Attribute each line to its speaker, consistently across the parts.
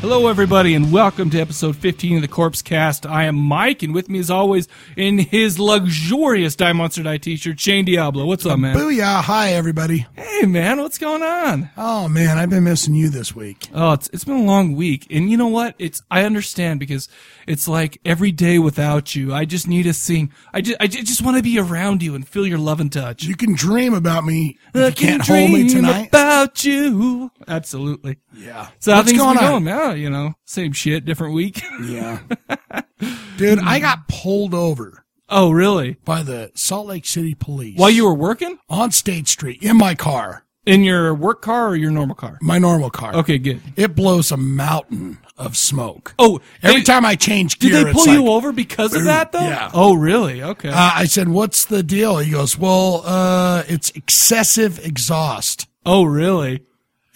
Speaker 1: Hello, everybody, and welcome to episode 15 of the Corpse Cast. I am Mike, and with me, as always, in his luxurious Die Monster Die t shirt, Shane Diablo. What's up, man?
Speaker 2: Booyah! Hi, everybody.
Speaker 1: Hey, man, what's going on?
Speaker 2: Oh man, I've been missing you this week.
Speaker 1: Oh, it's, it's been a long week, and you know what? It's I understand because it's like every day without you. I just need a sing. I just I ju- just want to be around you and feel your love and touch.
Speaker 2: You can dream about me. If
Speaker 1: I
Speaker 2: you can't hold me
Speaker 1: dream
Speaker 2: tonight.
Speaker 1: about you. Absolutely.
Speaker 2: Yeah.
Speaker 1: So how
Speaker 2: What's
Speaker 1: things
Speaker 2: going
Speaker 1: been
Speaker 2: on?
Speaker 1: going? Yeah, you know, same shit, different week.
Speaker 2: Yeah. Dude, I got pulled over
Speaker 1: oh, really?
Speaker 2: by the Salt Lake City police
Speaker 1: While you were working?
Speaker 2: on State Street in my car,
Speaker 1: In your work car or your normal car?
Speaker 2: my normal car.
Speaker 1: Okay, good.
Speaker 2: It blows a mountain of smoke.
Speaker 1: Oh,
Speaker 2: Every
Speaker 1: they-
Speaker 2: time I change
Speaker 1: Did
Speaker 2: gear,
Speaker 1: they
Speaker 2: it's
Speaker 1: pull
Speaker 2: like,
Speaker 1: you over because of that though?
Speaker 2: Yeah.
Speaker 1: Oh, really? Okay.
Speaker 2: Uh, I said, "What's the deal?" He goes, "Well, uh, it's excessive exhaust."
Speaker 1: oh, really?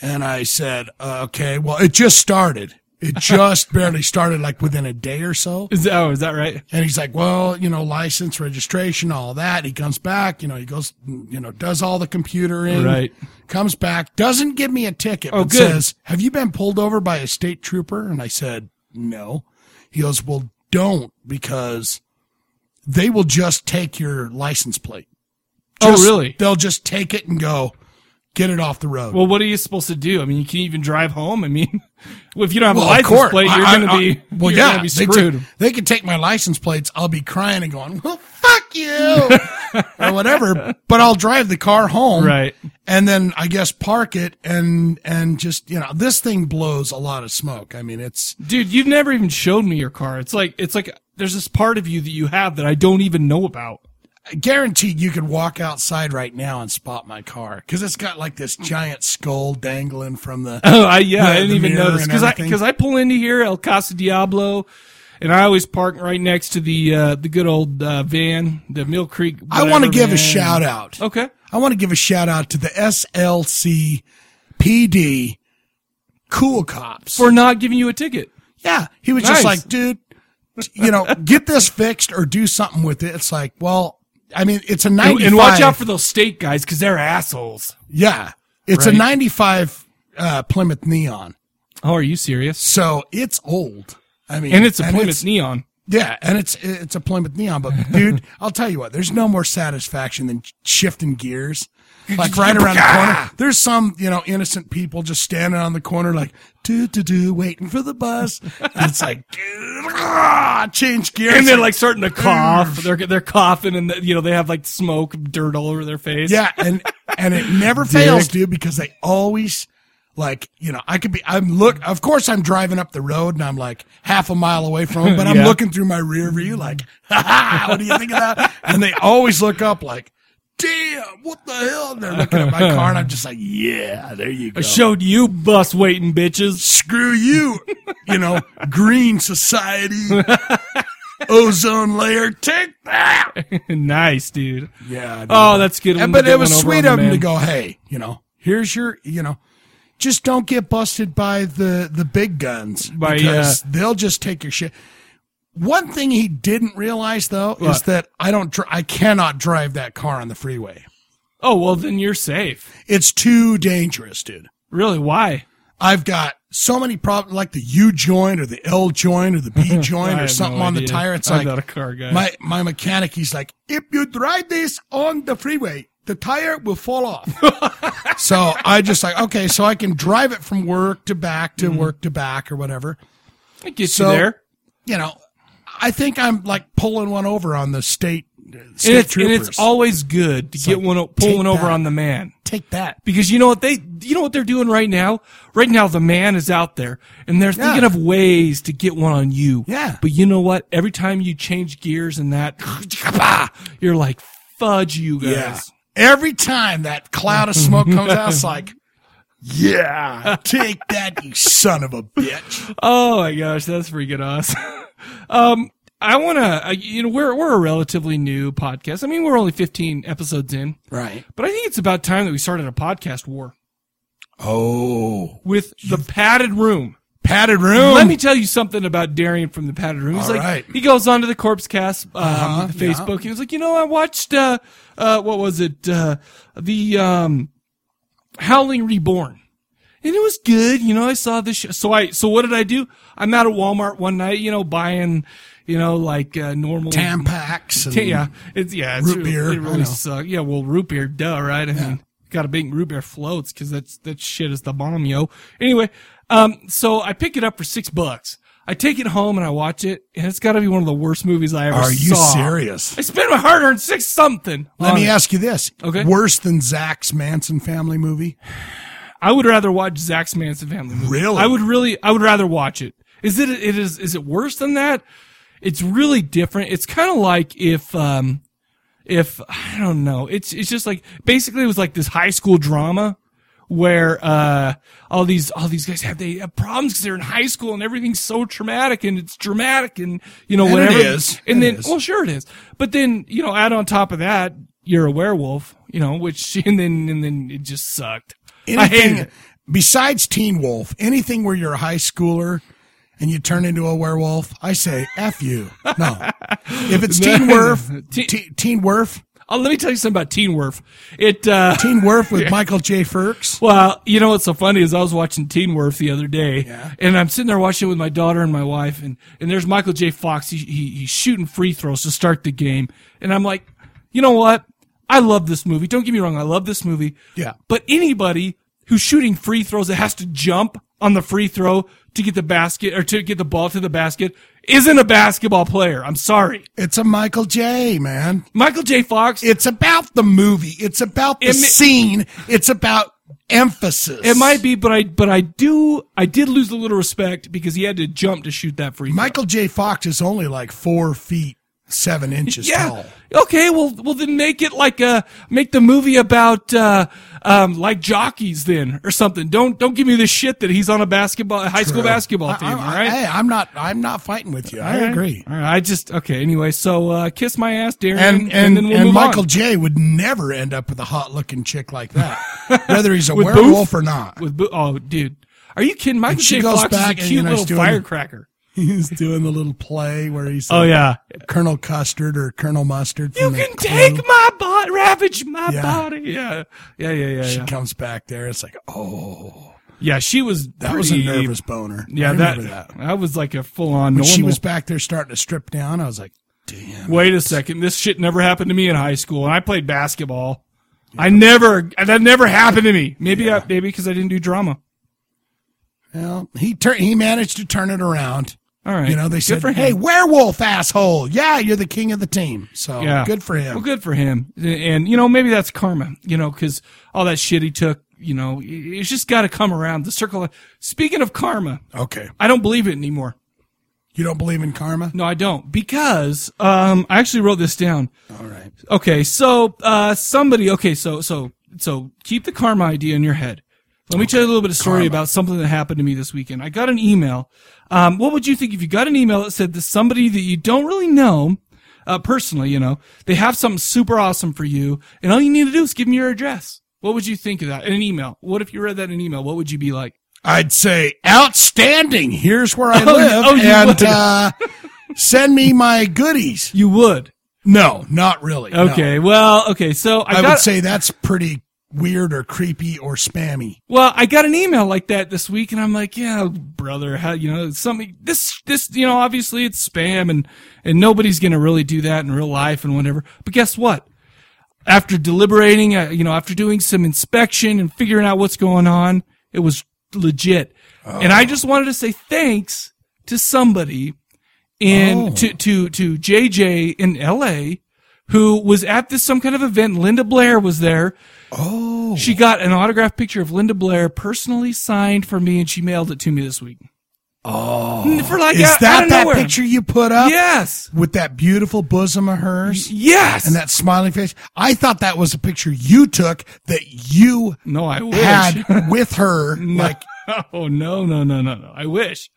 Speaker 2: And I said, uh, okay, well, it just started. It just barely started like within a day or so.
Speaker 1: Is that, oh, is that right?
Speaker 2: And he's like, well, you know, license, registration, all that. He comes back, you know, he goes, you know, does all the computering.
Speaker 1: Right.
Speaker 2: Comes back, doesn't give me a ticket,
Speaker 1: Oh,
Speaker 2: but
Speaker 1: good.
Speaker 2: says, have you been pulled over by a state trooper? And I said, no. He goes, well, don't because they will just take your license plate.
Speaker 1: Oh,
Speaker 2: Just-
Speaker 1: really?
Speaker 2: They'll just take it and go, get it off the road.
Speaker 1: Well, what are you supposed to do? I mean, you can't even drive home. I mean, well, if you don't have
Speaker 2: Well,
Speaker 1: a
Speaker 2: of
Speaker 1: license
Speaker 2: course.
Speaker 1: plate,
Speaker 2: I-
Speaker 1: you're
Speaker 2: I-
Speaker 1: going to
Speaker 2: I-
Speaker 1: be
Speaker 2: well,
Speaker 1: you're
Speaker 2: yeah,
Speaker 1: gonna be
Speaker 2: they ta-
Speaker 1: screwed.
Speaker 2: They, can take my license plates. I'll be crying and going, "Well, fuck you," or whatever. But I'll drive the car home,
Speaker 1: Right.
Speaker 2: And then I guess park it and and just you know this thing blows a lot of smoke. I mean, it's
Speaker 1: Dude, you've never even showed me your car. It's like it's like there's this part of you that you have that I don't even know about.
Speaker 2: guaranteed you could walk outside right now and spot my car because it's got like this giant skull dangling from the.
Speaker 1: Oh, I yeah, I
Speaker 2: the-
Speaker 1: didn't
Speaker 2: the
Speaker 1: even
Speaker 2: mirror
Speaker 1: notice
Speaker 2: and
Speaker 1: because I
Speaker 2: everything.
Speaker 1: because I pull into here El Casa Diablo, and I always park right next to the uh, the good old uh, van, the Mill Creek.
Speaker 2: I want to
Speaker 1: whatever
Speaker 2: give
Speaker 1: van.
Speaker 2: a shout out.
Speaker 1: Okay,
Speaker 2: I want to give a shout out to the SLC PD cool cops.
Speaker 1: for not giving you a ticket.
Speaker 2: yeah, he was
Speaker 1: Nice.
Speaker 2: just like, dude, you know, get this fixed or do something with it. It's like, well, I mean, it's a
Speaker 1: And,
Speaker 2: 95.
Speaker 1: and watch out for those state guys because they're assholes.
Speaker 2: yeah, it's
Speaker 1: Right.
Speaker 2: a 95 uh, Plymouth Neon.
Speaker 1: Oh, are you serious?
Speaker 2: So it's old. I mean,
Speaker 1: And it's a Plymouth Neon.
Speaker 2: Yeah, and it's it's a Plymouth Neon, but dude, I'll tell you what, there's no more satisfaction than shifting gears. Like right around the corner, there's some you know innocent people just standing on the corner, like do do do, waiting for the bus. And it's like dude, ah, change gears, Mm.
Speaker 1: And they're like starting to cough. They're they're coughing, and you know they have like smoke, dirt all over their face.
Speaker 2: yeah, and and it never fails, dude, because they always like you know I could be I'm look of course I'm driving up the road and I'm like half a mile away from them, but I'm
Speaker 1: Yeah.
Speaker 2: looking through my rear view like ha ha, what do you think of that? And they always look up like. Damn, what the hell? And they're looking at my car, and I'm just like, yeah, there you go.
Speaker 1: I showed you bus waiting bitches.
Speaker 2: Screw you, you know, green society, ozone layer, take that.
Speaker 1: nice, dude.
Speaker 2: Yeah. dude.
Speaker 1: Oh, that's good.
Speaker 2: And, but it was sweet of him to go, hey, you know, here's your, you know, just don't get busted by the the big guns
Speaker 1: By, uh,
Speaker 2: because they'll just take your shit. One thing he didn't realize though is
Speaker 1: What?
Speaker 2: that I don't, dri- I cannot drive that car on the freeway.
Speaker 1: Oh well, then you're safe.
Speaker 2: It's too dangerous, dude.
Speaker 1: Really? Why?
Speaker 2: I've got so many problems, like the U joint or the L joint or the B
Speaker 1: I
Speaker 2: joint or
Speaker 1: have
Speaker 2: something
Speaker 1: no
Speaker 2: on the
Speaker 1: idea.
Speaker 2: tire. It's
Speaker 1: I'm
Speaker 2: like
Speaker 1: not a car guy.
Speaker 2: My my mechanic, he's like, if you drive this on the freeway, the tire will fall off. so I just like, okay, so I can drive it from work to back to work to back or whatever.
Speaker 1: Mm-hmm. It gets
Speaker 2: So-
Speaker 1: you there.
Speaker 2: You know, I think I'm like pulling one over on the state
Speaker 1: and
Speaker 2: state
Speaker 1: it's, and
Speaker 2: troopers.
Speaker 1: it's always good to get
Speaker 2: like,
Speaker 1: one o-
Speaker 2: take
Speaker 1: pull one over
Speaker 2: that.
Speaker 1: on the man
Speaker 2: Take that.
Speaker 1: because you know what they you know what they're doing right now. Right now, the man is out there and they're
Speaker 2: Yeah.
Speaker 1: thinking of ways to get one on you.
Speaker 2: Yeah.
Speaker 1: But you know what? Every time you change gears and that, you're like fudge you guys.
Speaker 2: Yeah. Every time that cloud of smoke comes out, it's like, yeah, take that, you son of a bitch.
Speaker 1: Oh my gosh, that's freaking awesome. um, I want to, uh, you know, we're we're a relatively new podcast. I mean, we're only 15 episodes in,
Speaker 2: Right.
Speaker 1: but I think it's about time that we started a podcast war
Speaker 2: Oh.
Speaker 1: with the padded room.
Speaker 2: Padded room.
Speaker 1: Let me tell you something about Darian from the Padded Room. He's
Speaker 2: All
Speaker 1: like,
Speaker 2: right.
Speaker 1: he goes onto the Corpse Cast um,
Speaker 2: Uh-huh,
Speaker 1: the Facebook. He was like, you know, I watched, uh, uh, what was it, uh, the um, Howling Reborn, and it was good. You know, I saw this. Show. So I, so what did I do? I'm out at Walmart one night, you know, buying, you know, like uh, normal
Speaker 2: Tampax. And
Speaker 1: Ta- yeah, it's yeah, it's
Speaker 2: Root
Speaker 1: really-
Speaker 2: beer,
Speaker 1: It
Speaker 2: I know.
Speaker 1: really sucks. uh, Yeah, well, root beer, duh, right? I mean, got to make root beer floats because that's that shit is the bomb, yo. Anyway, um, so I pick it up for six bucks. I take it home and I watch it, and it's got to be one of the worst movies I ever saw.
Speaker 2: Are you serious?
Speaker 1: I spent my hard-earned six something.
Speaker 2: Let
Speaker 1: on
Speaker 2: me
Speaker 1: it.
Speaker 2: ask you this.
Speaker 1: Okay.
Speaker 2: Worse than Zach's Manson family movie?
Speaker 1: I would rather watch Zach's Manson Family. Movie.
Speaker 2: Really?
Speaker 1: I would really, I would rather watch it. Is it? It is. Is it worse than that? It's really different. It's kind of like if, um, if I don't know. It's it's just like basically it was like this high school drama where uh all these all these guys have they have problems because they're in high school and everything's so traumatic and it's dramatic and you know
Speaker 2: And it
Speaker 1: whatever
Speaker 2: is.
Speaker 1: and
Speaker 2: It
Speaker 1: then
Speaker 2: is.
Speaker 1: well sure it is but then you know add on top of that you're a werewolf you know which and then and then it just sucked I hated
Speaker 2: Anything
Speaker 1: it.
Speaker 2: besides Teen Wolf, anything where you're a high schooler and you turn into a werewolf, I say F you. No. If it's Teen Wolf,
Speaker 1: Teen-
Speaker 2: Te- Teen Wolf,
Speaker 1: Oh, let me tell you something about Teen Wolf. It uh
Speaker 2: Teen Wolf with Michael J. Ferks.
Speaker 1: well, you know what's so funny is I was watching Teen Wolf the other day, and I'm sitting there watching it with my daughter and my wife, and and there's Michael J. Fox. He, he he's shooting free throws to start the game, and I'm like, you know what? I love this movie. Don't get me wrong, I love this movie.
Speaker 2: Yeah.
Speaker 1: But anybody who's shooting free throws that has to jump on the free throw to get the basket or to get the ball to the basket isn't a basketball player. I'm sorry,
Speaker 2: It's a Michael J. man.
Speaker 1: Michael J. Fox.
Speaker 2: It's about the movie. It's about the
Speaker 1: It ma-
Speaker 2: scene. It's about emphasis.
Speaker 1: It might be, but I but I do I did lose a little respect because he had to jump to shoot that free. throw.
Speaker 2: Michael J. Fox is only like four feet seven inches
Speaker 1: yeah.
Speaker 2: tall.
Speaker 1: Okay. Well, well then make it like a make the movie about uh, um, like jockeys then or something. Don't don't give me the shit that he's on a basketball high school basketball team.
Speaker 2: I,
Speaker 1: all right.
Speaker 2: Hey, I'm not. I'm not fighting with you. I
Speaker 1: All right.
Speaker 2: agree.
Speaker 1: All right. I just okay. Anyway, so uh, kiss my ass, Darren,
Speaker 2: And and and,
Speaker 1: then we'll move
Speaker 2: Michael
Speaker 1: on.
Speaker 2: J. would never end up with a hot looking chick like that, whether he's a
Speaker 1: With
Speaker 2: werewolf
Speaker 1: Booth?
Speaker 2: or not.
Speaker 1: with Bo- oh dude, are you kidding? Michael
Speaker 2: she
Speaker 1: J.
Speaker 2: goes
Speaker 1: Fox is a
Speaker 2: back and, you
Speaker 1: cute
Speaker 2: know,
Speaker 1: little
Speaker 2: he's doing-
Speaker 1: firecracker.
Speaker 2: He's doing the little play where he's
Speaker 1: Oh
Speaker 2: like
Speaker 1: yeah.
Speaker 2: Colonel Custard or Colonel Mustard.
Speaker 1: You
Speaker 2: from the
Speaker 1: can
Speaker 2: Clue.
Speaker 1: take my body, ravage my
Speaker 2: Yeah.
Speaker 1: body. Yeah, yeah, yeah, yeah.
Speaker 2: She
Speaker 1: yeah.
Speaker 2: comes back there. It's like, oh,
Speaker 1: Yeah, she was.
Speaker 2: that was a
Speaker 1: pretty-
Speaker 2: nervous boner.
Speaker 1: Yeah,
Speaker 2: I
Speaker 1: that,
Speaker 2: remember
Speaker 1: that was like a full on
Speaker 2: When
Speaker 1: normal.
Speaker 2: she was back there starting to strip down, I was like, damn.
Speaker 1: Wait a second, this shit never happened to me in high school, and I played basketball. I never, that never happened to me. Maybe, I, maybe because I didn't do drama.
Speaker 2: Well, he tur- he managed to turn it around.
Speaker 1: All right,
Speaker 2: You know, they
Speaker 1: Good
Speaker 2: said,
Speaker 1: for him.
Speaker 2: "Hey, werewolf asshole! Yeah, you're the king of the team." So
Speaker 1: Yeah.
Speaker 2: good for him.
Speaker 1: Well, good for him. And, and, you know, maybe that's karma, you know, because all that shit he took, you know, it- it's just got to come around the circle. of- Speaking of karma,
Speaker 2: Okay,
Speaker 1: I don't believe it anymore.
Speaker 2: you don't believe in karma?
Speaker 1: No, I don't because um, I actually wrote this down.
Speaker 2: All right.
Speaker 1: Okay, so uh, somebody. Okay, so so so keep the karma idea in your head. Let me tell you a little bit of story about something that happened to me this weekend. I got an email. Um, what would you think if you got an email that said that somebody that you don't really know uh, personally, you know, they have something super awesome for you, and all you need to do is give them your address. What would you think of that in an email? What if you read that in an email? What would you be like?
Speaker 2: I'd say outstanding. Here's where I
Speaker 1: Oh,
Speaker 2: live,
Speaker 1: oh, you
Speaker 2: and
Speaker 1: would.
Speaker 2: uh, send me my goodies.
Speaker 1: You would.
Speaker 2: No, not really. no.
Speaker 1: Okay. Well. Okay. So I,
Speaker 2: I
Speaker 1: got,
Speaker 2: would say that's pretty weird or creepy or spammy.
Speaker 1: Well, I got an email like that this week, and I'm like, "Yeah, brother, how you know something? This, this, you know, obviously it's spam, and and nobody's gonna really do that in real life and whatever." But guess what? After deliberating, uh, you know, after doing some inspection and figuring out what's going on, it was legit. And I just wanted to say thanks to somebody and
Speaker 2: Oh.
Speaker 1: to to to JJ in L.A. who was at this some kind of event. Linda Blair was there. Oh, she got an autographed picture of Linda Blair personally signed for me, and she mailed it to me this week. Oh, for like
Speaker 2: Is
Speaker 1: out,
Speaker 2: that
Speaker 1: out of
Speaker 2: that
Speaker 1: nowhere.
Speaker 2: picture you put up?
Speaker 1: Yes.
Speaker 2: With that beautiful bosom of hers?
Speaker 1: Yes.
Speaker 2: And that smiling face? I thought that was a picture you took that you
Speaker 1: No, I wish.
Speaker 2: had with her. Like,
Speaker 1: oh no, no, no, no, no. I wish.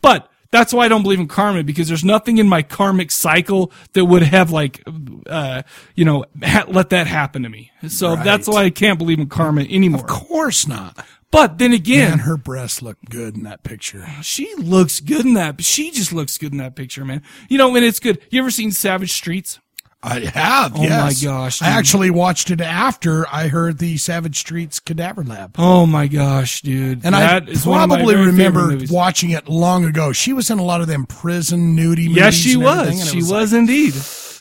Speaker 1: But that's why I don't believe in karma because there's nothing in my karmic cycle that would have like, uh, you know, ha- let that happen to me. So that's why I can't believe in karma anymore.
Speaker 2: of course not.
Speaker 1: But then again,
Speaker 2: And her breasts look good in that picture.
Speaker 1: she looks good in that. She just looks good in that picture, man. You know, and it's good. You ever seen Savage Streets?
Speaker 2: I have.
Speaker 1: Oh my
Speaker 2: yes.
Speaker 1: gosh,
Speaker 2: I
Speaker 1: dude.
Speaker 2: actually watched it after I heard the Savage Streets Cadaver Lab.
Speaker 1: Oh my gosh, dude.
Speaker 2: And
Speaker 1: That
Speaker 2: I
Speaker 1: is one of my
Speaker 2: probably
Speaker 1: very favorite
Speaker 2: remember
Speaker 1: movies.
Speaker 2: watching it long ago. She was in a lot of them prison nudie movies.
Speaker 1: Yes, she
Speaker 2: and everything,
Speaker 1: was.
Speaker 2: and it
Speaker 1: She was,
Speaker 2: like-
Speaker 1: indeed.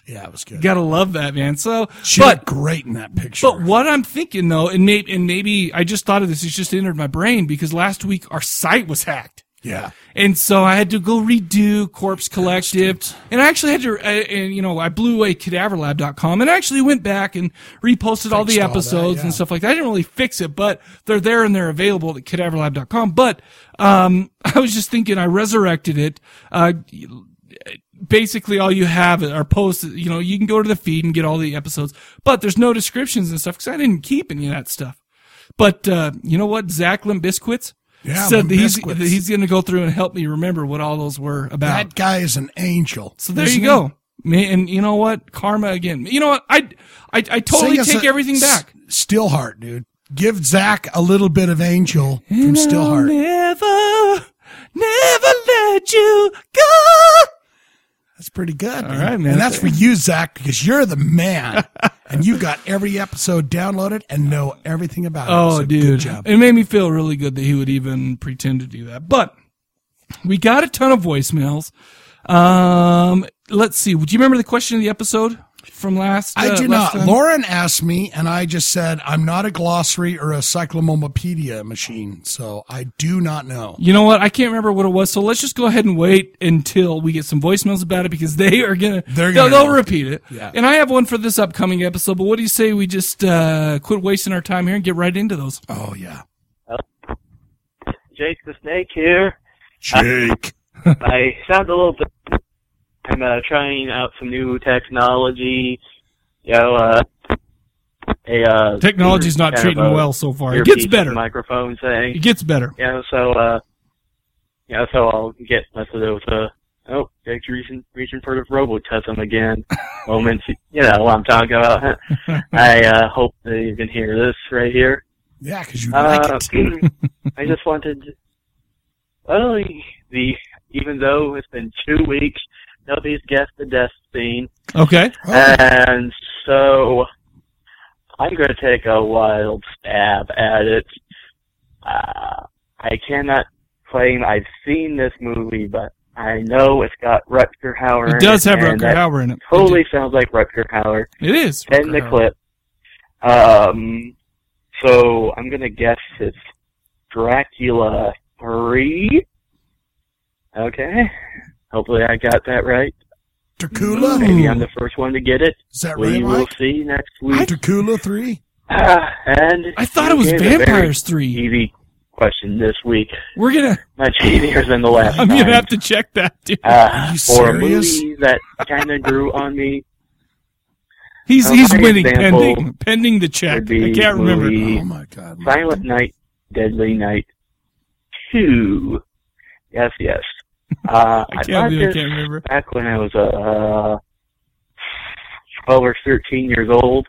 Speaker 2: yeah, it was good.
Speaker 1: Gotta love that, man. So,
Speaker 2: she
Speaker 1: but
Speaker 2: looked great in that picture.
Speaker 1: But what I'm thinking though, and maybe and maybe I just thought of this, it's just entered my brain because last week our site was hacked.
Speaker 2: yeah.
Speaker 1: And so I had to go redo Corpse Collective, and I actually had to, uh, and you know, I blew away cadaverlab.com, and I actually went back and reposted all the
Speaker 2: Fixed all that,
Speaker 1: episodes
Speaker 2: yeah.
Speaker 1: and stuff like that. I didn't really fix it, but they're there and they're available at cadaverlab.com. But um, I was just thinking, I resurrected it. Uh, basically, all you have are posts. You know, you can go to the feed and get all the episodes, but there's no descriptions and stuff because I didn't keep any of that stuff. But uh, you know what, Zach Limbiscuits
Speaker 2: Yeah,
Speaker 1: said that he's,
Speaker 2: Limbiscuits.
Speaker 1: that he's going to go through and help me remember what all those were about.
Speaker 2: That guy is an angel.
Speaker 1: so there you go. Man, and you know what, karma again. You know what, I I, I totally take everything back.
Speaker 2: Stillheart, dude. Give Zach a little bit of angel from
Speaker 1: I'll
Speaker 2: Stillheart.
Speaker 1: Never, never let you go.
Speaker 2: That's pretty good. All
Speaker 1: right, man.
Speaker 2: And that's for you, Zach, because you're the man, and you've got every episode downloaded and know everything about it.
Speaker 1: Oh,
Speaker 2: So
Speaker 1: dude.
Speaker 2: good job.
Speaker 1: It made me feel really good that he would even pretend to do that. But we got a ton of voicemails. Um, let's see. Do you remember the question of the episode from last?
Speaker 2: I
Speaker 1: uh,
Speaker 2: do
Speaker 1: last
Speaker 2: not.
Speaker 1: time?
Speaker 2: Lauren asked me, and I just said I'm not a glossary or a cyclomomopedia machine, so I do not know.
Speaker 1: You know what? I can't remember what it was, so let's just go ahead and wait until we get some voicemails about it because they are gonna
Speaker 2: They're
Speaker 1: they'll-
Speaker 2: gonna
Speaker 1: they'll,
Speaker 2: know.
Speaker 1: repeat it.
Speaker 2: Yeah.
Speaker 1: And I have one for this upcoming episode, but what do you say we just uh, quit wasting our time here and get right into those?
Speaker 2: Oh yeah,
Speaker 3: Jake the Snake here.
Speaker 2: Jake.
Speaker 3: I sound a little bit. I'm uh, trying out some new technology. You know, uh, a uh,
Speaker 1: Technology's not
Speaker 3: kind
Speaker 1: treating
Speaker 3: of a
Speaker 1: well so far. It
Speaker 3: earpiece
Speaker 1: gets better.
Speaker 3: Microphone
Speaker 1: It
Speaker 3: thing.
Speaker 1: gets better.
Speaker 3: You know, so uh, you know, so I'll get less of those. Uh, oh, Jake's reaching, reaching for the robotism again. Moments. You know what I'm talking about. I uh, hope that you can hear this right here.
Speaker 2: Yeah, because you
Speaker 3: Uh,
Speaker 2: like it.
Speaker 3: I just wanted. Well, the even though it's been two weeks, nobody's guessed the death scene,
Speaker 1: Okay.
Speaker 3: and so I'm going to take a wild stab at it. Uh, I cannot claim I've seen this movie, but I know it's got Rutger Hauer.
Speaker 1: It does have
Speaker 3: in it, and
Speaker 1: Rutger
Speaker 3: that
Speaker 1: Hauer in it.
Speaker 3: Totally sounds like Rutger Hauer
Speaker 1: It is.
Speaker 3: in the
Speaker 1: Rutger Hauer.
Speaker 3: clip. Um, so I'm gonna guess it's Dracula three. Okay, hopefully I got that right.
Speaker 2: Dracula.
Speaker 3: Maybe I'm the first one to get it.
Speaker 2: Is that right,
Speaker 3: We will
Speaker 2: Mike?
Speaker 3: see next week.
Speaker 2: Dracula three.
Speaker 3: Ah, and
Speaker 1: I thought
Speaker 3: you
Speaker 1: it was
Speaker 3: gave a very
Speaker 1: Vampires 3.
Speaker 3: Easy question this week.
Speaker 1: We're gonna
Speaker 3: Much easier than the last.
Speaker 1: I'm gonna
Speaker 3: time.
Speaker 1: have to check that, dude.
Speaker 3: Uh,
Speaker 2: you
Speaker 3: for a
Speaker 2: serious?
Speaker 3: movie that kind of grew on me
Speaker 1: He's
Speaker 3: uh,
Speaker 1: he's
Speaker 3: my
Speaker 1: winning
Speaker 3: example
Speaker 1: pending pending the check.
Speaker 3: would be
Speaker 1: I can't remember.
Speaker 3: movie-
Speaker 2: Oh my God. Mike.
Speaker 3: Silent Night, Deadly Night 2. Yes, yes. Uh,
Speaker 1: I
Speaker 3: bought
Speaker 1: can't believe I
Speaker 3: this
Speaker 1: can't remember.
Speaker 3: back when I was uh, 12 or 13 years old.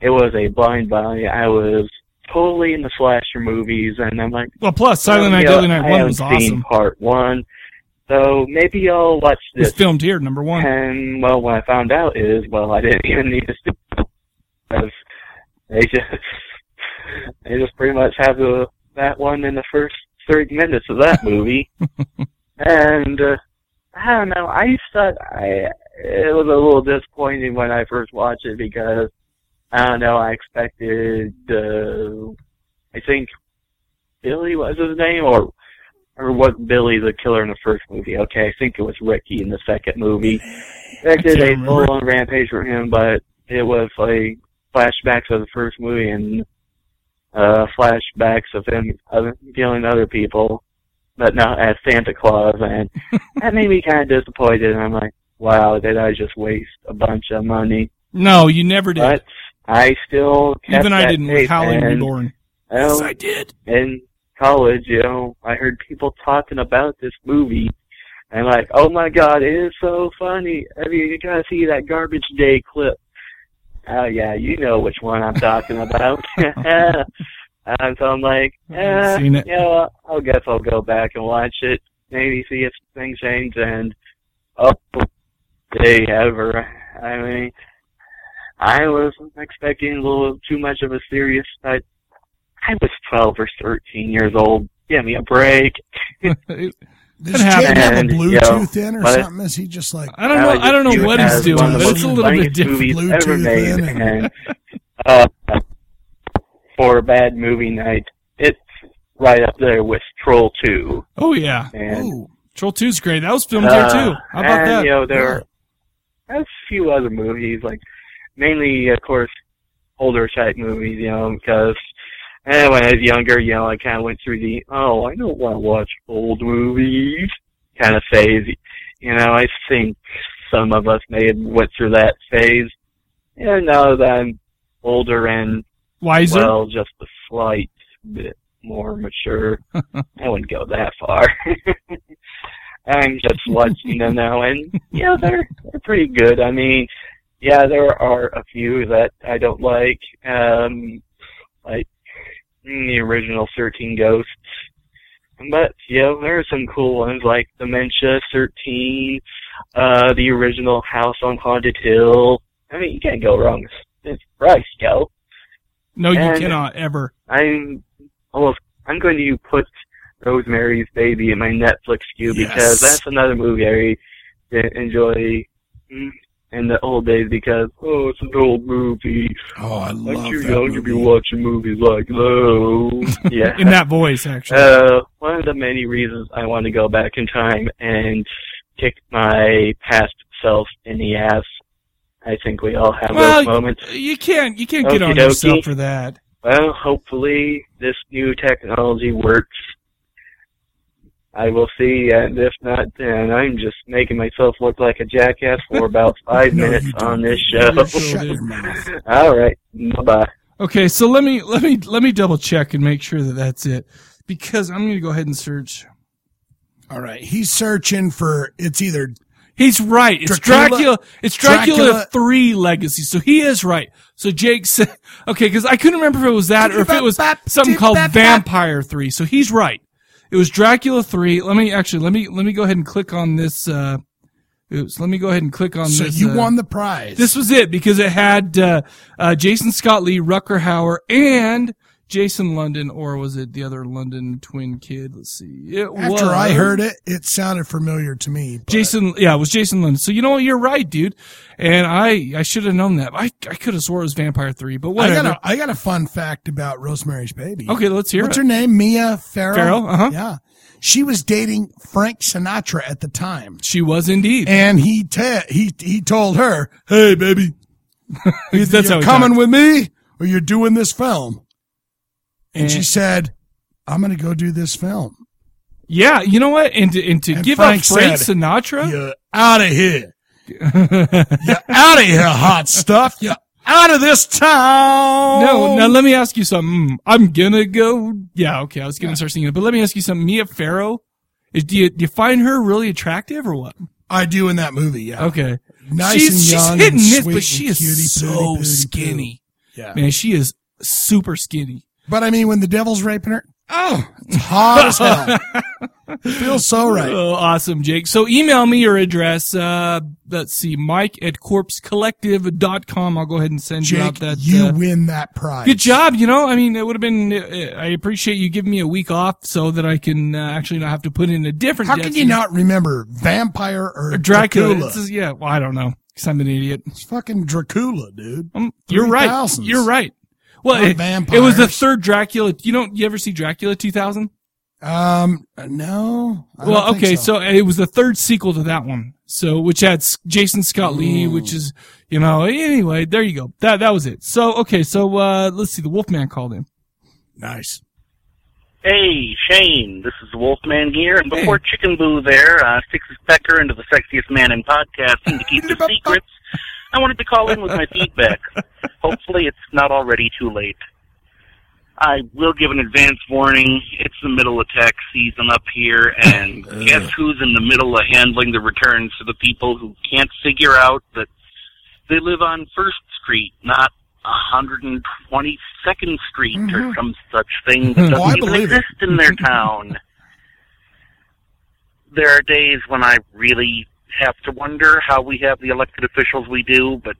Speaker 3: It was a blind buy. I was totally in the slasher movies, and I'm like,
Speaker 1: Well, plus Silent Night,
Speaker 3: yeah,
Speaker 1: Deadly Night
Speaker 3: I
Speaker 1: One
Speaker 3: haven't
Speaker 1: was
Speaker 3: seen
Speaker 1: awesome.
Speaker 3: part one, so maybe I'll watch
Speaker 1: It was
Speaker 3: this.
Speaker 1: filmed here, number one.
Speaker 3: And well, what I found out is, well, I didn't even need to do because they just they just pretty much have the that one in the first thirty minutes of that movie, and uh, I don't know. I just thought I it was a little disappointing when I first watched it because I don't know. I expected uh, I think Billy was his name or or was Billy the killer in the first movie? Okay, I think it was Ricky in the second movie. They did a full on rampage for him, but it was like flashbacks of the first movie and uh flashbacks of him of him killing other people, but not as Santa Claus, and that made me kind of disappointed. And I'm like, wow, did I just waste a bunch of money?
Speaker 1: No, you never did.
Speaker 3: But I still kept
Speaker 1: Even I
Speaker 3: that
Speaker 1: didn't with
Speaker 3: tape,
Speaker 1: Howling
Speaker 3: and,
Speaker 1: Reborn.
Speaker 3: well,
Speaker 1: did.
Speaker 3: in college, you know, I heard people talking about this movie and like, oh my god, it is so funny. I mean, you gotta see that garbage day clip. Oh yeah, you know which one I'm talking about. and so I'm like,
Speaker 1: I haven't
Speaker 3: eh, you
Speaker 1: seen it.
Speaker 3: know, I guess I'll go back and watch it, maybe see if things change and oh, they ever. I mean, I was expecting a little too much of a serious type I was 12 or 13 years old. Give me a break.
Speaker 2: Does
Speaker 1: It
Speaker 2: Jake have a
Speaker 3: happened, you
Speaker 2: Bluetooth in or
Speaker 3: but-
Speaker 2: something? Is he just like
Speaker 1: I don't know. I don't know
Speaker 3: Dude,
Speaker 1: what
Speaker 3: that
Speaker 1: he's
Speaker 3: is
Speaker 1: doing,
Speaker 3: one of
Speaker 1: but
Speaker 3: the
Speaker 1: it's a little bit
Speaker 3: funniest
Speaker 1: different.
Speaker 3: movies ever
Speaker 2: Bluetooth
Speaker 3: made,
Speaker 2: in
Speaker 3: and uh, for a bad movie night, it's right up there with Troll 2.
Speaker 1: Oh yeah,
Speaker 3: And
Speaker 2: ooh,
Speaker 1: Troll Two's great. That was filmed
Speaker 3: uh,
Speaker 1: there too. How about
Speaker 3: and,
Speaker 1: that?
Speaker 3: You know, there are there's a few other movies, like mainly, of course, older type movies. You know, because eh, when I was younger, you know, I kind of went through the oh, I don't want to watch old movies kind of phase. You know, I think some of us may have went through that phase. And now that I'm older and
Speaker 1: Wiser.
Speaker 3: well, just a slight bit more mature. I wouldn't go that far. I'm just watching them now, and yeah, they're they're pretty good. I mean, yeah, there are a few that I don't like, um, like mm, the original Thirteen Ghosts. But yeah, there are some cool ones like Dementia Thirteen, uh, the original House on Haunted Hill. I mean, you can't go wrong. It's Bryce, yo.
Speaker 1: no, you
Speaker 3: and-
Speaker 1: cannot ever.
Speaker 3: I'm almost I'm going to put Rosemary's Baby in my Netflix queue
Speaker 2: Yes.
Speaker 3: because that's another movie I really didn't enjoy mm, in the old days because oh it's an old movie.
Speaker 2: oh, I
Speaker 3: I'm
Speaker 2: love
Speaker 3: too
Speaker 2: that
Speaker 3: young to be
Speaker 2: movie.
Speaker 3: watching movies like those. yeah.
Speaker 1: In that voice, actually.
Speaker 3: Uh, one of the many reasons I want to go back in time and kick my past self in the ass. I think we all have
Speaker 1: Well,
Speaker 3: those moments.
Speaker 1: you can't. You can't get on
Speaker 3: Okie dokie.
Speaker 1: yourself for that.
Speaker 3: Well, hopefully this new technology works. I will see, and if not, then I'm just making myself look like a jackass for about five
Speaker 2: No,
Speaker 3: minutes
Speaker 2: you don't.
Speaker 3: on this
Speaker 2: You
Speaker 3: show.
Speaker 2: Shut your mouth.
Speaker 3: All right, bye bye.
Speaker 1: Okay, so let me let me let me double check and make sure that that's it, because I'm going to go ahead and search.
Speaker 2: All right, he's searching for it's either
Speaker 1: He's right. It's Dracula.
Speaker 2: Dracula-
Speaker 1: it's Dracula,
Speaker 2: Dracula-
Speaker 1: Three Legacy. So he is right. So Jake said, okay, because I couldn't remember if it was that or if it was something called Vampire Three. So he's right. It was Dracula Three. Let me actually let me let me go ahead and click on this. Uh, oops. Let me go ahead and click on
Speaker 2: so
Speaker 1: this.
Speaker 2: you
Speaker 1: uh,
Speaker 2: won the prize.
Speaker 1: This was it because it had uh, uh, Jason Scott Lee, Rucker Hauer, and Jason London, or was it the other London twin kid? Let's see. It was
Speaker 2: After I heard it, it sounded familiar to me. but-
Speaker 1: Jason, yeah, it was Jason London. So you know what? You're right, dude. And I, I should have known that. I, I could have swore it was Vampire Three, but
Speaker 2: I
Speaker 1: whatever.
Speaker 2: got a I got a fun fact about Rosemary's Baby.
Speaker 1: okay, let's hear
Speaker 2: What's
Speaker 1: it.
Speaker 2: her name? Mia Farrow.
Speaker 1: Farrow, uh-huh.
Speaker 2: Yeah, she was dating Frank Sinatra at the time,
Speaker 1: She was indeed.
Speaker 2: and he te- he he told her, "Hey, baby,
Speaker 1: That's
Speaker 2: you're
Speaker 1: how he
Speaker 2: coming
Speaker 1: talked.
Speaker 2: with me, or you're doing this film." And,
Speaker 1: And-
Speaker 2: she said, "I'm going to go do this film.
Speaker 1: yeah, you know what? And to, and to
Speaker 2: And
Speaker 1: give
Speaker 2: Frank
Speaker 1: up Frank
Speaker 2: said,
Speaker 1: Sinatra.
Speaker 2: You're out of here. you're out of here, hot stuff. You're out of this town."
Speaker 1: No, now let me ask you something. Mm, I'm gonna go. Yeah, okay. I was gonna start singing it, but let me ask you something. Mia Farrow, is, do you do you find her really attractive or what?
Speaker 2: I do in that movie. Yeah,
Speaker 1: Okay,
Speaker 2: nice
Speaker 1: she's
Speaker 2: and young
Speaker 1: she's hit
Speaker 2: and
Speaker 1: and miss,
Speaker 2: sweet
Speaker 1: but she
Speaker 2: and
Speaker 1: is
Speaker 2: cutie,
Speaker 1: so
Speaker 2: pooty, pooty, poo.
Speaker 1: skinny.
Speaker 2: Yeah.
Speaker 1: Man, she is super skinny.
Speaker 2: But I mean, when the devil's raping her, oh, it's hot as hell. It feels so right.
Speaker 1: Oh, awesome, Jake. So email me your address. Uh, let's see, Mike at corpsecollective.com. I'll go ahead and send you out
Speaker 2: Jake,
Speaker 1: that.
Speaker 2: you
Speaker 1: uh,
Speaker 2: win that prize.
Speaker 1: good job. You know, I mean, it would have been, uh, I appreciate you giving me a week off so that I can uh, actually not have to put in a different.
Speaker 2: How can you not remember vampire or
Speaker 1: Dracula.
Speaker 2: Dracula?
Speaker 1: It's just- yeah. Well, I don't know. Cause I'm an idiot.
Speaker 2: It's fucking Dracula, dude.
Speaker 1: Um, you're right.
Speaker 2: 3000s.
Speaker 1: You're right. Well,
Speaker 2: Not
Speaker 1: it, it was the
Speaker 2: vampires.
Speaker 1: third Dracula. You don't, you ever see Dracula 2000?
Speaker 2: Um, no. I don't
Speaker 1: Well,
Speaker 2: think
Speaker 1: okay, so. it was the third sequel to that one. So, which had S- Jason Scott Lee, which is, you know, anyway, there you go. That that was it. So, okay, so uh let's see. The Wolfman called in.
Speaker 2: Nice.
Speaker 4: Hey, Shane, this is Wolfman here. And before Chicken Boo there uh, sticks his pecker into the sexiest man in podcasting to keep his secrets, I wanted to call in with my feedback. Hopefully, it's not already too late. I will give an advance warning. It's the middle of tax season up here, and guess who's in the middle of handling the returns for the people who can't figure out that they live on First Street, not 122nd Street or some such thing
Speaker 1: Mm-hmm.
Speaker 4: that doesn't
Speaker 2: Oh, I
Speaker 4: even
Speaker 2: believe it.
Speaker 4: exist in their town. there are days when I really have to wonder how we have the elected officials we do, but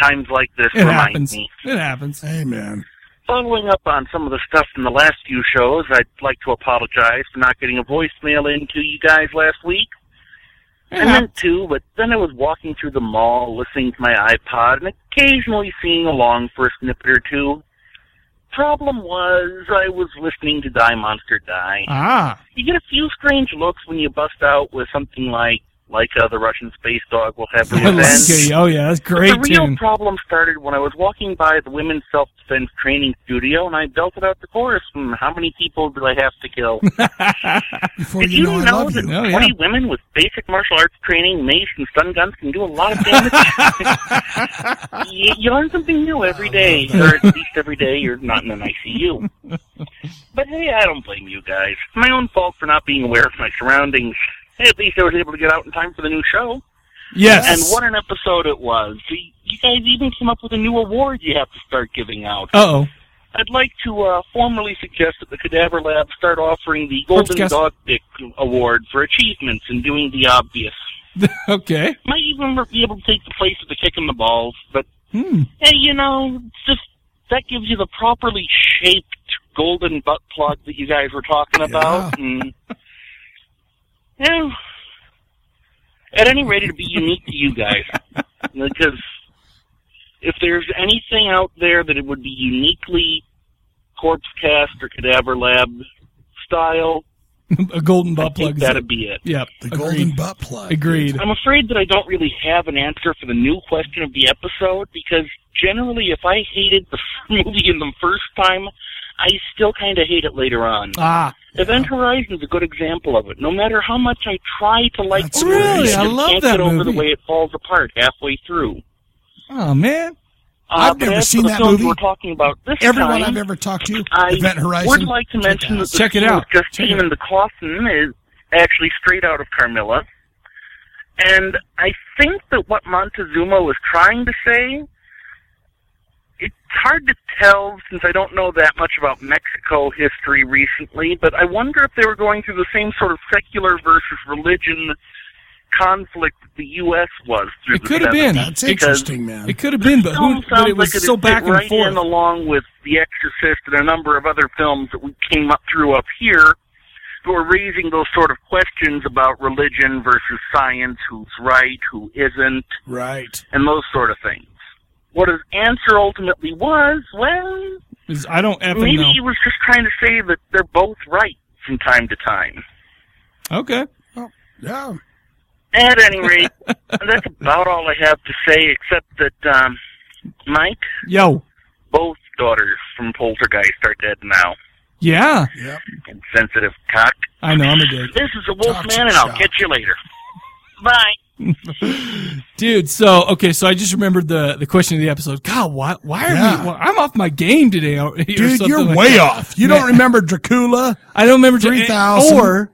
Speaker 4: times like this
Speaker 1: It
Speaker 4: remind
Speaker 1: happens.
Speaker 4: me.
Speaker 1: It happens.
Speaker 2: Hey, man.
Speaker 4: Following up on some of the stuff from the last few shows, I'd like to apologize for not getting a voicemail in to you guys last week. I meant to, but then I was walking through the mall, listening to my iPod, and occasionally singing along for a snippet or two. Problem was, I was listening to Die Monster Die.
Speaker 1: Ah,
Speaker 4: You get a few strange looks when you bust out with something like, like uh, the Russian space dog will have
Speaker 1: I like
Speaker 4: revenge.
Speaker 1: it. Oh yeah, that's great
Speaker 4: The real
Speaker 1: tune.
Speaker 4: problem started when I was walking by the women's self defense training studio and I belted out the chorus from How Many People Do I Have to Kill?
Speaker 2: Before
Speaker 4: Did
Speaker 2: you know, I love
Speaker 4: that
Speaker 2: you.
Speaker 1: Oh, yeah.
Speaker 4: 20 women with basic martial arts training, mace, and stun guns can do a lot of damage? you, you learn something new every day, or at least every day you're not in an ICU. But hey, I don't blame you guys. My own fault for not being aware of my surroundings. Hey, at least I was able to get out in time for the new show. And
Speaker 1: Yes.
Speaker 4: what an episode it was. You- You guys even came up with a new award you have to start giving out.
Speaker 1: Uh oh.
Speaker 4: I'd like to uh, formally suggest that the Cadaver Lab start offering the Golden
Speaker 1: Corpse cast.
Speaker 4: Dog Dick Award for achievements in doing the obvious.
Speaker 1: Okay.
Speaker 4: Might even be able to take the place of the kick in the balls, but
Speaker 1: Hmm.
Speaker 4: hey, you know, it's just that gives you the properly shaped golden butt plug that you guys were talking about. And, yeah. At any rate, it'd be unique to you guys because if there's anything out there that it would be uniquely corpse cast or cadaver lab style,
Speaker 1: A golden butt
Speaker 4: I think
Speaker 1: plug.
Speaker 4: that'd be it.
Speaker 1: Yep.
Speaker 2: The
Speaker 1: agreed.
Speaker 2: golden butt plug.
Speaker 1: Agreed.
Speaker 4: I'm afraid that I don't really have an answer for the new question of the episode because generally, if I hated the movie in the first time, I still kind of hate it later on.
Speaker 1: Ah,
Speaker 4: Event Horizon is a good example of it. No matter how much I try to like
Speaker 2: That's
Speaker 4: the movie,
Speaker 2: really-
Speaker 4: I
Speaker 1: I
Speaker 4: just
Speaker 1: love
Speaker 4: can't
Speaker 1: that
Speaker 4: get over the
Speaker 1: movie.
Speaker 4: way it falls apart halfway through.
Speaker 1: oh man.
Speaker 4: Uh,
Speaker 2: I've
Speaker 4: but
Speaker 2: never
Speaker 4: as for
Speaker 2: seen
Speaker 4: the
Speaker 2: that
Speaker 4: films
Speaker 2: movie.
Speaker 4: We're talking about this
Speaker 2: Everyone
Speaker 4: time,
Speaker 2: I've ever talked to,
Speaker 4: I
Speaker 2: Event Horizon.
Speaker 4: would like to mention that the
Speaker 1: Check it
Speaker 4: scene
Speaker 1: out.
Speaker 4: with
Speaker 1: Check
Speaker 4: Justine
Speaker 1: it out.
Speaker 4: and the coffin is actually straight out of Carmilla. And I think that what Montezuma was trying to say, it's hard to tell since I don't know that much about Mexico history recently, but I wonder if they were going through the same sort of secular versus religion conflict that the U.S. was through
Speaker 1: It
Speaker 4: the
Speaker 1: could have been.
Speaker 4: 70s.
Speaker 2: That's
Speaker 1: It-
Speaker 2: interesting, man.
Speaker 1: It could have been, but,
Speaker 4: Film
Speaker 1: who,
Speaker 4: sounds
Speaker 1: but it was
Speaker 4: like
Speaker 1: so
Speaker 4: fit
Speaker 1: back and
Speaker 4: right
Speaker 1: forth.
Speaker 4: in along with The Exorcist and a number of other films that we came up through up here that were raising those sort of questions about religion versus science, who's right, who isn't,
Speaker 2: right.
Speaker 4: and those sort of things. What his answer ultimately was, well,
Speaker 1: Is- I don't effing
Speaker 4: maybe
Speaker 1: know.
Speaker 4: he was just trying to say that they're both right from time to time.
Speaker 1: Okay.
Speaker 2: Yeah.
Speaker 4: At any rate, that's about all I have to say, except that, um, Mike,
Speaker 1: Yo.
Speaker 4: both daughters from Poltergeist are dead now.
Speaker 1: Yeah.
Speaker 2: Yep.
Speaker 4: Insensitive cock.
Speaker 1: I know. I'm a dick.
Speaker 4: This is a wolf
Speaker 2: Toxic
Speaker 4: man, and I'll
Speaker 2: shock.
Speaker 4: catch you later. Bye.
Speaker 1: Dude, so okay, so I just remembered the the question of the episode. God, why why are
Speaker 2: Yeah.
Speaker 1: we? Well, I'm off my game today. Or, or
Speaker 2: Dude,
Speaker 1: something
Speaker 2: you're
Speaker 1: like
Speaker 2: way
Speaker 1: that.
Speaker 2: off. You
Speaker 1: Man.
Speaker 2: don't remember Dracula
Speaker 1: I don't remember
Speaker 2: 3000
Speaker 1: or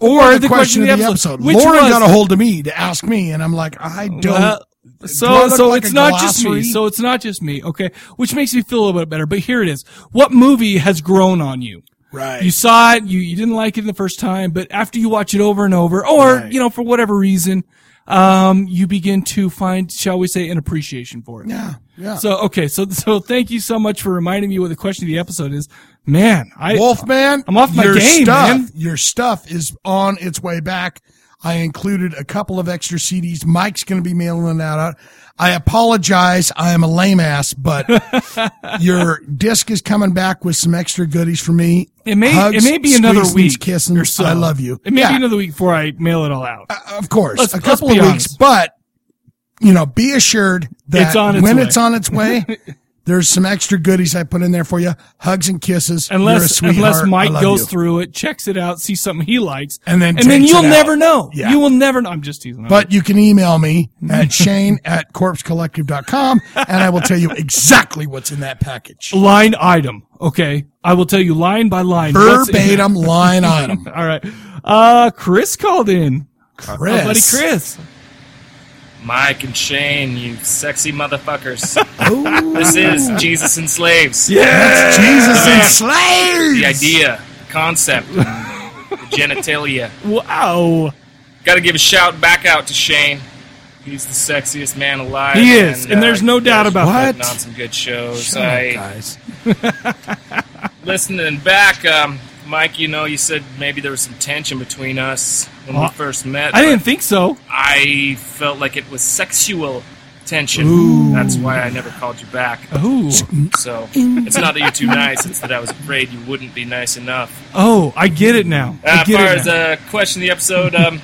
Speaker 1: or the, question, of the episode.
Speaker 2: episode.
Speaker 1: Which
Speaker 2: Lauren
Speaker 1: was,
Speaker 2: got a hold of me to ask me, and I'm like, I don't.
Speaker 1: Well,
Speaker 2: Do I
Speaker 1: Uh, so
Speaker 2: look
Speaker 1: so
Speaker 2: like
Speaker 1: it's
Speaker 2: a
Speaker 1: not just me.
Speaker 2: glossary?
Speaker 1: So it's not just me. Okay, which makes me feel a little bit better. But here it is. What movie has grown on you?
Speaker 2: right.
Speaker 1: You saw it, you, you didn't like it the first time, but after you watch it over and over, or,
Speaker 2: Right.
Speaker 1: you know, for whatever reason, um, you begin to find, shall we say, an appreciation for it.
Speaker 2: yeah. Yeah.
Speaker 1: So, okay. So, so thank you so much for reminding me what the question of the episode is. Man, I,
Speaker 2: Wolfman,
Speaker 1: I'm off my
Speaker 2: your
Speaker 1: game,
Speaker 2: stuff,
Speaker 1: man.
Speaker 2: Your stuff is on its way back. I included a couple of extra CDs. Mike's going to be mailing that out. I apologize. I am a lame ass, but your disc is coming back with some extra goodies for me.
Speaker 1: It may
Speaker 2: Hugs,
Speaker 1: it may be another
Speaker 2: squeezings,
Speaker 1: week.
Speaker 2: Kissing.
Speaker 1: or so.
Speaker 2: I love you.
Speaker 1: It may
Speaker 2: Yeah. Uh,
Speaker 1: be another week before I mail it all out.
Speaker 2: of course,
Speaker 1: Let's-
Speaker 2: a
Speaker 1: let's
Speaker 2: couple of
Speaker 1: be
Speaker 2: weeks,
Speaker 1: honest.
Speaker 2: but you know, be assured that
Speaker 1: It's on its
Speaker 2: when
Speaker 1: way.
Speaker 2: it's on its way, there's some extra goodies I put in there for you. Hugs and kisses.
Speaker 1: unless
Speaker 2: You're a
Speaker 1: unless
Speaker 2: sweetheart.
Speaker 1: Mike
Speaker 2: I love
Speaker 1: goes
Speaker 2: you.
Speaker 1: through it, checks it out, sees something he likes,
Speaker 2: And then
Speaker 1: and then
Speaker 2: takes
Speaker 1: you'll
Speaker 2: it out.
Speaker 1: never know.
Speaker 2: Yeah.
Speaker 1: You will never know. I'm just teasing. I'm
Speaker 2: But you can email me at shane at corpsecollective.com and I will tell you exactly what's in that package.
Speaker 1: line item. Okay, I will tell you line by line. what's in it.
Speaker 2: Verbatim line item.
Speaker 1: All right. Uh, Chris called in.
Speaker 2: Chris.
Speaker 1: Our buddy Chris.
Speaker 5: Mike and Shane, you sexy motherfuckers.
Speaker 2: Ooh.
Speaker 5: this is Jesus and Slaves.
Speaker 2: That's Jesus and
Speaker 5: Yeah.
Speaker 2: slaves.
Speaker 5: The idea, the concept, and the genitalia.
Speaker 1: Wow.
Speaker 5: Gotta give a shout back out to Shane. He's the sexiest man alive. uh,
Speaker 1: He is, and there's no
Speaker 5: you
Speaker 1: doubt
Speaker 5: guys
Speaker 1: about
Speaker 5: are
Speaker 2: that.
Speaker 5: putting on some good shows.
Speaker 2: Shut
Speaker 5: I
Speaker 2: up, guys.
Speaker 5: listening back, um, Mike. You know, you said maybe there was some tension between us when
Speaker 1: Well,
Speaker 5: we first met.
Speaker 1: I didn't think so.
Speaker 5: but I felt like it was sexual tension. That's why I never called you back.
Speaker 1: Oh,
Speaker 5: So it's not that you're too nice; it's that I was afraid you wouldn't be nice enough.
Speaker 1: oh, I get it now. I
Speaker 5: Uh, as
Speaker 1: get
Speaker 5: far
Speaker 1: it
Speaker 5: as
Speaker 1: now.
Speaker 5: uh, question of the episode, um,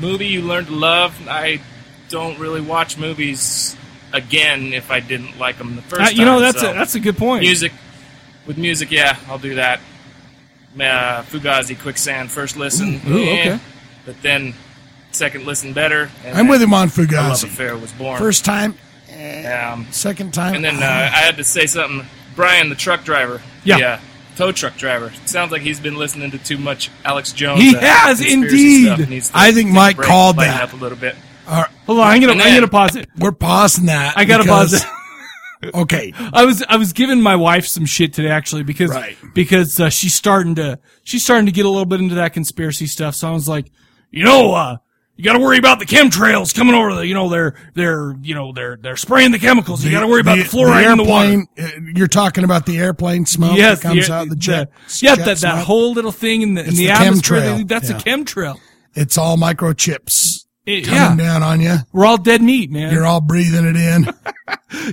Speaker 5: movie you learned to love. I don't really watch movies again if I didn't like them the first
Speaker 1: Uh,
Speaker 5: time.
Speaker 1: you know that's
Speaker 5: so
Speaker 1: a, that's a good point.
Speaker 5: music with music. Yeah, I'll do that. Uh, Fugazi, Quicksand, first listen.
Speaker 1: Ooh, ooh,
Speaker 5: eh,
Speaker 1: okay.
Speaker 5: But then second listen better. And
Speaker 2: I'm
Speaker 5: then
Speaker 2: with him on
Speaker 5: A Love
Speaker 2: Fugazi.
Speaker 5: Affair was born.
Speaker 2: First time, eh,
Speaker 5: Um,
Speaker 2: second time. ah.
Speaker 5: and then uh, I had to say something. Brian, the truck driver.
Speaker 1: Yeah.
Speaker 5: The, uh, tow truck driver. Sounds like he's been listening to too much Alex Jones.
Speaker 1: He
Speaker 5: uh,
Speaker 1: has,
Speaker 5: conspiracy
Speaker 1: indeed.
Speaker 5: stuff. Needs to
Speaker 2: I think
Speaker 5: take a
Speaker 2: Mike
Speaker 5: break,
Speaker 2: called
Speaker 5: lighten
Speaker 2: that.
Speaker 5: up a little bit.
Speaker 2: All right,
Speaker 1: Hold on, I'm gonna
Speaker 5: and
Speaker 1: I'm
Speaker 5: then-
Speaker 1: gonna pause it.
Speaker 2: we're pausing that.
Speaker 1: I gotta pause
Speaker 2: because-
Speaker 1: it.
Speaker 2: Okay.
Speaker 1: I was I was giving my wife some shit today actually because
Speaker 2: Right.
Speaker 1: because uh, she's starting to she's starting to get a little bit into that conspiracy stuff. So I was like, you know, uh, you got to worry about the chemtrails coming over. The, you know, they're they're you know they're they're spraying the chemicals. you got to worry about the, fluoride in the water.
Speaker 2: airplane, uh, You're talking about the airplane smoke
Speaker 1: Yes,
Speaker 2: that comes
Speaker 1: the-
Speaker 2: out the jet.
Speaker 1: yeah,
Speaker 2: jet
Speaker 1: that, that
Speaker 2: smoke.
Speaker 1: whole little thing in the in
Speaker 2: It's
Speaker 1: the,
Speaker 2: the
Speaker 1: atmosphere. they
Speaker 2: chemtrail.
Speaker 1: leave, that's a
Speaker 2: Yeah.
Speaker 1: chemtrail.
Speaker 2: It's all microchips
Speaker 1: It- yeah,
Speaker 2: coming down on you.
Speaker 1: we're all dead meat, man.
Speaker 2: You're all breathing it in.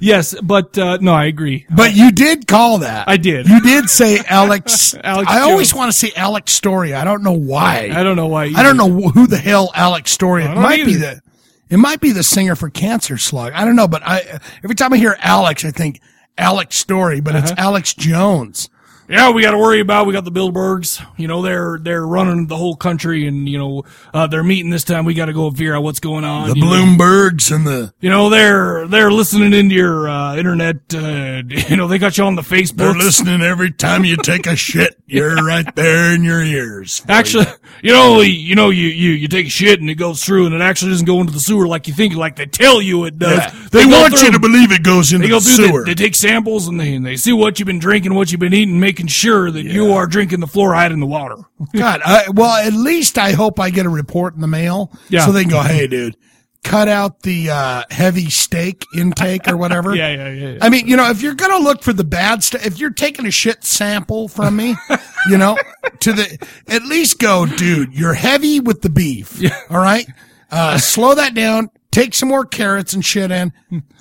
Speaker 1: yes, but uh, no, I agree.
Speaker 2: But you did call that.
Speaker 1: I did.
Speaker 2: You did say Alex.
Speaker 1: Alex
Speaker 2: I always
Speaker 1: Jones.
Speaker 2: want to say Alex Story. I don't know why.
Speaker 1: Oh, I don't know why.
Speaker 2: I don't know who the hell Alex Story. It
Speaker 1: don't
Speaker 2: might be
Speaker 1: either.
Speaker 2: the. It might be the singer for Cancer Slug. I don't know, but I every time I hear Alex, I think Alex Story, but it's Alex Jones.
Speaker 1: Uh-huh. yeah, we got to worry about. We got the Bilderbergs. You know, they're they're running the whole country, and you know uh, they're meeting this time. We got to go figure out what's going on.
Speaker 2: The
Speaker 1: you know.
Speaker 2: Bloombergs and the
Speaker 1: You know, they're they're listening into your uh, internet. Uh, you know, they got you on the
Speaker 2: They're
Speaker 1: Facebook.
Speaker 2: listening every time you take a shit. You're right there in your ears.
Speaker 1: Actually, you know, you know, you, you, you take a shit and it goes through, and it actually doesn't go into the sewer like you think, like they tell you it does.
Speaker 2: Yeah. They,
Speaker 1: go
Speaker 2: want
Speaker 1: through-
Speaker 2: you to believe it goes into
Speaker 1: They go
Speaker 2: the
Speaker 1: through.
Speaker 2: sewer.
Speaker 1: They, they take samples and they and they see what you've been drinking, what you've been eating, making sure that you are drinking the fluoride in the water.
Speaker 2: God, I, well, at least I hope I get a report in the mail.
Speaker 1: Yeah.
Speaker 2: So they can go, hey, dude, cut out the uh, heavy steak intake or whatever.
Speaker 1: Yeah, yeah, yeah. yeah.
Speaker 2: I mean, you know, if you're gonna look for the bad stuff, if you're taking a shit sample from me, you know, to the at least go, dude, you're heavy with the beef. All right, uh, slow that down. Take some more carrots and shit in.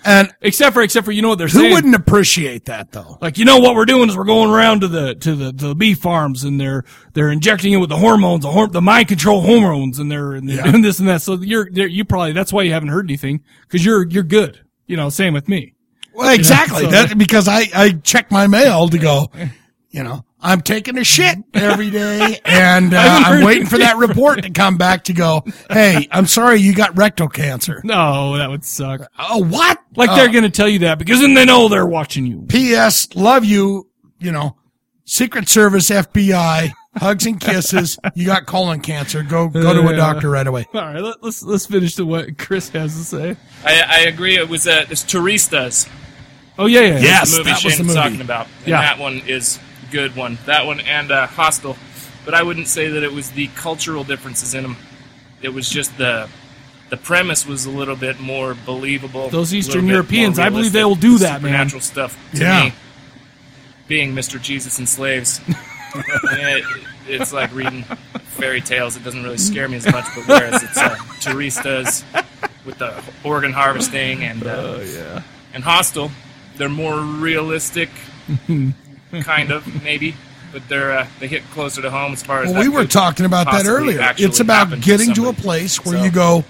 Speaker 2: And
Speaker 1: Except for, except for, you know what they're
Speaker 2: who
Speaker 1: saying.
Speaker 2: wouldn't appreciate that though?
Speaker 1: Like you know what we're doing is we're going around to the to the to the bee farms and they're they're injecting it with the hormones, the, horm the mind control hormones, and they're and they're doing this and that. So you're, you're you probably that's why you haven't heard anything because you're you're good. You know, same with me.
Speaker 2: Well, exactly.
Speaker 1: so-
Speaker 2: that because I I check my mail to go. You know, I'm taking a shit every day, and uh,
Speaker 1: haven't
Speaker 2: I'm
Speaker 1: heard
Speaker 2: waiting for that report to come back to go. Hey, I'm sorry you got rectal cancer.
Speaker 1: No, that would suck.
Speaker 2: Oh, what?
Speaker 1: Like
Speaker 2: Oh.
Speaker 1: they're gonna tell you that because then they know they're watching you.
Speaker 2: P.S. Love you. You know, Secret Service, FBI, hugs and kisses. You got colon cancer. Go go to a
Speaker 1: Yeah.
Speaker 2: doctor right away.
Speaker 1: All right, let, let's let's finish to what Chris has to say.
Speaker 5: I, I agree. It was uh, it's Turistas.
Speaker 1: Oh yeah, yeah, yeah.
Speaker 2: Yes,
Speaker 5: the movie
Speaker 2: that was
Speaker 5: Shane
Speaker 2: the
Speaker 5: was
Speaker 2: movie.
Speaker 5: talking about. And
Speaker 1: Yeah.
Speaker 5: that one is a good one. That one and uh, Hostel. But I wouldn't say that it was the cultural differences in them. It was just the the premise was a little bit more believable.
Speaker 1: Those
Speaker 5: a
Speaker 1: Eastern
Speaker 5: little bit
Speaker 1: Europeans,
Speaker 5: more
Speaker 1: I believe
Speaker 5: realistic.
Speaker 1: they will do
Speaker 5: The
Speaker 1: that, man.
Speaker 5: supernatural stuff. To
Speaker 2: Yeah.
Speaker 5: me, being Mr. Jesus and slaves. Eh, it's like reading fairy tales. It doesn't really scare me as much. But whereas it's uh, Turistas with the organ harvesting and uh,
Speaker 1: Oh, yeah.
Speaker 5: and Hostel, they're more realistic, kind of maybe, but they're uh, they hit closer to home as far as
Speaker 2: Well,
Speaker 5: that
Speaker 2: we were
Speaker 5: could
Speaker 2: talking about that
Speaker 5: possibly
Speaker 2: earlier.
Speaker 5: actually
Speaker 2: It's about
Speaker 5: happen
Speaker 2: getting to a
Speaker 5: somebody.
Speaker 2: place where
Speaker 5: So,
Speaker 2: you go,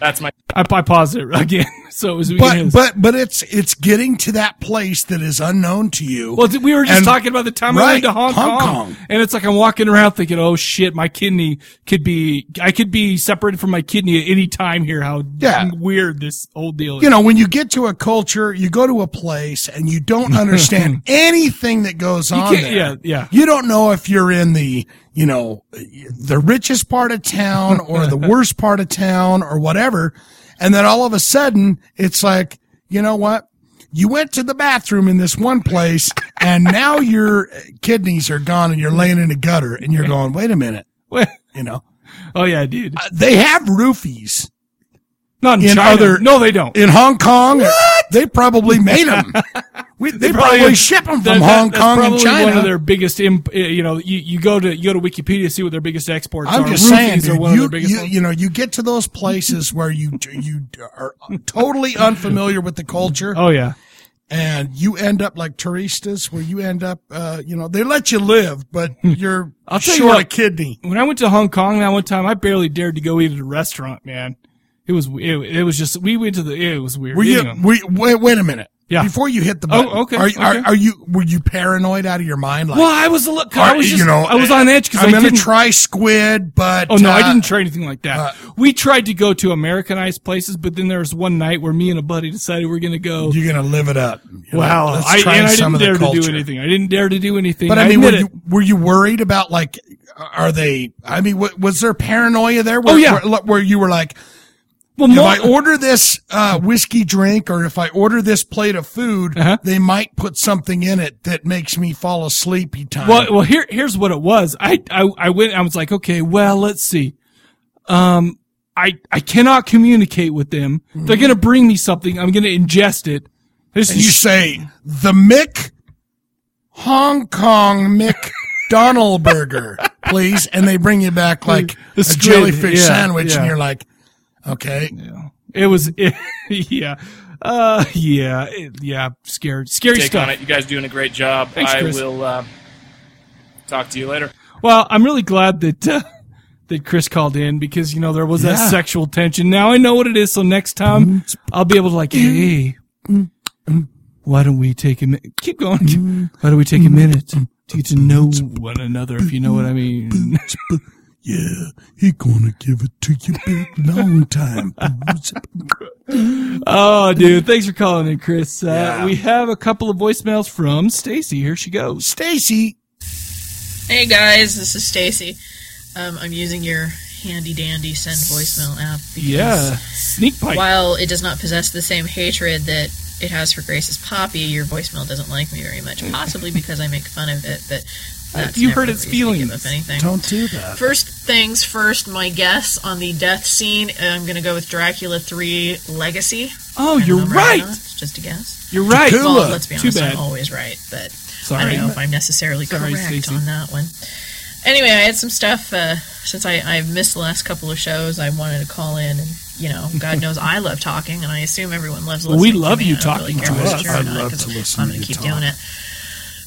Speaker 5: That's my
Speaker 1: I, I paused it again. So it was the beginning of
Speaker 2: but
Speaker 1: this.
Speaker 2: but but it's it's getting to that place that is unknown to you.
Speaker 1: Well, th- we were just
Speaker 2: And-
Speaker 1: talking about the time I went
Speaker 2: right,
Speaker 1: to Hong,
Speaker 2: Hong
Speaker 1: Kong,
Speaker 2: Kong.
Speaker 1: and it's like I'm walking around thinking, "Oh shit, my kidney could be, I could be separated from my kidney at any time here." How
Speaker 2: Yeah.
Speaker 1: weird this whole deal is.
Speaker 2: you know, when you get to a culture, you go to a place and you don't understand anything that goes on
Speaker 1: can't-
Speaker 2: there.
Speaker 1: yeah, yeah.
Speaker 2: You don't know if you're in the, you know, the richest part of town or the worst part of town or whatever. And then all of a sudden, it's like, you know what? You went to the bathroom in this one place and now your kidneys are gone and you're laying in a gutter and you're going, wait a minute, you know,
Speaker 1: oh yeah, dude.
Speaker 2: Uh, they have roofies
Speaker 1: Not in,
Speaker 2: in
Speaker 1: China.
Speaker 2: other-
Speaker 1: No, they don't.
Speaker 2: in Hong Kong. They probably made them. We, they, probably, ship them
Speaker 1: that-
Speaker 2: from
Speaker 1: that-
Speaker 2: Hong
Speaker 1: that's
Speaker 2: Kong
Speaker 1: probably
Speaker 2: and China.
Speaker 1: One of their biggest, imp, uh, you know, you, you go to you go to Wikipedia to see what their biggest exports
Speaker 2: I'm
Speaker 1: are.
Speaker 2: just
Speaker 1: Roofies
Speaker 2: saying,
Speaker 1: are
Speaker 2: dude,
Speaker 1: one of
Speaker 2: you,
Speaker 1: their biggest
Speaker 2: you,
Speaker 1: ones.
Speaker 2: you know, you get to those places where you you are totally unfamiliar with the culture,
Speaker 1: oh yeah,
Speaker 2: and you end up like touristas, where you end up, uh, you know, they let you live, but you're
Speaker 1: Hmm. I'll tell you
Speaker 2: short
Speaker 1: what.
Speaker 2: a kidney.
Speaker 1: when I went to Hong Kong that one time, I barely dared to go eat at a restaurant, man. It was it, it was just we went to the it was weird.
Speaker 2: Were you?
Speaker 1: Anyhow.
Speaker 2: Were, you- wait, wait a minute.
Speaker 1: Yeah.
Speaker 2: Before you hit the
Speaker 1: Oh,
Speaker 2: button,
Speaker 1: okay,
Speaker 2: Are,
Speaker 1: okay.
Speaker 2: Are, are you? Were you paranoid out of your mind? Like,
Speaker 1: Well, I was a look. I
Speaker 2: are-
Speaker 1: was just,
Speaker 2: you know, eh,
Speaker 1: I was on edge because I
Speaker 2: I'm gonna
Speaker 1: didn't.
Speaker 2: try squid, but
Speaker 1: oh no, I
Speaker 2: uh,
Speaker 1: didn't try anything like that.
Speaker 2: uh,
Speaker 1: we tried to go to Americanized places, but then there was one night where me and a buddy decided we're gonna go.
Speaker 2: You're gonna live it up. You know,
Speaker 1: Wow,
Speaker 2: let's
Speaker 1: I,
Speaker 2: try
Speaker 1: and I
Speaker 2: some
Speaker 1: didn't
Speaker 2: of the
Speaker 1: dare to do
Speaker 2: culture.
Speaker 1: anything. I didn't dare to do anything.
Speaker 2: But I mean, were
Speaker 1: admit it.
Speaker 2: you, were you worried about like, are they? I mean, wa- was there paranoia there? Where,
Speaker 1: Oh, yeah.
Speaker 2: where, where you were like,
Speaker 1: well,
Speaker 2: if
Speaker 1: more,
Speaker 2: I order this uh, whiskey drink or if I order this plate of food,
Speaker 1: Uh-huh.
Speaker 2: they might put something in it that makes me fall asleep. each Time.
Speaker 1: Well, well, here, here's what it was. I, I, I went. I was like, okay, well, let's see. Um, I, I cannot communicate with them. They're gonna bring me something. I'm gonna ingest it. This
Speaker 2: Mm-hmm. and you
Speaker 1: is
Speaker 2: say the Mick Hong Kong Mick Donald Burger, please, and they bring you back like
Speaker 1: The
Speaker 2: a
Speaker 1: squid,
Speaker 2: jellyfish
Speaker 1: yeah,
Speaker 2: sandwich,
Speaker 1: yeah.
Speaker 2: and you're like, okay,
Speaker 1: it was, yeah, uh, yeah, it- yeah, scared, scary
Speaker 5: take on
Speaker 1: stuff.
Speaker 5: it. You guys doing a great job.
Speaker 1: Thanks,
Speaker 5: I
Speaker 1: Chris.
Speaker 5: will uh, talk to you later.
Speaker 1: Well, I'm really glad that uh, that Chris called in because you know there was that
Speaker 2: Yeah. Mm.
Speaker 1: sexual tension. Now I know what it is, so next time I'll be able to like, hey, why don't we take a minute? Keep
Speaker 2: Mm-hmm.
Speaker 1: going. Why don't we take a minute to get to know one another? If you know what I mean.
Speaker 2: Yeah, he gonna give it to you big long time.
Speaker 1: Oh, dude, thanks for calling in, Chris. Uh,
Speaker 2: Yeah.
Speaker 1: We have a couple of voicemails from Stacy. Here she goes.
Speaker 2: Stacy,
Speaker 6: Hey guys, this is Stacy. Um, I'm using your handy dandy send voicemail app because
Speaker 1: Yeah, sneak pipe.
Speaker 6: while it does not possess the same hatred that it has for Grace's Poppy, your voicemail doesn't like me very much. Possibly because I make fun of it, but that's
Speaker 1: You
Speaker 6: never
Speaker 1: hurt
Speaker 6: the
Speaker 1: its
Speaker 6: reason to give
Speaker 1: feelings.
Speaker 6: up anything.
Speaker 2: don't do that.
Speaker 6: First things first, my guess on the death scene. I'm gonna go with Dracula 3 Legacy.
Speaker 1: Oh,
Speaker 6: I don't
Speaker 1: you're
Speaker 6: know if I'm right
Speaker 1: right.
Speaker 6: or not, It's just a guess.
Speaker 1: You're right.
Speaker 2: Tacula.
Speaker 6: Well, let's be
Speaker 1: Too
Speaker 6: honest,
Speaker 1: bad.
Speaker 6: I'm always right, but I
Speaker 1: Sorry.
Speaker 6: don't know if I'm necessarily
Speaker 1: Sorry,
Speaker 6: correct
Speaker 1: Stacey.
Speaker 6: on that one. Anyway, I had some stuff uh, since I, I missed the last couple of shows. I wanted to call in, and you know, God knows I love talking, and I assume everyone loves
Speaker 1: Well,
Speaker 6: listening.
Speaker 1: we
Speaker 6: to
Speaker 1: love
Speaker 6: me.
Speaker 1: you
Speaker 6: I don't really
Speaker 1: talking
Speaker 6: care
Speaker 1: to
Speaker 6: whether
Speaker 1: us.
Speaker 6: it's true or
Speaker 2: I
Speaker 6: not,
Speaker 2: love
Speaker 6: 'cause
Speaker 2: to listen
Speaker 6: I'm
Speaker 2: to
Speaker 6: going
Speaker 2: you
Speaker 6: keep
Speaker 2: talk.
Speaker 6: doing it.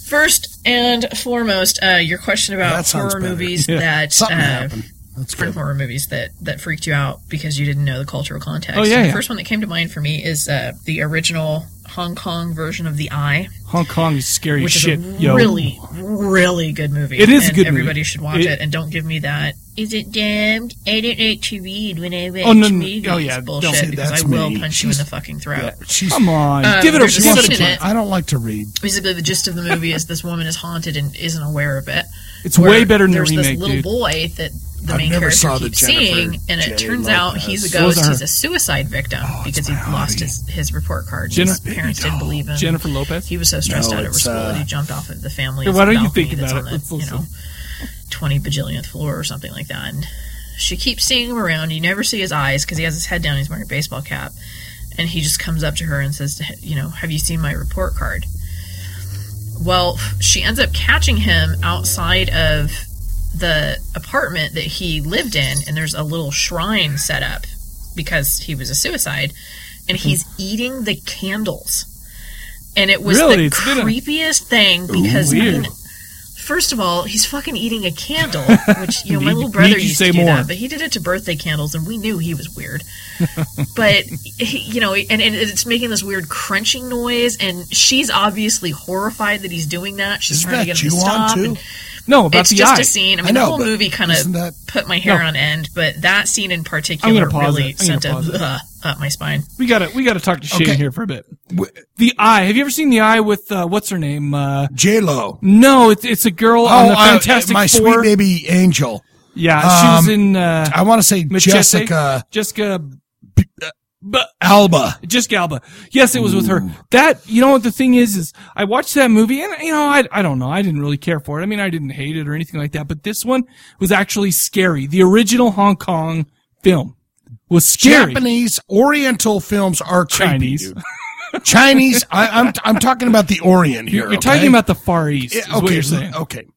Speaker 6: First and foremost, uh, your question about
Speaker 2: That sounds
Speaker 6: horror
Speaker 2: better.
Speaker 6: movies
Speaker 1: Yeah.
Speaker 6: that
Speaker 2: Something
Speaker 6: uh,
Speaker 2: happened. That's
Speaker 6: different
Speaker 2: good.
Speaker 6: horror movies that that freaked you out because you didn't know the cultural context.
Speaker 1: Oh, yeah,
Speaker 6: And the
Speaker 1: yeah.
Speaker 6: first one that came to mind for me is uh, the original Hong Kong version of The Eye,
Speaker 1: Hong Kong is scary
Speaker 6: which
Speaker 1: as shit.
Speaker 6: is a
Speaker 1: yo.
Speaker 6: really, really good movie.
Speaker 1: It is a
Speaker 6: and
Speaker 1: good movie.
Speaker 6: Everybody should watch
Speaker 1: It-
Speaker 6: it, and don't give me that. Is it damned? I didn't like to read when I went
Speaker 1: Oh, no,
Speaker 6: to
Speaker 1: no.
Speaker 6: movies.
Speaker 1: Oh, yeah.
Speaker 6: bullshit.
Speaker 1: Don't-
Speaker 6: because
Speaker 2: that's
Speaker 6: I will
Speaker 2: me.
Speaker 6: punch you in the fucking throat.
Speaker 2: She's,
Speaker 1: Come on,
Speaker 6: Uh,
Speaker 1: give it a
Speaker 6: there's a
Speaker 1: once.
Speaker 6: scene in
Speaker 1: a try.
Speaker 6: it.
Speaker 2: I don't like to read.
Speaker 6: Basically, the gist of the movie is this woman is haunted and isn't aware of it.
Speaker 1: It's way
Speaker 6: where
Speaker 1: better than the
Speaker 6: there's
Speaker 1: remake,
Speaker 6: this little
Speaker 1: dude.
Speaker 6: boy that the
Speaker 2: I
Speaker 6: main
Speaker 2: never
Speaker 6: character
Speaker 2: saw the
Speaker 6: keeps
Speaker 2: Jennifer
Speaker 6: seeing, and it
Speaker 2: J.
Speaker 6: turns out he's a
Speaker 2: Lopez. Oh,
Speaker 6: ghost.
Speaker 1: Wasn't
Speaker 6: He's
Speaker 1: her-
Speaker 6: a suicide victim because he lost his, his report card.
Speaker 1: Jenna-
Speaker 6: his parents didn't believe him.
Speaker 1: Jennifer Lopez.
Speaker 6: He was so stressed
Speaker 2: No,
Speaker 6: out over
Speaker 2: it's,
Speaker 6: school
Speaker 2: uh,
Speaker 6: that he jumped off of the family.
Speaker 1: Hey, why don't you
Speaker 6: balcony
Speaker 1: think
Speaker 6: that's
Speaker 1: about
Speaker 6: on
Speaker 1: it?
Speaker 6: the,
Speaker 1: Let's
Speaker 6: you know,
Speaker 1: listen.
Speaker 6: twenty bajillionth floor or something like that. And she keeps seeing him around. You never see his eyes because he has his head down. He's wearing a baseball cap, and he just comes up to her and says, to h- "You know, have you seen my report card?" Well, she ends up catching him outside of the apartment that he lived in, and there's a little shrine set up because he was a suicide, and
Speaker 1: Mm-hmm.
Speaker 6: he's eating the candles. And it was
Speaker 1: Really?
Speaker 6: the
Speaker 1: It's been a-
Speaker 6: creepiest thing because I mean, first of all, he's fucking eating a candle, which you know my
Speaker 1: Need-
Speaker 6: little brother
Speaker 1: need you
Speaker 6: used to
Speaker 1: say
Speaker 6: do
Speaker 1: more.
Speaker 6: that, but he did it to birthday candles, and we knew he was weird. but he, you know, and, and it's making this weird crunching noise, and she's obviously horrified that he's doing that. She's
Speaker 2: Isn't
Speaker 6: trying to
Speaker 2: that
Speaker 6: get him to
Speaker 2: Ju-on,
Speaker 6: stop.
Speaker 2: too?
Speaker 6: and
Speaker 1: No, about
Speaker 6: it's
Speaker 1: the
Speaker 6: just
Speaker 1: eye.
Speaker 6: a scene. I mean,
Speaker 2: know,
Speaker 6: the whole
Speaker 2: but
Speaker 6: movie kind
Speaker 2: isn't that-
Speaker 6: of put my hair
Speaker 1: No.
Speaker 6: on end, but that scene in
Speaker 1: I'm
Speaker 6: particular
Speaker 1: gonna pause
Speaker 6: really
Speaker 1: it. I'm
Speaker 6: sent a
Speaker 1: gonna
Speaker 6: uh, up my spine.
Speaker 1: We gotta we gotta talk to Shane
Speaker 2: Okay.
Speaker 1: here for a bit. The eye. Have you ever seen the eye with uh, what's her name? Uh,
Speaker 2: J Lo.
Speaker 1: no, it's it's a girl on the Fantastic
Speaker 2: Oh, uh, my
Speaker 1: Four.
Speaker 2: sweet baby angel.
Speaker 1: Yeah, she was
Speaker 2: Um,
Speaker 1: in uh,
Speaker 2: I want to say
Speaker 1: Machete?
Speaker 2: Jessica
Speaker 1: Jessica. But
Speaker 2: Alba.
Speaker 1: Jessica Alba. Yes, it was with her. That you know what the thing is is I watched that movie and you know I I don't know I didn't really care for it. I mean I didn't hate it or anything like that. But this one was actually scary. The original Hong Kong film was scary.
Speaker 2: Japanese Oriental films are creepy,
Speaker 1: Chinese.
Speaker 2: dude. Chinese. I, I'm I'm talking about the Orient here.
Speaker 1: You're, talking
Speaker 2: okay?
Speaker 1: about the Far East.
Speaker 2: Yeah,
Speaker 1: Is
Speaker 2: okay,
Speaker 1: what you're saying.
Speaker 2: okay.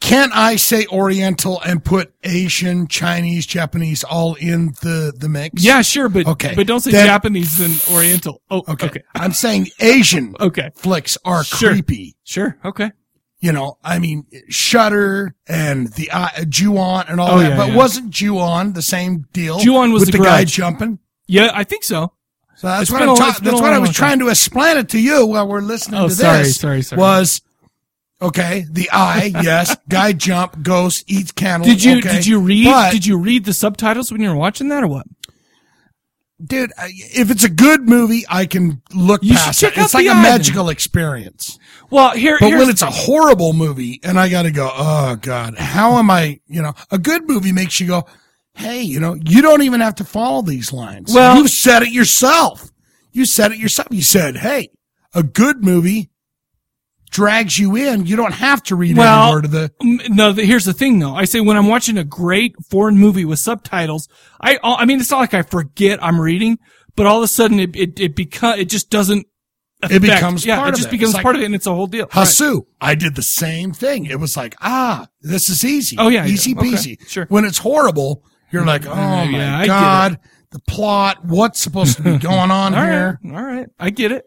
Speaker 2: Can I say Oriental and put Asian, Chinese, Japanese all in the the mix?
Speaker 1: Yeah, sure, but
Speaker 2: Okay.
Speaker 1: but don't say
Speaker 2: Then-
Speaker 1: Japanese and Oriental. Oh,
Speaker 2: Okay.
Speaker 1: okay,
Speaker 2: I'm saying Asian
Speaker 1: okay,
Speaker 2: flicks are
Speaker 1: Sure.
Speaker 2: creepy.
Speaker 1: sure, okay.
Speaker 2: You know, I mean, Shutter and the uh, Ju-on and all
Speaker 1: Oh,
Speaker 2: that.
Speaker 1: yeah,
Speaker 2: but
Speaker 1: yeah.
Speaker 2: wasn't Ju-on the same deal?
Speaker 1: Ju-on was
Speaker 2: with
Speaker 1: the
Speaker 2: the guy
Speaker 1: Grudge.
Speaker 2: jumping.
Speaker 1: Yeah, I think so.
Speaker 2: So that's
Speaker 1: It's
Speaker 2: what
Speaker 1: been
Speaker 2: I'm
Speaker 1: a-
Speaker 2: ta-
Speaker 1: it's been
Speaker 2: that's
Speaker 1: a
Speaker 2: what I
Speaker 1: long
Speaker 2: was
Speaker 1: time.
Speaker 2: trying to explain it to you while we're listening
Speaker 1: Oh,
Speaker 2: to
Speaker 1: sorry,
Speaker 2: this.
Speaker 1: sorry, sorry.
Speaker 2: Was okay. The eye, yes. Guy jump, goes, eats candles.
Speaker 1: Did you
Speaker 2: okay.
Speaker 1: did you read
Speaker 2: But,
Speaker 1: did you read the subtitles when you were watching that or what?
Speaker 2: dude? I- If it's a good movie, I can look
Speaker 1: You should
Speaker 2: past
Speaker 1: check
Speaker 2: it. It's
Speaker 1: out
Speaker 2: like
Speaker 1: The
Speaker 2: a
Speaker 1: Eye, then.
Speaker 2: magical experience.
Speaker 1: Well, here
Speaker 2: But
Speaker 1: here's-
Speaker 2: when it's a horrible movie, and I got to go, oh god, how am I? You know, a good movie makes you go, hey, you know, you don't even have to follow these lines.
Speaker 1: Well-
Speaker 2: you said it yourself. You said it yourself. You said, hey, a good movie drags you in. You don't have to read
Speaker 1: Well,
Speaker 2: any more to the.
Speaker 1: Mm, No, the, here's the thing though. I say when I'm watching a great foreign movie with subtitles, I I mean it's not like I forget I'm reading, but all of a sudden it it it beca- it just doesn't.
Speaker 2: It
Speaker 1: affect-
Speaker 2: becomes
Speaker 1: yeah,
Speaker 2: part
Speaker 1: it
Speaker 2: of
Speaker 1: just
Speaker 2: it.
Speaker 1: becomes
Speaker 2: It's like-
Speaker 1: part of it, and it's a whole deal. Right.
Speaker 2: Hasu, I did the same thing. It was like, ah, this is easy.
Speaker 1: Oh, yeah,
Speaker 2: easy
Speaker 1: yeah. Okay,
Speaker 2: peasy.
Speaker 1: sure.
Speaker 2: When it's horrible, you're like, oh my
Speaker 1: yeah, I get
Speaker 2: god, the plot. What's supposed to be going on
Speaker 1: All right,
Speaker 2: here?
Speaker 1: all right, I get it.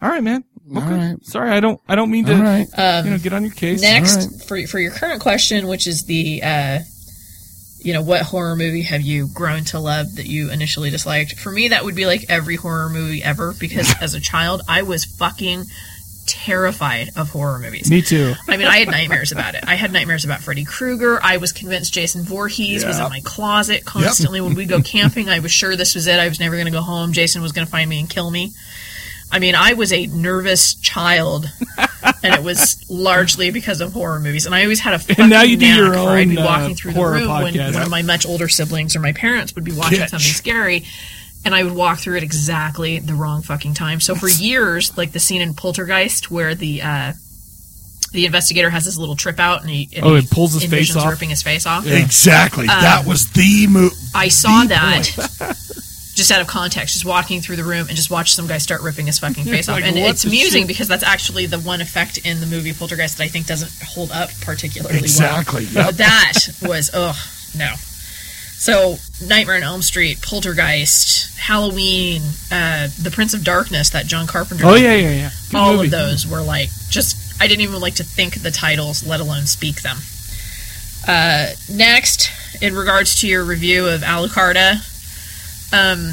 Speaker 1: All right, man. Okay.
Speaker 2: All right.
Speaker 1: Sorry, I don't I don't mean to
Speaker 2: All right.
Speaker 1: you know get on your case.
Speaker 6: Um, Next, for for your current question, which is the, uh, you know, what horror movie have you grown to love that you initially disliked? For me, that would be like every horror movie ever because as a child, I was fucking terrified of horror movies.
Speaker 1: Me too.
Speaker 6: I mean, I had nightmares about it. I had nightmares about Freddy Krueger. I was convinced Jason Voorhees was in my closet constantly when we'd go camping. I was sure this was it. I was never going to go home. Jason was going to find me and kill me. I mean, I was a nervous child, and it was largely because of horror movies. And I always had a fucking
Speaker 1: now you do
Speaker 6: knack
Speaker 1: your
Speaker 6: where I'd be
Speaker 1: own, uh,
Speaker 6: walking through the
Speaker 1: horror
Speaker 6: room when
Speaker 1: podcast.
Speaker 6: one of my much older siblings or my parents would be watching
Speaker 2: Catch.
Speaker 6: something scary, and I would walk through it exactly the wrong fucking time. So for years, like the scene in Poltergeist where the uh, the investigator has his little trip out and he and
Speaker 1: Oh,
Speaker 6: he
Speaker 1: it pulls his face
Speaker 6: envisions
Speaker 1: off?
Speaker 6: ripping his face off. Um,
Speaker 2: Exactly. that was the move.
Speaker 6: I saw that just out of context, just walking through the room and just watched some guy start ripping his fucking face off.
Speaker 1: like,
Speaker 6: and
Speaker 1: what
Speaker 6: it's
Speaker 1: the
Speaker 6: amusing
Speaker 1: shit?
Speaker 6: because that's actually the one effect in the movie Poltergeist that I think doesn't hold up particularly
Speaker 2: Exactly.
Speaker 6: well. But that was ugh no. So Nightmare on Elm Street, Poltergeist, Halloween, uh, The Prince of Darkness, that John Carpenter.
Speaker 1: Oh yeah, yeah, yeah. Good
Speaker 6: all
Speaker 1: movie.
Speaker 6: of those were like just I didn't even like to think the titles, let alone speak them. Uh, next, in regards to your review of Alucarda, um,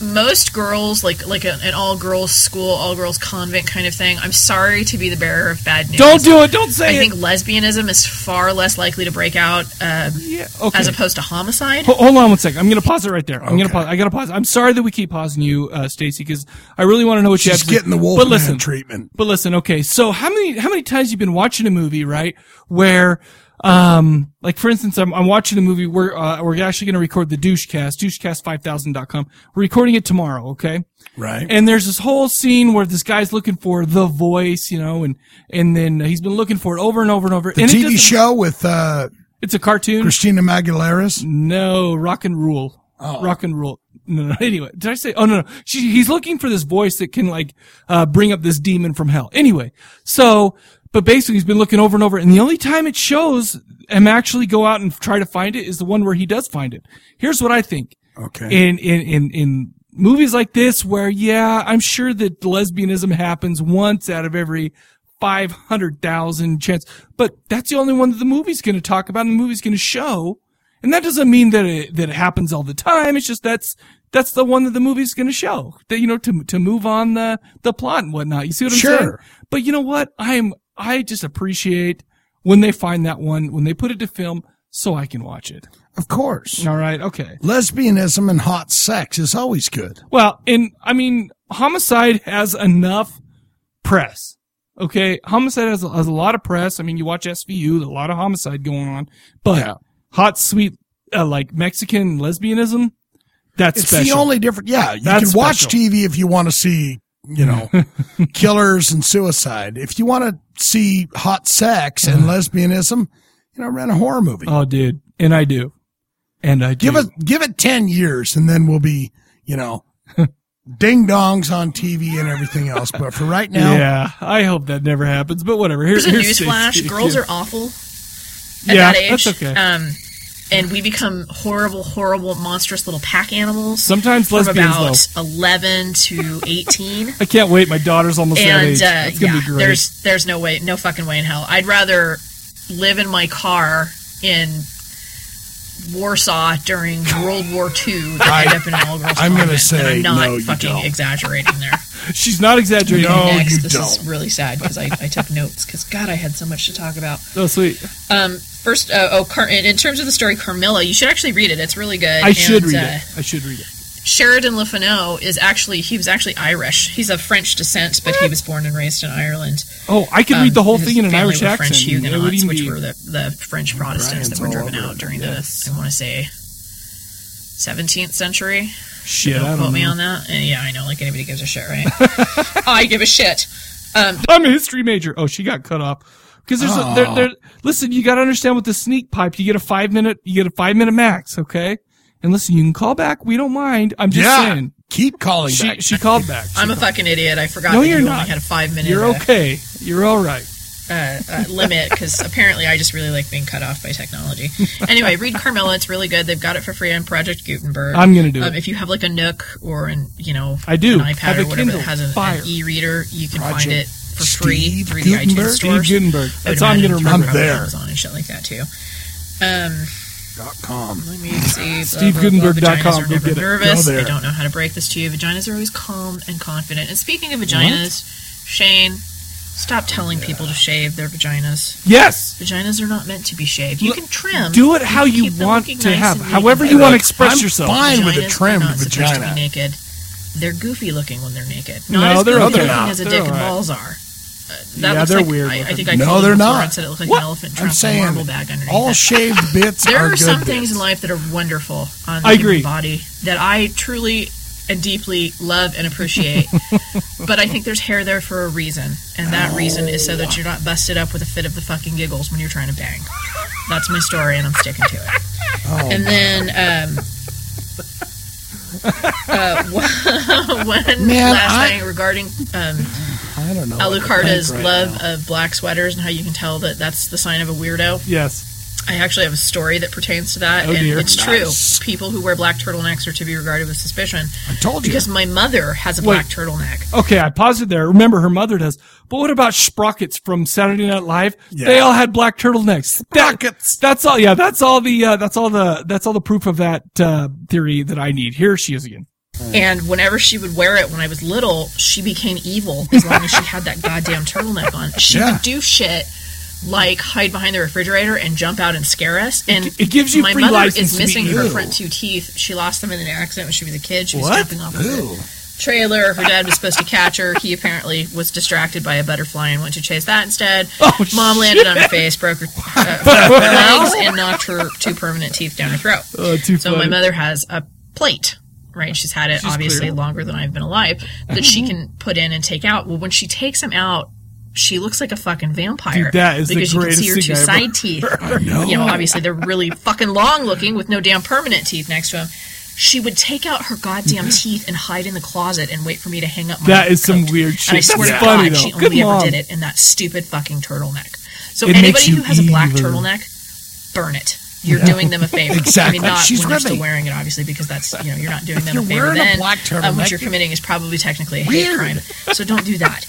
Speaker 6: most girls like like a, an all girls school, all girls convent kind of thing. I'm sorry to be the bearer of bad news.
Speaker 1: Don't do it. Don't say
Speaker 6: I
Speaker 1: it.
Speaker 6: think lesbianism is far less likely to break out uh,
Speaker 1: yeah. Okay.
Speaker 6: as opposed to homicide.
Speaker 1: Ho- Hold on one second. I'm going to pause it right there. I'm going to pause. I got to pause. I'm sorry that we keep pausing you, uh, Stacy, because I really want to know what you have
Speaker 2: She's
Speaker 1: to say.
Speaker 2: getting the
Speaker 1: But
Speaker 2: Wolfman
Speaker 1: listen,
Speaker 2: treatment.
Speaker 1: but listen. Okay, so how many how many times you been watching a movie, right? Where, um, like for instance, I'm, I'm watching a movie. We're uh, we're actually going to record the douchecast, douchecast5000.com. We're recording it tomorrow. Okay.
Speaker 2: Right.
Speaker 1: And there's this whole scene where this guy's looking for the voice, you know, and and then he's been looking for it over and over and over.
Speaker 2: the
Speaker 1: and it
Speaker 2: TV
Speaker 1: doesn't-
Speaker 2: show with uh,
Speaker 1: It's a cartoon.
Speaker 2: Christina Magularis.
Speaker 1: No, rock and rule. Rock and rule. No, no. Anyway, did I say? Oh no, no. She, he's looking for this voice that can like uh, bring up this demon from hell. Anyway, so but basically he's been looking over and over and the only time it shows him actually go out and try to find it is the one where he does find it here's what i think
Speaker 2: Okay.
Speaker 1: in in in in movies like this where yeah i'm sure that lesbianism happens once out of every 500000 chance but that's the only one that the movie's going to talk about and the movie's going to show and that doesn't mean that it that it happens all the time it's just that's that's the one that the movie's going to show that you know to to move on the the plot and whatnot you see what i'm
Speaker 2: Sure.
Speaker 1: saying but you know what i'm i just appreciate when they find that one when they put it to film so i can watch it
Speaker 2: of course.
Speaker 1: all right okay
Speaker 2: Lesbianism and hot sex is always good.
Speaker 1: Well, and I mean, homicide has enough press. Okay, homicide has, has a lot of press. I mean, you watch SVU, there's a lot of homicide going on, but hot, sweet, uh, like Mexican lesbianism, that's
Speaker 2: It's
Speaker 1: special.
Speaker 2: the only different. Yeah, you
Speaker 1: That's
Speaker 2: can watch
Speaker 1: special.
Speaker 2: TV if you want to see, you know, killers and suicide. If you want to see hot sex and lesbianism, you know, rent a horror movie.
Speaker 1: Uh-huh. Oh, dude, and I do, and I do.
Speaker 2: give it give it ten years, and then we'll be, you know, ding dongs on TV and everything else. But for right now,
Speaker 1: Yeah, I hope that never happens, but whatever. Here-
Speaker 6: Here's a
Speaker 1: here's
Speaker 6: newsflash:
Speaker 1: Stacey.
Speaker 6: girls are awful at
Speaker 1: Yeah,
Speaker 6: that age.
Speaker 1: that's okay.
Speaker 6: Um, and we become horrible, horrible, monstrous little pack animals.
Speaker 1: Sometimes
Speaker 6: from
Speaker 1: lesbians,
Speaker 6: about eleven to eighteen.
Speaker 1: I can't wait. My daughter's almost that
Speaker 6: and
Speaker 1: age.
Speaker 6: uh,
Speaker 1: That's gonna
Speaker 6: yeah,
Speaker 1: be great.
Speaker 6: there's there's no way, no fucking way in hell. I'd rather live in my car in Warsaw during World War II than end up in an all girls.
Speaker 2: I'm gonna say
Speaker 6: I'm not
Speaker 2: no, you
Speaker 6: fucking
Speaker 2: don't.
Speaker 6: exaggerating there.
Speaker 1: She's not exaggerating.
Speaker 6: Next,
Speaker 2: you
Speaker 6: this
Speaker 2: don't.
Speaker 6: is really sad because I, I took notes because God, I had so much to talk about.
Speaker 1: Oh, sweet.
Speaker 6: Um, first, uh, oh, Car- in in terms of the story, Carmilla, you should actually read it. It's really good.
Speaker 1: I should
Speaker 6: And,
Speaker 1: read
Speaker 6: uh,
Speaker 1: it. I should read it.
Speaker 6: Sheridan Le Fanu is actually he was actually Irish. He's of French descent, but he was born and raised in Ireland.
Speaker 1: Oh, I could
Speaker 6: Um,
Speaker 1: read the whole
Speaker 6: his
Speaker 1: thing in an
Speaker 6: family
Speaker 1: Irish
Speaker 6: were
Speaker 1: accent.
Speaker 6: French
Speaker 1: It would
Speaker 6: Huguenots,
Speaker 1: even
Speaker 6: which
Speaker 1: be-
Speaker 6: were the, the French Protestants that were driven out during the I want to say 17th century.
Speaker 1: shit. I
Speaker 6: Don't
Speaker 1: don't
Speaker 6: quote me
Speaker 1: know.
Speaker 6: on that. And yeah, I know. Like anybody gives a shit, right? Oh, I give a shit. um,
Speaker 1: I'm a history major. Oh, she got cut off because there's a,
Speaker 2: Oh.
Speaker 1: there, there. Listen, you got to understand with the sneak pipe, you get a five minute, you get a five minute max, okay? And listen, you can call back. We don't mind. I'm just
Speaker 2: Yeah.
Speaker 1: saying.
Speaker 2: keep calling
Speaker 1: She
Speaker 2: back.
Speaker 1: she called back.
Speaker 6: I'm a fucking idiot. I forgot
Speaker 1: No,
Speaker 6: that
Speaker 1: you're
Speaker 6: you
Speaker 1: not.
Speaker 6: only had a five minute
Speaker 1: You're
Speaker 6: uh,
Speaker 1: okay. You're all right.
Speaker 6: uh, uh, limit because apparently I just really like being cut off by technology. Anyway, read Carmilla; it's really good. They've got it for free on Project Gutenberg.
Speaker 1: I'm gonna do
Speaker 6: um,
Speaker 1: it.
Speaker 6: If you have like a Nook or an you know
Speaker 1: I do.
Speaker 6: an iPad
Speaker 1: Have a
Speaker 6: or whatever
Speaker 1: Kindle.
Speaker 6: that has an-
Speaker 1: Fire.
Speaker 6: an e-reader, you can
Speaker 2: Project
Speaker 6: find it for free
Speaker 2: Steve
Speaker 6: through the
Speaker 2: Gutenberg?
Speaker 6: iTunes
Speaker 2: Steve
Speaker 1: Steve
Speaker 6: stores.
Speaker 1: Gutenberg.
Speaker 6: I would
Speaker 1: That's how I'm
Speaker 6: imagine
Speaker 1: gonna
Speaker 6: through
Speaker 1: remember.
Speaker 2: I'm
Speaker 6: probably
Speaker 2: there.
Speaker 6: Amazon and shit like that too. Um,
Speaker 2: com.
Speaker 6: let me see.
Speaker 1: SteveGutenberg.com.
Speaker 6: Vaginas are
Speaker 1: Go
Speaker 6: never
Speaker 1: get it.
Speaker 6: nervous.
Speaker 2: Go there.
Speaker 6: I don't know how to break this to you. Vaginas are always calm and confident. And speaking of vaginas, Shane, stop telling people to shave their vaginas.
Speaker 1: Yes.
Speaker 6: Vaginas are not meant to be shaved. You can trim.
Speaker 1: Do it how
Speaker 6: can
Speaker 1: you
Speaker 6: keep them
Speaker 1: want
Speaker 6: looking
Speaker 1: to
Speaker 6: nice
Speaker 1: have,
Speaker 6: and neat
Speaker 1: however
Speaker 6: and
Speaker 1: you
Speaker 6: tidy.
Speaker 1: want to express
Speaker 2: I'm
Speaker 1: yourself.
Speaker 2: Fine with a
Speaker 6: Vaginas are
Speaker 2: trimmed
Speaker 6: not supposed To
Speaker 2: vagina.
Speaker 6: be naked. They're goofy looking when they're naked. Not
Speaker 1: No,
Speaker 6: as
Speaker 1: they're
Speaker 6: goofy
Speaker 1: okay.
Speaker 6: looking
Speaker 1: They're not.
Speaker 6: as a
Speaker 1: They're
Speaker 6: dick and
Speaker 1: alright.
Speaker 6: balls are. Uh, that
Speaker 1: Yeah,
Speaker 6: looks
Speaker 1: they're
Speaker 6: like,
Speaker 1: weird
Speaker 6: I, I
Speaker 1: looking.
Speaker 6: think I
Speaker 2: No,
Speaker 6: called you
Speaker 2: they're
Speaker 6: before
Speaker 2: not.
Speaker 6: and said it looked like
Speaker 1: What?
Speaker 6: an elephant
Speaker 2: I'm
Speaker 6: trapped in a
Speaker 2: saying
Speaker 6: marble bag underneath.
Speaker 2: all
Speaker 6: it.
Speaker 2: shaved bits
Speaker 6: There
Speaker 2: are,
Speaker 6: are
Speaker 2: good
Speaker 6: some
Speaker 2: bits.
Speaker 6: things in life that are wonderful on the
Speaker 1: I
Speaker 6: human
Speaker 1: agree.
Speaker 6: body that I truly and deeply love and appreciate. but I think there's hair there for a reason, and that reason is so that you're not busted up with a fit of the fucking giggles when you're trying to bang. That's my story, and I'm sticking to it.
Speaker 2: Oh,
Speaker 6: and then. Um, uh, one
Speaker 2: Man,
Speaker 6: last
Speaker 2: I-
Speaker 6: thing regarding um,
Speaker 2: I don't know. what to
Speaker 6: Alucard's
Speaker 2: think right
Speaker 6: love
Speaker 2: now.
Speaker 6: of black sweaters and how you can tell that that's the sign of a weirdo.
Speaker 1: Yes.
Speaker 6: I actually have a story that pertains to that,
Speaker 1: Oh,
Speaker 6: and
Speaker 1: dear.
Speaker 6: it's
Speaker 2: Nice.
Speaker 6: true. People who wear black turtlenecks are to be regarded with suspicion
Speaker 2: I told you.
Speaker 6: because my mother has a
Speaker 1: Wait.
Speaker 6: black turtleneck.
Speaker 1: Okay, I paused it there. Remember, her mother does. But what about Sprockets from Saturday Night Live? They all had black turtlenecks. That- that's all. Yeah, that's all the. Uh, that's all the. That's all the proof of that uh, theory that I need. Here she is again.
Speaker 6: And whenever she would wear it when I was little, she became evil as long as she had that goddamn turtleneck on. She
Speaker 2: Yeah.
Speaker 6: would do shit like hide behind the refrigerator and jump out and scare us. And
Speaker 1: It gives you
Speaker 6: my
Speaker 1: free
Speaker 6: mother is
Speaker 1: license to be
Speaker 6: missing her
Speaker 1: evil.
Speaker 6: front two teeth. She lost them in an accident when she was a kid. She was
Speaker 2: What?
Speaker 6: jumping off of a
Speaker 2: Ew.
Speaker 6: trailer. Her dad was supposed to catch her. He apparently was distracted by a butterfly and went to chase that instead.
Speaker 1: Oh,
Speaker 6: Mom landed on her face, broke her, uh, broke her legs, and knocked her two permanent teeth down her throat.
Speaker 1: Uh, too
Speaker 6: So my
Speaker 1: funny.
Speaker 6: mother has a plate, right? She's had it obviously
Speaker 1: clear.
Speaker 6: longer than I've been alive that she can put in and take out. Well, when she takes them out, she looks like a fucking vampire.
Speaker 1: Dude, that is the
Speaker 6: because you can
Speaker 1: greatest
Speaker 6: see her two
Speaker 1: thing I ever
Speaker 6: side teeth. You know, obviously they're really fucking long looking with no damn permanent teeth next to them. She would take out her goddamn teeth and hide in the closet and wait for me to hang up my
Speaker 1: That is some
Speaker 6: coat.
Speaker 1: weird
Speaker 6: And I
Speaker 1: shit.
Speaker 6: swear
Speaker 1: That's
Speaker 6: to God,
Speaker 1: funny, though.
Speaker 6: she
Speaker 1: Good
Speaker 6: only
Speaker 1: mom.
Speaker 6: ever did it in that stupid fucking turtleneck. So
Speaker 1: It makes
Speaker 6: anybody
Speaker 1: you
Speaker 6: who has a black
Speaker 1: evil.
Speaker 6: turtleneck, burn it. You're doing them a favor.
Speaker 2: Exactly.
Speaker 6: I mean, not
Speaker 2: She's
Speaker 6: when
Speaker 2: right.
Speaker 6: you're still wearing it, obviously, because that's you know you're not doing them
Speaker 2: you're
Speaker 6: a favor.
Speaker 2: wearing a
Speaker 6: then
Speaker 2: black
Speaker 6: um,
Speaker 2: turtleneck,
Speaker 6: what you're
Speaker 2: you're-
Speaker 6: committing is probably technically a
Speaker 2: Weird.
Speaker 6: hate crime. So don't do that.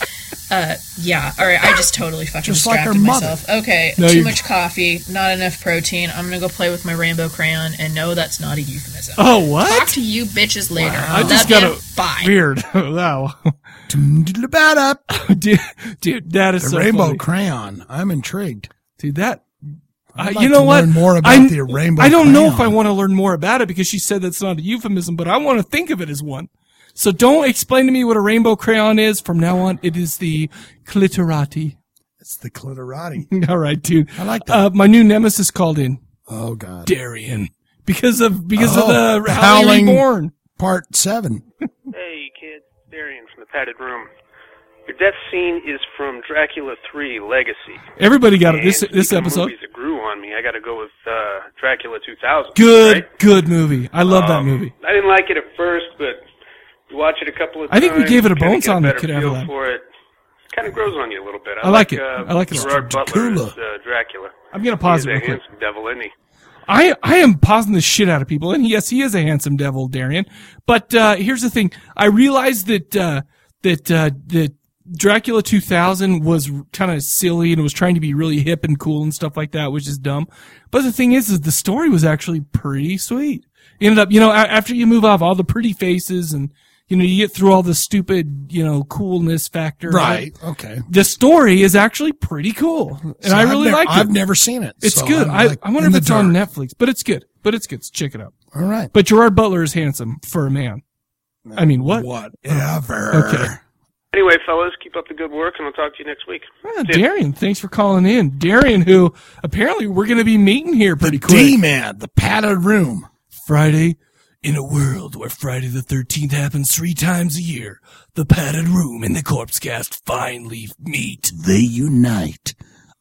Speaker 6: Uh, yeah. All right. I just totally fucking
Speaker 2: Just like her
Speaker 6: distracted
Speaker 2: mother.
Speaker 6: myself. Okay.
Speaker 1: No,
Speaker 6: too
Speaker 1: you-
Speaker 6: much coffee. Not enough protein. I'm gonna go play with my rainbow crayon. And no, that's not a euphemism.
Speaker 1: Oh,
Speaker 6: Talk
Speaker 1: what?
Speaker 6: to you bitches later.
Speaker 1: I
Speaker 6: Love
Speaker 1: just
Speaker 6: ya.
Speaker 1: gotta-
Speaker 6: Bye.
Speaker 1: Weird. wow.
Speaker 2: Dum-dum-dum-ba-da.
Speaker 1: dude, dude, that is
Speaker 2: The
Speaker 1: so
Speaker 2: rainbow
Speaker 1: funny.
Speaker 2: crayon. I'm intrigued.
Speaker 1: Dude, that. I-
Speaker 2: I'd
Speaker 1: you
Speaker 2: like
Speaker 1: know
Speaker 2: to
Speaker 1: what?
Speaker 2: learn more about
Speaker 1: I,
Speaker 2: the rainbow
Speaker 1: I don't know if I
Speaker 2: crayon.
Speaker 1: want to learn more about it because she said that's not a euphemism, but I want to think of it as one. So don't explain to me what a rainbow crayon is. From now on, it is the clitorati.
Speaker 2: It's the clitorati.
Speaker 1: All right, dude.
Speaker 2: I like that.
Speaker 1: Uh, my new nemesis called in
Speaker 2: oh God.
Speaker 1: Darian because of because
Speaker 2: Oh,
Speaker 1: of the
Speaker 2: the
Speaker 1: Howling
Speaker 2: Howling-
Speaker 1: Reborn.
Speaker 2: Part seven.
Speaker 7: Hey, kids. Darian from the padded room. Your death scene is from Dracula 3 Legacy.
Speaker 1: Everybody got it. This
Speaker 7: And
Speaker 1: this
Speaker 7: speaking of
Speaker 1: episode.
Speaker 7: Movies that grew on me. I got to go with uh, Dracula 2000.
Speaker 1: Good
Speaker 7: right?
Speaker 1: good movie. I love that
Speaker 7: Um,
Speaker 1: movie.
Speaker 7: I didn't like it at first, but you watch it a couple of
Speaker 1: I
Speaker 7: times.
Speaker 1: think we gave it a
Speaker 7: kinda
Speaker 1: bones
Speaker 7: get
Speaker 1: on that
Speaker 7: better
Speaker 1: Kid
Speaker 7: feel
Speaker 1: Avalon.
Speaker 7: for it. Kind of grows on you a little bit. I,
Speaker 1: I like it.
Speaker 7: Uh,
Speaker 1: I like it a lot.
Speaker 7: Gerard Butler as,
Speaker 2: Dracula.
Speaker 7: uh, Dracula.
Speaker 1: I'm gonna pause
Speaker 7: He's
Speaker 1: it
Speaker 7: a
Speaker 1: real quick.
Speaker 7: handsome devil, isn't he?
Speaker 1: I I am pausing the shit out of people, and yes, he is a handsome devil, Darian. But uh, here's the thing: I realized that uh, that uh, that Dracula 2000 was kind of silly and was trying to be really hip and cool and stuff like that, which is dumb. But the thing is, is the story was actually pretty sweet. You ended up, you know, a- after you move off all the pretty faces and you know you get through all the stupid, you know, coolness factor,
Speaker 2: Right. Okay.
Speaker 1: The story is actually pretty cool, and
Speaker 2: So
Speaker 1: I
Speaker 2: I've
Speaker 1: really
Speaker 2: nev-
Speaker 1: like it.
Speaker 2: I've never seen it.
Speaker 1: It's
Speaker 2: so
Speaker 1: good.
Speaker 2: I'm,
Speaker 1: I,
Speaker 2: like,
Speaker 1: I wonder
Speaker 2: in
Speaker 1: if
Speaker 2: the
Speaker 1: it's on
Speaker 2: dark.
Speaker 1: Netflix, but it's good. But it's good. Check it out.
Speaker 2: All right.
Speaker 1: But Gerard Butler is handsome for a man. I mean, what? Oh,
Speaker 2: Whatever.
Speaker 1: Okay.
Speaker 7: Anyway, fellas, keep up the good work, and I'll talk to you next week.
Speaker 1: Ah, Darian, thanks for calling in. Darian, who apparently we're going to be meeting here pretty quick.
Speaker 2: D man, the padded room.
Speaker 1: Friday, in a world where Friday the 13th happens three times a year, the padded room and the corpse cast finally meet.
Speaker 2: They unite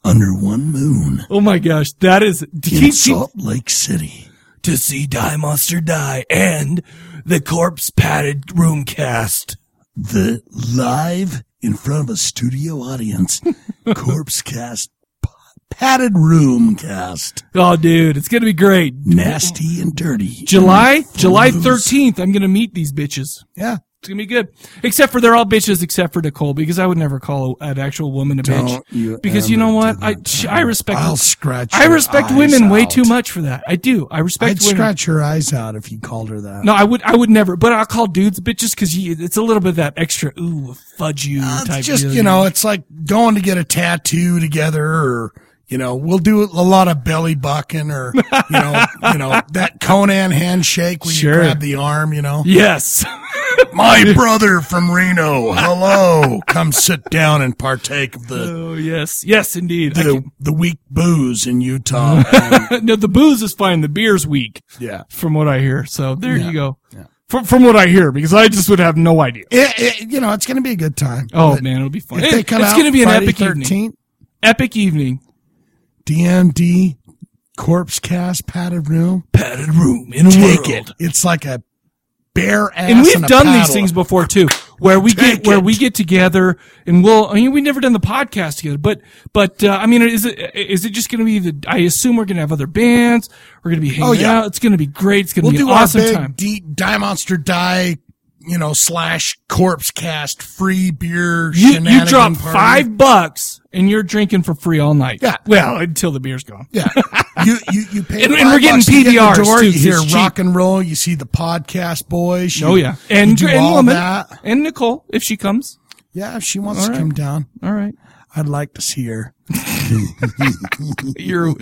Speaker 2: under one moon
Speaker 1: Oh my gosh, that is.
Speaker 2: in Salt Lake City.
Speaker 1: to see Die Monster die and the corpse padded room cast.
Speaker 2: The live in front of a studio audience, corpse cast, p- padded room cast,
Speaker 1: Oh, dude, it's going to be great.
Speaker 2: nasty and dirty.
Speaker 1: July July
Speaker 2: Foos.
Speaker 1: thirteenth, I'm gonna meet these bitches.
Speaker 2: Yeah.
Speaker 1: It's gonna be good. Except for they're all bitches except for Nicole, because I would never call an actual woman a bitch.
Speaker 2: Don't you
Speaker 1: because you know
Speaker 2: ever
Speaker 1: what?
Speaker 2: do
Speaker 1: I
Speaker 2: that.
Speaker 1: sh- I respect
Speaker 2: I'll scratch.
Speaker 1: I
Speaker 2: your
Speaker 1: respect
Speaker 2: eyes
Speaker 1: women way
Speaker 2: out.
Speaker 1: too much for that. I do. I respect
Speaker 2: I'd
Speaker 1: women.
Speaker 2: scratch your eyes out if you called her that.
Speaker 1: no, I would I would never, but I'll call dudes bitches because it's a little bit of that extra ooh fudge you
Speaker 2: Uh,
Speaker 1: type.
Speaker 2: it's just
Speaker 1: deal,
Speaker 2: you know, it's like going to get a tattoo together, or you know, we'll do a lot of belly bucking, or you know, you know that Conan handshake where
Speaker 1: Sure.
Speaker 2: you grab the arm. You know,
Speaker 1: Yes.
Speaker 2: my brother from Reno, hello, come sit down and partake of the
Speaker 1: oh yes, yes indeed. I
Speaker 2: the, the weak booze in Utah. And,
Speaker 1: can- no, the booze is fine. The beer's weak,
Speaker 2: yeah.
Speaker 1: from what I hear. So there
Speaker 2: Yeah.
Speaker 1: you go.
Speaker 2: Yeah.
Speaker 1: From from what I hear, because I just would have no idea.
Speaker 2: It, it, you know, it's going to be a good time.
Speaker 1: Oh
Speaker 2: But
Speaker 1: man, it'll be fun.
Speaker 2: If they come
Speaker 1: it's
Speaker 2: out
Speaker 1: gonna be an
Speaker 2: Friday
Speaker 1: epic evening.
Speaker 2: 13th,
Speaker 1: Epic evening.
Speaker 2: DMD, corpse cast, padded room.
Speaker 1: Padded room in a
Speaker 2: Take it. It's like a bare ass.
Speaker 1: And we've
Speaker 2: a
Speaker 1: done these
Speaker 2: paddle.
Speaker 1: things before too, where we
Speaker 2: Take
Speaker 1: get where
Speaker 2: it.
Speaker 1: we get together and we'll. I mean, we've never done the podcast together, but but uh, I mean, is it is it just going to be the? I assume we're going to have other bands. We're going to be hanging
Speaker 2: Oh, yeah.
Speaker 1: out. It's going to be great. It's going to
Speaker 2: We'll
Speaker 1: be
Speaker 2: do
Speaker 1: an awesome
Speaker 2: our big
Speaker 1: time.
Speaker 2: D, die monster die, you know, slash corpse cast free beer.
Speaker 1: You, you
Speaker 2: shenanigan
Speaker 1: drop
Speaker 2: party.
Speaker 1: five bucks and you're drinking for free all night.
Speaker 2: Yeah.
Speaker 1: Well, until the beer's gone.
Speaker 2: Yeah, you you you pay.
Speaker 1: And- and
Speaker 2: five
Speaker 1: we're getting
Speaker 2: bucks to get in the
Speaker 1: PBRs
Speaker 2: door,
Speaker 1: too,
Speaker 2: You
Speaker 1: 'cause
Speaker 2: hear
Speaker 1: it's cheap.
Speaker 2: rock and roll. You see the podcast boys. You,
Speaker 1: oh yeah.
Speaker 2: and
Speaker 1: And
Speaker 2: you do
Speaker 1: and
Speaker 2: all
Speaker 1: woman
Speaker 2: that.
Speaker 1: and Nicole if she comes.
Speaker 2: Yeah, if she wants
Speaker 1: All
Speaker 2: to
Speaker 1: right.
Speaker 2: come down,
Speaker 1: All right.
Speaker 2: I'd like to see her.
Speaker 1: You're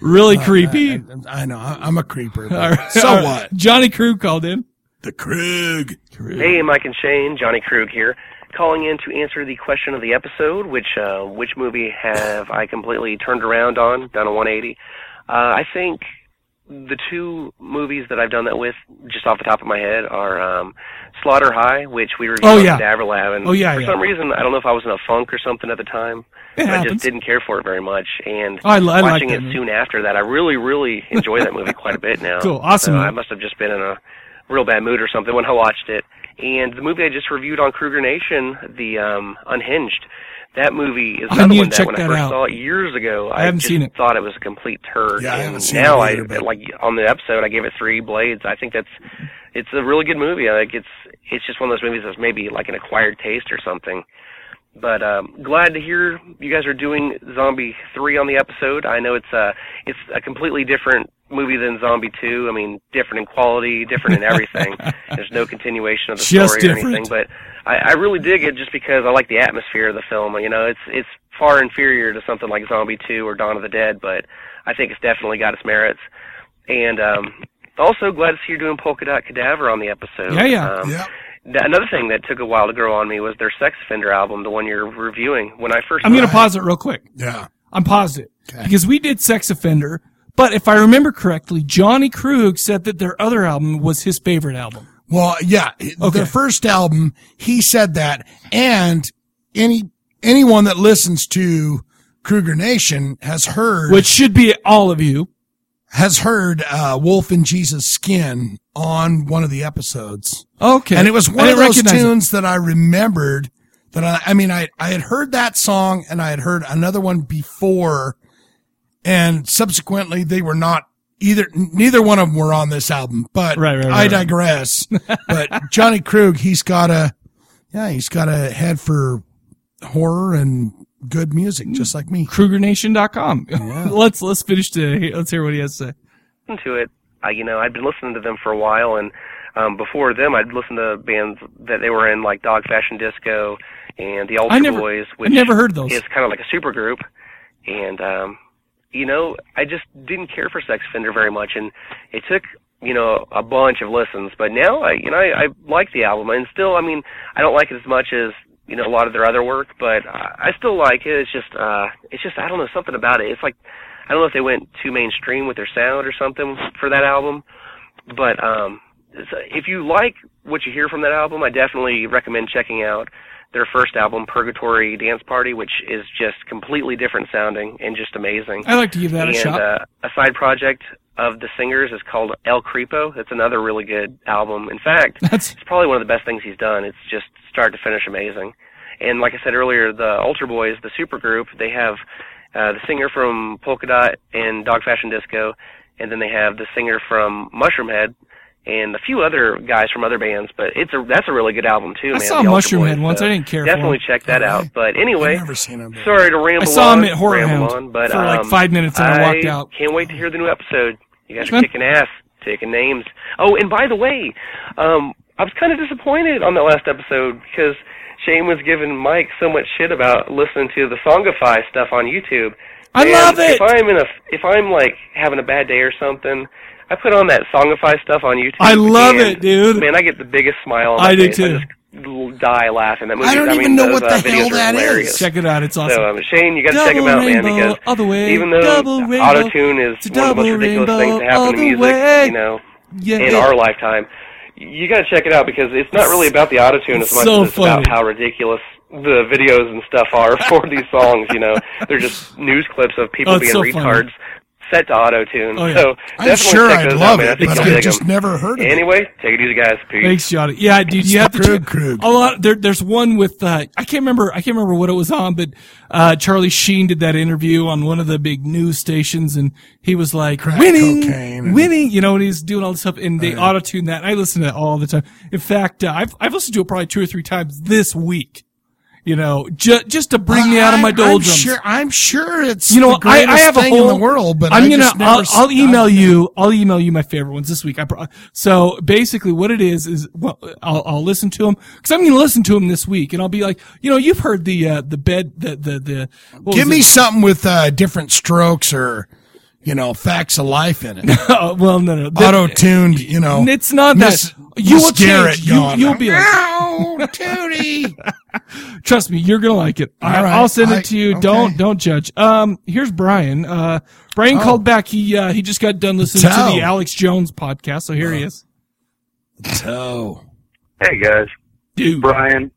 Speaker 1: really creepy.
Speaker 2: Uh, I, I know I, I'm a creeper. but
Speaker 1: All right.
Speaker 2: So what?
Speaker 1: Johnny Crew called in.
Speaker 2: The Krug.
Speaker 8: Hey, Mike and Shane, Johnny Krug here, calling in to answer the question of the episode, which uh, which movie have I completely turned around on, done a 180? Uh, I think the two movies that I've done that with, just off the top of my head, are um, Slaughter High, which we reviewed
Speaker 1: Oh,
Speaker 8: on
Speaker 1: yeah.
Speaker 8: Cadaver Lab, and
Speaker 1: Oh, yeah,
Speaker 8: for
Speaker 1: yeah.
Speaker 8: some reason, I don't know if I was in a funk or something at the time,
Speaker 1: It
Speaker 8: I
Speaker 1: happens. Oh,
Speaker 8: just didn't care for it very much, and
Speaker 1: I li- I like
Speaker 8: watching
Speaker 1: that
Speaker 8: it
Speaker 1: movie.
Speaker 8: soon after that, I really, really enjoy that movie quite a bit now.
Speaker 1: Mm-hmm. Cool. Awesome,
Speaker 8: So
Speaker 1: man.
Speaker 8: I must have just been in a real bad mood or something when I watched it. And the movie I just reviewed on Kruger Nation, the um, Unhinged, that movie is
Speaker 1: I
Speaker 8: another
Speaker 1: need
Speaker 8: one
Speaker 1: to
Speaker 8: that
Speaker 1: check
Speaker 8: when I
Speaker 1: that
Speaker 8: first
Speaker 1: out.
Speaker 8: saw it years ago, I,
Speaker 1: haven't
Speaker 8: just
Speaker 1: seen it.
Speaker 8: thought it was a complete turd.
Speaker 2: Yeah, I haven't
Speaker 8: and
Speaker 2: seen it
Speaker 8: now
Speaker 2: either,
Speaker 8: I
Speaker 2: but-
Speaker 8: like on the episode I gave it three blades. I think that's it's a really good movie. I think it's it's just one of those movies that's maybe like an acquired taste or something. But um, glad to hear you guys are doing Zombie Three on the episode. I know it's a it's a completely different movie than Zombie Two. I mean, different in quality, different in everything. There's no continuation of the
Speaker 1: Just
Speaker 8: story or
Speaker 1: different.
Speaker 8: anything. But I, I really dig it just because I like the atmosphere of the film. You know, it's it's far inferior to something like Zombie Two or Dawn of the Dead, but I think it's definitely got its merits. And um, also glad to see you're doing Polka Dot Cadaver on the episode.
Speaker 1: Yeah, yeah.
Speaker 8: Um,
Speaker 2: Yeah.
Speaker 8: Th- Another thing that took a while to grow on me was their Sex Offender album, the one you're reviewing. When I first,
Speaker 1: I'm going to pause it real quick.
Speaker 2: Yeah.
Speaker 1: I'm paused it because we did Sex Offender, but if I remember correctly, Johnny Krug said that their other album was his favorite album.
Speaker 2: Well, yeah.
Speaker 1: Okay.
Speaker 2: Their first album, he said that, and any anyone that listens to Kruger Nation has heard
Speaker 1: which should be all of you.
Speaker 2: has heard uh, Wolf in Jesus' Skin on one of the episodes.
Speaker 1: Okay,
Speaker 2: And it was one
Speaker 1: I
Speaker 2: of
Speaker 1: didn't
Speaker 2: those
Speaker 1: recognize it.
Speaker 2: tunes that I remembered that I, I mean, I, I had heard that song and I had heard another one before and subsequently they were not either, neither one of them were on this album, but
Speaker 1: Right, right, right,
Speaker 2: I
Speaker 1: right.
Speaker 2: digress. but Johnny Krug, he's got a, yeah, he's got a head for horror and good music, just like me.
Speaker 1: KrugerNation.com. let's let's finish today. Let's hear what he has to say.
Speaker 8: listened to it, I, you know, I'd been listening to them for a while, and um, before them, I'd listened to bands that they were in, like Dog Fashion Disco and the Ultra
Speaker 1: I never-
Speaker 8: Boys,
Speaker 1: I
Speaker 8: which
Speaker 1: never heard those.
Speaker 8: is kind of like a super group. And um, you know, I just didn't care for Sex Offender very much, and it took you know a bunch of listens. But now, I you know, I, I like the album, and still, I mean, I don't like it as much as you know a lot of their other work, but I, I still like it. It's just, uh, it's just I don't know something about it. It's like I don't know if they went too mainstream with their sound or something for that album, but um, so if you like what you hear from that album, I definitely recommend checking out their first album, Purgatory Dance Party, which is just completely different sounding and just amazing.
Speaker 1: I like to give that
Speaker 8: and
Speaker 1: a shot.
Speaker 8: Uh, a side project of the singers is called El Creepo. It's another really good album. In fact,
Speaker 1: That's
Speaker 8: it's probably one of the best things he's done. It's just start to finish amazing. And like I said earlier, the Ultra Boys, the supergroup, they have uh, the singer from Polka Dot and Dog Fashion Disco, and then they have the singer from Mushroom Head and a few other guys from other bands. But it's a that's a really good album too,
Speaker 1: I
Speaker 8: man.
Speaker 1: saw
Speaker 8: the Ultra
Speaker 1: Mushroom
Speaker 8: Boys,
Speaker 1: Head once.
Speaker 8: so
Speaker 1: I didn't care for
Speaker 8: Definitely
Speaker 1: him.
Speaker 8: check that out. But anyway,
Speaker 2: I've never seen him.
Speaker 8: sorry to ramble.
Speaker 1: I saw him
Speaker 8: on,
Speaker 1: at Horror
Speaker 8: ramble
Speaker 1: Hound
Speaker 8: on, but,
Speaker 1: for like
Speaker 8: um,
Speaker 1: five minutes and I walked out.
Speaker 8: Can't wait to hear the new episode. You guys
Speaker 1: Thanks,
Speaker 8: are
Speaker 1: man.
Speaker 8: kicking ass, taking names. Oh, and by the way, um, I was kind of disappointed on the last episode because Shane was giving Mike so much shit about listening to the Songify stuff on YouTube.
Speaker 1: I
Speaker 8: Man,
Speaker 1: love it!
Speaker 8: If I'm in a, if I'm like having a bad day or something, I put on that Songify stuff on YouTube.
Speaker 1: I love
Speaker 8: and,
Speaker 1: it, dude.
Speaker 8: Man, I get the biggest smile. On
Speaker 1: I
Speaker 8: my
Speaker 1: do
Speaker 8: face.
Speaker 1: too.
Speaker 8: I just die laughing. That movie.
Speaker 2: don't
Speaker 8: I mean,
Speaker 2: even know
Speaker 8: those,
Speaker 2: what
Speaker 8: uh,
Speaker 2: the
Speaker 8: videos
Speaker 2: hell
Speaker 8: are
Speaker 2: that is.
Speaker 8: hilarious.
Speaker 1: check it out. It's awesome.
Speaker 8: So um, Shane, you got to check
Speaker 1: Double
Speaker 8: him out, man.
Speaker 1: rainbow
Speaker 8: Because
Speaker 1: all the way,
Speaker 8: even though
Speaker 1: double rainbow,
Speaker 8: auto tune is
Speaker 1: it's a
Speaker 8: one of the most
Speaker 1: double
Speaker 8: ridiculous
Speaker 1: rainbow
Speaker 8: things that happen to
Speaker 1: all the
Speaker 8: music,
Speaker 1: way.
Speaker 8: you know,
Speaker 1: yeah,
Speaker 8: in our lifetime, you got to check it out because it's not really about the auto tune as
Speaker 1: It's
Speaker 8: much
Speaker 1: so
Speaker 8: as it's about
Speaker 1: funny.
Speaker 8: how ridiculous the videos and stuff are for these songs. You know, they're just news clips of people
Speaker 1: Oh, it's
Speaker 8: being
Speaker 1: so funny.
Speaker 8: retards set to auto tune.
Speaker 1: Oh, yeah.
Speaker 8: So
Speaker 2: I'm
Speaker 8: definitely
Speaker 2: sure
Speaker 8: check
Speaker 2: I'd
Speaker 8: those out,
Speaker 2: love
Speaker 8: man. I
Speaker 2: it,
Speaker 8: think
Speaker 2: but
Speaker 8: you'll
Speaker 2: I've
Speaker 8: dig 'em.
Speaker 2: just never heard of it.
Speaker 8: Anyway, take it easy, guys. Peace.
Speaker 1: Thanks, Johnny. Yeah, dude, you have to
Speaker 2: Krug,
Speaker 1: check
Speaker 2: Krug.
Speaker 1: a lot. There, there's one with uh, I can't remember. I can't remember what it was on, but uh, Charlie Sheen did that interview on one of the big news stations, and he was like,
Speaker 2: Crack
Speaker 1: "Winning,
Speaker 2: cocaine and- Oh,
Speaker 1: winning," you know, and he's doing all this stuff, and they auto tune that. And I listen to that all the time. In fact, uh, I've I've listened to it probably two or three times this week. You know, ju- just to bring me out of my
Speaker 2: I'm- I'm
Speaker 1: doldrums.
Speaker 2: sure, I'm sure it's
Speaker 1: You know,
Speaker 2: the
Speaker 1: I,
Speaker 2: greatest
Speaker 1: I have a
Speaker 2: thing
Speaker 1: whole,
Speaker 2: in the world, but
Speaker 1: I'm
Speaker 2: I
Speaker 1: gonna.
Speaker 2: just never
Speaker 1: I'll,
Speaker 2: s-
Speaker 1: I'll email you. I'll email you my favorite ones this week. I pro- so basically what it is is well, I'll, I'll listen to them because I'm gonna listen to them this week, and I'll be like, you know, you've heard the uh, the bed the the the. what
Speaker 2: Give
Speaker 1: was
Speaker 2: me
Speaker 1: it?
Speaker 2: something with uh, different strokes or, you know, facts of life in it.
Speaker 1: Oh, well, no, no, that-
Speaker 2: Auto tuned, you know.
Speaker 1: It's not that
Speaker 2: Miss-
Speaker 1: you
Speaker 2: Miss
Speaker 1: will
Speaker 2: Garrett
Speaker 1: change. You,
Speaker 2: going,
Speaker 1: you'll be like,
Speaker 2: "Ow, Oh, Tootie.
Speaker 1: trust me, you're gonna like it. I,
Speaker 2: All right.
Speaker 1: I'll send
Speaker 2: I-
Speaker 1: it to you.
Speaker 2: okay.
Speaker 1: Don't don't judge. Um, here's Brian. Uh, Brian
Speaker 2: Oh.
Speaker 1: called back. He uh, he just got done listening
Speaker 2: Tell.
Speaker 1: to the Alex Jones podcast, so here he is.
Speaker 2: oh.
Speaker 9: Hey guys,
Speaker 1: Dude,
Speaker 9: Brian.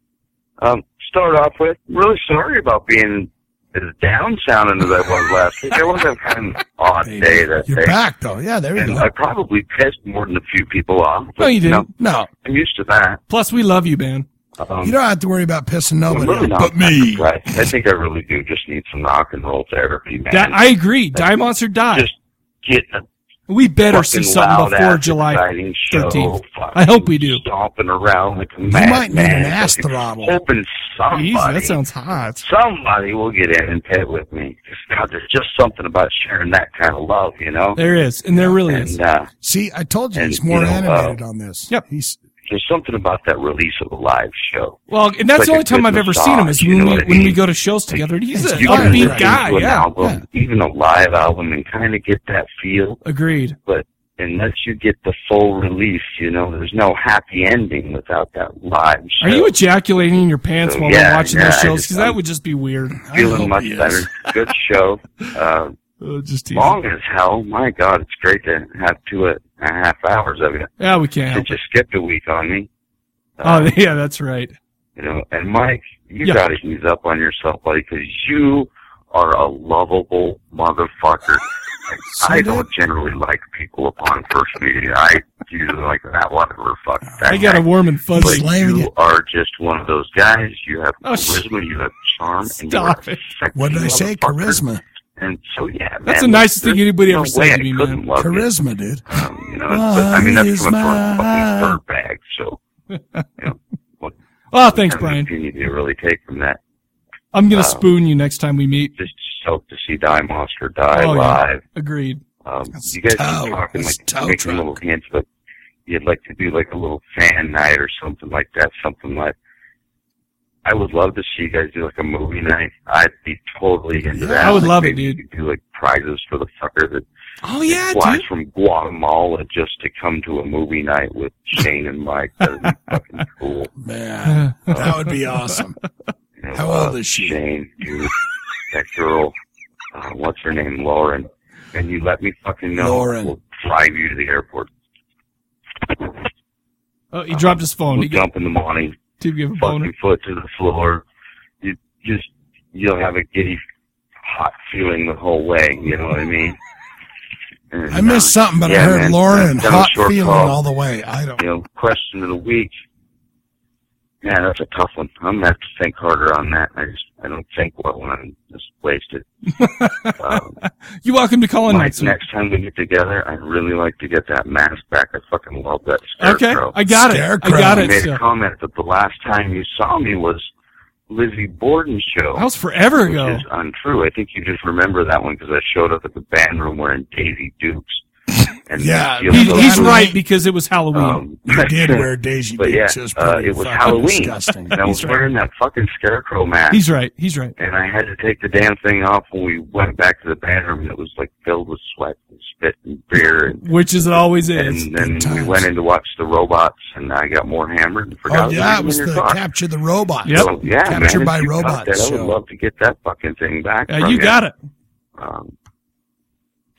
Speaker 9: Um, start off with really sorry about being
Speaker 10: is down sounding as I was last week. I was having kind of an odd day that
Speaker 2: You're
Speaker 10: day.
Speaker 2: back though. Yeah, there you
Speaker 10: And
Speaker 2: go.
Speaker 10: I probably pissed more than a few people off.
Speaker 1: No, you
Speaker 10: but,
Speaker 1: didn't.
Speaker 2: No,
Speaker 10: I'm used to that.
Speaker 1: Plus, we love you, man.
Speaker 10: Um,
Speaker 2: you don't have to worry about pissing
Speaker 10: I'm
Speaker 2: nobody.
Speaker 10: really not
Speaker 2: off. but me.
Speaker 10: Right. I think I really do just need some rock and roll therapy, man.
Speaker 1: That I agree. Die monster die.
Speaker 10: just get a
Speaker 1: we better see
Speaker 10: fucking
Speaker 1: something
Speaker 10: loud
Speaker 1: before
Speaker 10: ass,
Speaker 1: July.
Speaker 10: exciting show,
Speaker 1: 13th.
Speaker 10: fucking
Speaker 1: I hope we do.
Speaker 10: Stomping around like a
Speaker 2: You
Speaker 10: madman.
Speaker 2: might need an ass
Speaker 10: fucking
Speaker 2: throttle.
Speaker 10: Hoping somebody.
Speaker 1: Easy. That sounds hot.
Speaker 10: somebody will get in and pit with me. 'Cause, God, there's just something about sharing that kind of love, you know.
Speaker 1: There is, and there really is.
Speaker 10: And uh,
Speaker 2: See, I told you
Speaker 10: And,
Speaker 2: he's more
Speaker 10: you know, uh,
Speaker 2: animated on this.
Speaker 1: Yep.
Speaker 2: He's
Speaker 10: there's something about that release of a live show.
Speaker 1: Well, and that's
Speaker 10: Like
Speaker 1: the
Speaker 10: a
Speaker 1: only time
Speaker 10: good
Speaker 1: I've ever seen him
Speaker 10: massage,
Speaker 1: is
Speaker 10: you
Speaker 1: when
Speaker 10: know
Speaker 1: we
Speaker 10: what I
Speaker 1: when we
Speaker 10: mean?
Speaker 1: go to shows together. and He's an
Speaker 2: You
Speaker 10: can
Speaker 1: upbeat
Speaker 10: listen
Speaker 1: guy.
Speaker 10: to an
Speaker 1: Yeah,
Speaker 10: album, even a live album, and kind of get that feel.
Speaker 1: agreed.
Speaker 10: But unless you get the full release, you know, there's no happy ending without that live show.
Speaker 1: Are you ejaculating in your pants
Speaker 10: So,
Speaker 1: while
Speaker 10: yeah,
Speaker 1: we're watching
Speaker 10: yeah,
Speaker 1: those
Speaker 10: I
Speaker 1: shows?
Speaker 10: just-
Speaker 1: Because that
Speaker 10: I'm-
Speaker 1: would just be weird.
Speaker 10: feeling much better? Good show. Uh,
Speaker 1: Uh, just teasing.
Speaker 10: long as hell. My God, it's great to have two and a half hours of it.
Speaker 1: yeah, we can't. help
Speaker 10: It
Speaker 1: it.
Speaker 10: just skipped a week on me. uh,
Speaker 1: Oh, yeah, that's right.
Speaker 10: You know, and Mike, you
Speaker 1: Yeah.
Speaker 10: got to ease up on yourself, buddy, because you are a lovable motherfucker. I don't generally like people upon first meeting. I usually like that whatever. Fuck that.
Speaker 1: I got a
Speaker 10: guy.
Speaker 1: warm and
Speaker 10: But
Speaker 1: fuzzy.
Speaker 2: Slaying
Speaker 10: you
Speaker 2: it.
Speaker 10: are just one of those guys. You have
Speaker 1: Oh, sh-
Speaker 10: charisma, you have charm, and you are
Speaker 1: Stop
Speaker 10: a
Speaker 1: it.
Speaker 10: sexy
Speaker 2: what did I say?
Speaker 10: motherfucker.
Speaker 2: Charisma.
Speaker 10: And so, yeah,
Speaker 1: That's
Speaker 10: man,
Speaker 1: the nicest thing
Speaker 10: there's
Speaker 1: anybody
Speaker 10: no
Speaker 1: ever said
Speaker 10: way
Speaker 1: to
Speaker 10: I
Speaker 1: me, man.
Speaker 10: couldn't love you.
Speaker 2: Charisma, dude.
Speaker 10: Um, you know, it's- but, I mean,
Speaker 2: Love
Speaker 10: that's
Speaker 2: is
Speaker 10: coming from a
Speaker 2: mine.
Speaker 10: fucking dirtbag. So, you know, what
Speaker 1: Oh, thanks,
Speaker 10: kind of
Speaker 1: Brian.
Speaker 10: opinion do you really take from that?
Speaker 1: I'm gonna
Speaker 10: Uh,
Speaker 1: spoon you next time we meet.
Speaker 10: just stoked to see Die Monster die
Speaker 1: Oh, yeah.
Speaker 10: live.
Speaker 1: Agreed.
Speaker 10: Um,
Speaker 2: That's
Speaker 10: you guys
Speaker 2: toe.
Speaker 10: keep talking
Speaker 2: That's
Speaker 10: like
Speaker 2: toe
Speaker 10: making
Speaker 2: truck.
Speaker 10: little hints, but you'd like to do like a little fan night or something like that. Something like I would love to see you guys do like a movie night. I'd be totally into that.
Speaker 1: I would
Speaker 10: Like,
Speaker 1: love it,
Speaker 10: maybe
Speaker 1: dude.
Speaker 10: You could do like prizes for the fucker that
Speaker 1: Oh yeah,
Speaker 10: flies
Speaker 1: dude.
Speaker 10: from Guatemala just to come to a movie night with Shane and Mike. That'd be fucking cool.
Speaker 2: Man, that would be awesome.
Speaker 10: You know,
Speaker 2: How old
Speaker 10: uh,
Speaker 2: is she?
Speaker 10: Shane, dude, that girl, uh, what's her name, Lauren? And you let me fucking know.
Speaker 2: Lauren.
Speaker 10: We'll drive you to the airport.
Speaker 1: Oh, he dropped his phone.
Speaker 10: We'll
Speaker 1: He got
Speaker 10: jump in the morning,
Speaker 1: to give a
Speaker 10: fucking
Speaker 1: boner.
Speaker 10: foot to the floor. You just, you'll have a giddy, hot feeling the whole way. You know what I mean? And,
Speaker 2: I missed
Speaker 10: uh,
Speaker 2: something, but I
Speaker 10: yeah,
Speaker 2: heard
Speaker 10: man,
Speaker 2: Lauren and
Speaker 10: that was
Speaker 2: hot
Speaker 10: short
Speaker 2: feeling
Speaker 10: call.
Speaker 2: all the way. I don't.
Speaker 10: You know, question of the week. Yeah, that's a tough one. I'm gonna have to think harder on that. I just, I don't think well when I'm just wasted. um,
Speaker 1: You're welcome to call in
Speaker 10: Mike,
Speaker 1: next week.
Speaker 10: next time we get together, I'd really like to get that mask back. I fucking love that
Speaker 1: Okay,
Speaker 10: scarecrow.
Speaker 1: I got it. I
Speaker 2: Scarecrow.
Speaker 1: got
Speaker 10: You
Speaker 1: it.
Speaker 10: made
Speaker 1: still.
Speaker 10: a comment that the last time you saw me was Lizzie Borden's show,
Speaker 1: That was forever
Speaker 10: which
Speaker 1: ago.
Speaker 10: is untrue. I think you just remember that one because I showed up at the band room wearing Daisy Dukes. And
Speaker 2: Yeah,
Speaker 10: you know,
Speaker 1: He,
Speaker 10: those-
Speaker 1: he's right because it was Halloween.
Speaker 10: Um,
Speaker 2: You did wear Daisy
Speaker 10: But yeah,
Speaker 2: Dukes. It was
Speaker 10: uh,
Speaker 2: pretty
Speaker 10: it was
Speaker 2: fucking
Speaker 10: Halloween.
Speaker 2: disgusting.
Speaker 10: and I was
Speaker 1: he's right.
Speaker 10: wearing that fucking scarecrow mask.
Speaker 1: he's right. He's right.
Speaker 10: and I had to take the damn thing off when we went back to the bathroom. and It was like filled with sweat and spit and beer and
Speaker 1: Which is it always is.
Speaker 10: and then
Speaker 2: good
Speaker 10: we
Speaker 2: times.
Speaker 10: went in to watch the robots, and I got more hammered and forgot.
Speaker 2: Oh
Speaker 10: to
Speaker 2: yeah,
Speaker 10: leave
Speaker 2: it was
Speaker 10: in
Speaker 2: the
Speaker 10: your car.
Speaker 2: capture the robot.
Speaker 1: Yep.
Speaker 10: So, yeah,
Speaker 2: Capture
Speaker 10: man,
Speaker 2: by
Speaker 10: if you caught
Speaker 2: Robots
Speaker 10: That, I
Speaker 2: show.
Speaker 10: would love to get that fucking thing back.
Speaker 1: Uh,
Speaker 10: from
Speaker 1: you got it.
Speaker 10: Um,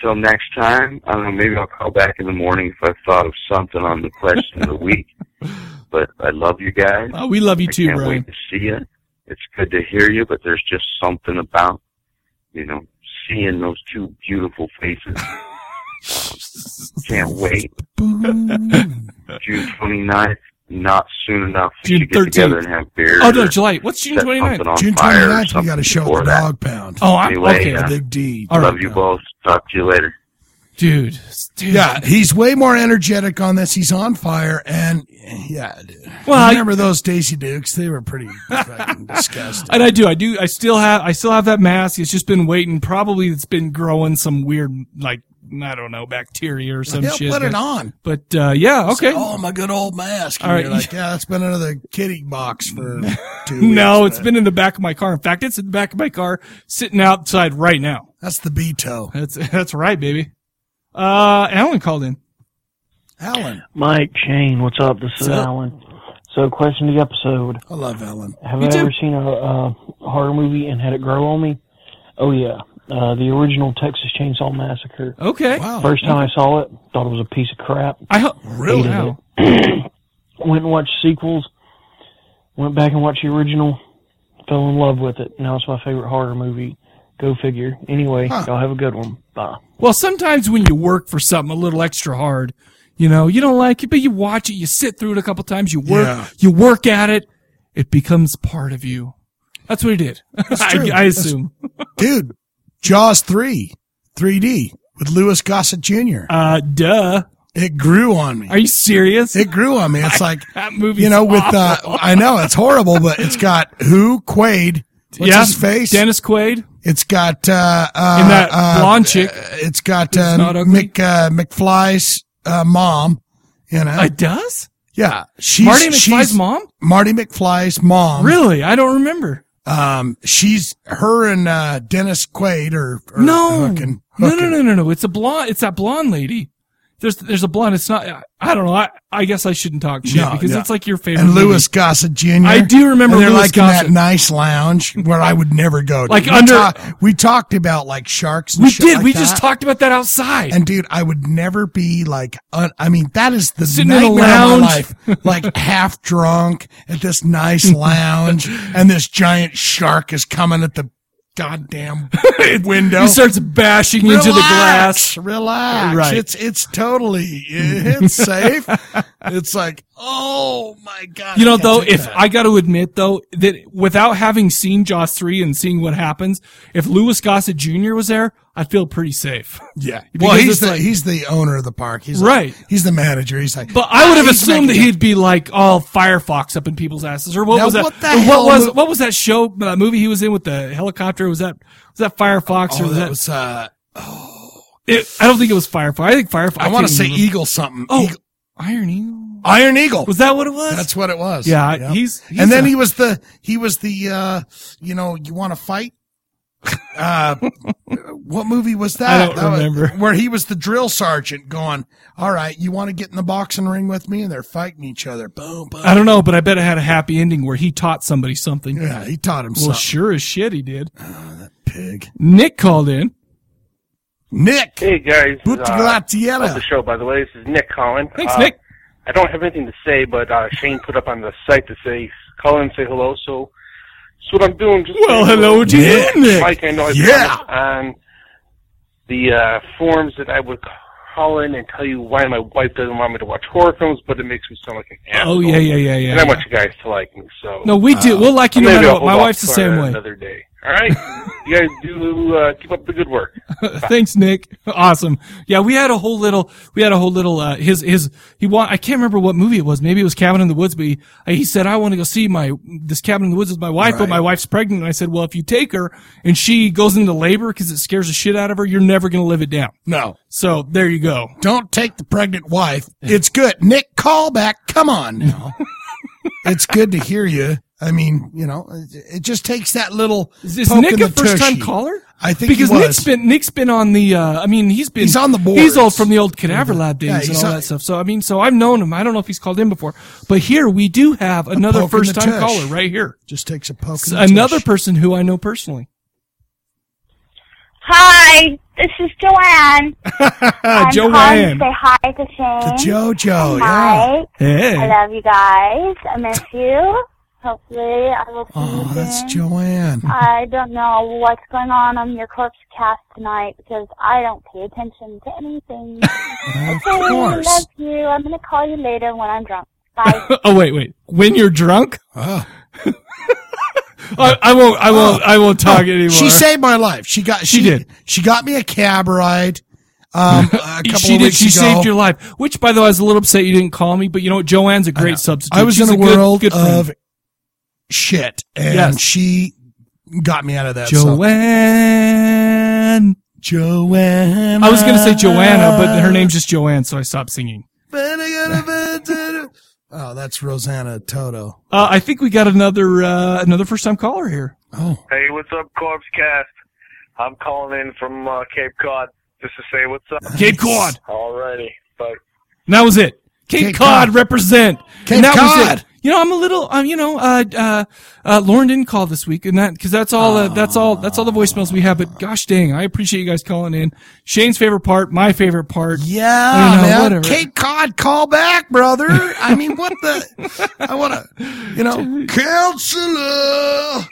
Speaker 10: till next time, I don't know. Maybe I'll call back in the morning if I thought of something on the question of the week. But I love you guys.
Speaker 1: Oh, we love you too,
Speaker 10: I can't
Speaker 1: Brian.
Speaker 10: wait to see you. It's good to hear you, but there's just something about you know seeing those two beautiful faces. Um, can't wait.
Speaker 2: Boom.
Speaker 10: June 29th, not soon enough. We
Speaker 1: June
Speaker 10: should get
Speaker 1: 13th.
Speaker 10: together and have beers.
Speaker 1: Oh no,
Speaker 10: or
Speaker 1: July. What's June
Speaker 10: set
Speaker 1: 29th?
Speaker 10: something on
Speaker 2: June
Speaker 10: fire or
Speaker 2: 29th, we got
Speaker 10: something
Speaker 2: to show
Speaker 10: before
Speaker 2: the
Speaker 10: that.
Speaker 2: dog pound.
Speaker 1: Oh, I'm
Speaker 10: Anyway,
Speaker 1: okay,
Speaker 10: uh,
Speaker 2: Big D.
Speaker 1: All right.
Speaker 10: Love you both. Talk to you later.
Speaker 1: dude. dude.
Speaker 2: Yeah, he's way more energetic on this. He's on fire, and yeah, dude.
Speaker 1: Well, I-
Speaker 2: remember those Daisy Dukes? They were pretty fucking disgusting.
Speaker 1: And I do, I do, I still have, I still have that mask. It's just been waiting. Probably it's been growing some weird, like I don't know, bacteria or some
Speaker 2: Yeah,
Speaker 1: shit.
Speaker 2: put it
Speaker 1: but,
Speaker 2: on.
Speaker 1: But uh, yeah, okay.
Speaker 2: Oh, my good old mask. And
Speaker 1: All right.
Speaker 2: you're like, yeah, that's been under the kitty box for two weeks.
Speaker 1: no, it's
Speaker 2: but
Speaker 1: been in the back of my car. In fact, it's in the back of my car, sitting outside right now.
Speaker 2: That's the Beto.
Speaker 1: That's that's right, baby. Uh, Alan called in.
Speaker 2: Alan.
Speaker 9: Mike, Shane, what's up? This is
Speaker 2: What's up?
Speaker 9: Alan. So, question of the episode:
Speaker 2: I love Alan.
Speaker 9: Have
Speaker 1: You
Speaker 9: I
Speaker 1: too.
Speaker 9: ever seen a, uh horror movie and had it grow on me? Oh yeah, uh, the original Texas Chainsaw Massacre.
Speaker 1: Okay,
Speaker 2: Wow.
Speaker 9: First time I saw it, thought it was a piece of crap.
Speaker 1: I hope.
Speaker 2: Really?
Speaker 1: Wow.
Speaker 9: Went and watched sequels. Went back and watched the original. Fell in love with it. Now it's my favorite horror movie. Go figure. Anyway,
Speaker 1: Huh.
Speaker 9: y'all have a good one. Bye.
Speaker 1: Well, sometimes when you work for something a little extra hard, you know, you don't like it, but you watch it, you sit through it a couple times, you work,
Speaker 2: Yeah.
Speaker 1: you work at it, it becomes part of you. That's what he did. I,
Speaker 2: true.
Speaker 1: I
Speaker 2: That's-
Speaker 1: assume.
Speaker 2: Dude, Jaws 3, 3D with Lewis Gossett Jr.
Speaker 1: Uh, duh.
Speaker 2: It grew on me.
Speaker 1: Are you serious?
Speaker 2: It grew on me. It's like,
Speaker 1: that movie,
Speaker 2: you know, with, uh, I know it's horrible, but it's got who? Quaid. What's
Speaker 1: yeah,
Speaker 2: his face?
Speaker 1: Dennis Quaid.
Speaker 2: It's got, uh, uh,
Speaker 1: And that
Speaker 2: uh,
Speaker 1: blonde chick.
Speaker 2: uh, It's got,
Speaker 1: who's
Speaker 2: uh,
Speaker 1: not ugly.
Speaker 2: Mick, uh, McFly's, uh, mom. You know?
Speaker 1: It does?
Speaker 2: yeah. She's,
Speaker 1: Marty
Speaker 2: she's-
Speaker 1: McFly's mom?
Speaker 2: Marty McFly's mom.
Speaker 1: Really? I don't remember.
Speaker 2: Um, she's her and uh, Dennis Quaid are, are
Speaker 1: No.
Speaker 2: hooking,
Speaker 1: No,
Speaker 2: hooking.
Speaker 1: no, no, no, no. It's a blonde. It's that blonde lady. There's, there's a blonde. It's not. I, I don't know. I, I guess I shouldn't talk shit
Speaker 2: No,
Speaker 1: because
Speaker 2: no.
Speaker 1: it's like your favorite.
Speaker 2: And
Speaker 1: movie.
Speaker 2: Lewis Gossett Jr.
Speaker 1: I do remember
Speaker 2: And they're
Speaker 1: Louis
Speaker 2: like
Speaker 1: Gossett.
Speaker 2: in that nice lounge where I would never go. to.
Speaker 1: Like
Speaker 2: we
Speaker 1: under-
Speaker 2: talk- we talked about like sharks. And
Speaker 1: We
Speaker 2: shit
Speaker 1: did.
Speaker 2: like
Speaker 1: we just
Speaker 2: that.
Speaker 1: talked about that outside.
Speaker 2: And dude, I would never be like. Un- I mean, that is the
Speaker 1: Sitting in a
Speaker 2: nightmare of my
Speaker 1: lounge.
Speaker 2: life. Like half drunk at this nice lounge, and this giant shark is coming at the goddamn window.
Speaker 1: he starts bashing into the glass.
Speaker 2: Relax.
Speaker 1: Right.
Speaker 2: It's it's totally it's safe. it's like, oh my god.
Speaker 1: You know,
Speaker 2: can't
Speaker 1: though,
Speaker 2: do
Speaker 1: if
Speaker 2: that.
Speaker 1: I got to admit, though, that without having seen Jaws 3 and seeing what happens, if Lewis Gossett Jr. was there, I'd feel pretty safe.
Speaker 2: yeah. Well,
Speaker 1: because
Speaker 2: he's
Speaker 1: it's
Speaker 2: the
Speaker 1: like-
Speaker 2: he's the owner of the park. He's
Speaker 1: Right.
Speaker 2: Like, he's the manager. He's like.
Speaker 1: But I would have
Speaker 2: "Ah, he's
Speaker 1: assumed that
Speaker 2: making-
Speaker 1: he'd be like all Firefox up in people's asses, or what
Speaker 2: Now,
Speaker 1: was that?
Speaker 2: what the
Speaker 1: or
Speaker 2: hell
Speaker 1: was
Speaker 2: mo-
Speaker 1: what was that show that movie he was in with the helicopter? Was that was that Firefox or
Speaker 2: Oh,
Speaker 1: was that?
Speaker 2: that was. Uh,
Speaker 1: it, I don't think it was Firefox. I think Firefox.
Speaker 2: I want
Speaker 1: can't
Speaker 2: to say
Speaker 1: remember.
Speaker 2: Eagle something.
Speaker 1: Oh,
Speaker 2: Eagle-
Speaker 1: Iron Eagle.
Speaker 2: Iron Eagle.
Speaker 1: Was that what it was?
Speaker 2: That's what it was.
Speaker 1: Yeah,
Speaker 2: Yep.
Speaker 1: he's- he's
Speaker 2: and then
Speaker 1: a-
Speaker 2: he was the he was the uh, you know you want to fight. Uh, what movie was that?
Speaker 1: I don't
Speaker 2: That was-
Speaker 1: remember.
Speaker 2: where he was the drill sergeant going, all right, you want to get in the boxing ring with me? And they're fighting each other. Boom, boom.
Speaker 1: I don't know, but I bet it had a happy ending where he taught somebody something.
Speaker 2: Yeah, he taught him
Speaker 1: Well,
Speaker 2: something.
Speaker 1: sure as shit he did.
Speaker 2: Pig.
Speaker 1: Nick called in.
Speaker 2: Nick
Speaker 7: Hey guys, this is, uh,
Speaker 2: Buttiglietta.
Speaker 7: love the show by the way. This is Nick calling.
Speaker 1: Thanks,
Speaker 7: Uh,
Speaker 1: Nick.
Speaker 7: I don't have anything to say, but uh, Shane put up on the site to say call in, say hello. So that's what I'm doing. Just
Speaker 1: Well, hello to you, Nick.
Speaker 7: Mike, I know I
Speaker 2: Yeah.
Speaker 7: promised on the uh, forums that I would call in and tell you why my wife doesn't want me to watch horror films, but it makes me sound like an asshole.
Speaker 1: Oh yeah, yeah, yeah, yeah.
Speaker 7: And I want you guys to like me. So Uh,
Speaker 1: No, we do. We'll like you no
Speaker 7: Maybe
Speaker 1: matter
Speaker 7: I'll
Speaker 1: what.
Speaker 7: hold
Speaker 1: My
Speaker 7: off
Speaker 1: wife's the
Speaker 7: for
Speaker 1: same way.
Speaker 7: Another day. All right, you guys do uh, keep up the good work.
Speaker 1: Thanks, Nick. Awesome. Yeah, we had a whole little, we had a whole little, uh, his, his, he want, I can't remember what movie it was. Maybe it was Cabin in the Woods, but he, uh, he said, I want to go see my, this Cabin in the Woods with my wife, but
Speaker 2: Right.
Speaker 1: my wife's pregnant. And I said, well, if you take her and she goes into labor because it scares the shit out of her, you're never going to live it down.
Speaker 2: No,
Speaker 1: So there you go.
Speaker 2: don't take the pregnant wife. It's good. Nick, call back. Come on now. it's good to hear you. I mean, you know, it, it just takes that little.
Speaker 1: Is, is
Speaker 2: poke
Speaker 1: Nick
Speaker 2: in
Speaker 1: a
Speaker 2: the
Speaker 1: first time
Speaker 2: tushy.
Speaker 1: caller?
Speaker 2: I think
Speaker 1: because
Speaker 2: he was.
Speaker 1: Nick's been Nick's been on the. Uh, I mean, he's been
Speaker 2: He's on the boards.
Speaker 1: He's old from the old Cadaver Lab days
Speaker 2: Yeah,
Speaker 1: and
Speaker 2: he's
Speaker 1: all
Speaker 2: on-
Speaker 1: that stuff. So I mean, so I've known him. I don't know if he's called in before, but here we do have another
Speaker 2: poke in the
Speaker 1: first time
Speaker 2: tush.
Speaker 1: caller right here.
Speaker 2: just takes a poke.
Speaker 1: It's
Speaker 2: in the
Speaker 1: another
Speaker 2: tush.
Speaker 1: person who I know personally.
Speaker 11: Hi, this is Joanne. I'm calling
Speaker 1: Joanne.
Speaker 11: to say hi to Shane.
Speaker 2: To JoJo, yeah.
Speaker 11: Hi. I
Speaker 1: Hey.
Speaker 11: love you guys. I miss you. Hopefully, I will see
Speaker 2: Oh,
Speaker 11: you
Speaker 2: that's
Speaker 11: soon.
Speaker 2: Joanne.
Speaker 11: I don't know what's going on on your corpse cast tonight because I don't pay attention to anything.
Speaker 2: Of
Speaker 11: Okay, I love
Speaker 2: course.
Speaker 11: you. I'm gonna call you later when I'm drunk. Bye.
Speaker 1: oh wait, wait. When you're drunk,
Speaker 2: Oh.
Speaker 1: I, I won't. I won't. I won't talk anymore.
Speaker 2: Oh. She saved my life. She got she,
Speaker 1: did.
Speaker 2: She got me a cab ride. Um, a couple
Speaker 1: She
Speaker 2: of
Speaker 1: did.
Speaker 2: weeks
Speaker 1: She
Speaker 2: ago.
Speaker 1: saved your life. Which, by the way, I was a little upset you didn't call me. But you know what? Joanne's a great substitute.
Speaker 2: I was
Speaker 1: She's
Speaker 2: in a,
Speaker 1: good-
Speaker 2: world
Speaker 1: good friend.
Speaker 2: of shit, and
Speaker 1: Yes.
Speaker 2: she got me out of that. so-
Speaker 1: Joanne.
Speaker 2: Joanne.
Speaker 1: I was going to say Joanna, but
Speaker 2: Uh-huh.
Speaker 1: her name's just Joanne, so I stopped singing.
Speaker 2: Oh, that's Rosanna Toto.
Speaker 1: Uh, I think we got another uh, another first time caller here.
Speaker 2: Oh,
Speaker 12: Hey, what's up, Corpse Cast? I'm calling in from uh, Cape Cod just to say what's up.
Speaker 1: Cape Cod.
Speaker 12: Alrighty, but
Speaker 1: And that was it. Cape,
Speaker 2: Cape
Speaker 1: Cod,
Speaker 2: Cod.
Speaker 1: represent.
Speaker 2: Cape
Speaker 1: and that was
Speaker 2: Cod.
Speaker 1: it. You know, I'm a little, um, you know, uh, uh, uh, Lauren didn't call this week, and that because that's all, uh, that's all, that's all the voicemails we have. But gosh dang, I appreciate you guys calling in. Shane's favorite part, my favorite part.
Speaker 2: yeah,
Speaker 1: You know,
Speaker 2: man.
Speaker 1: whatever.
Speaker 2: Cape Cod, call back, brother. I mean, what the? I want to, you know, counselor.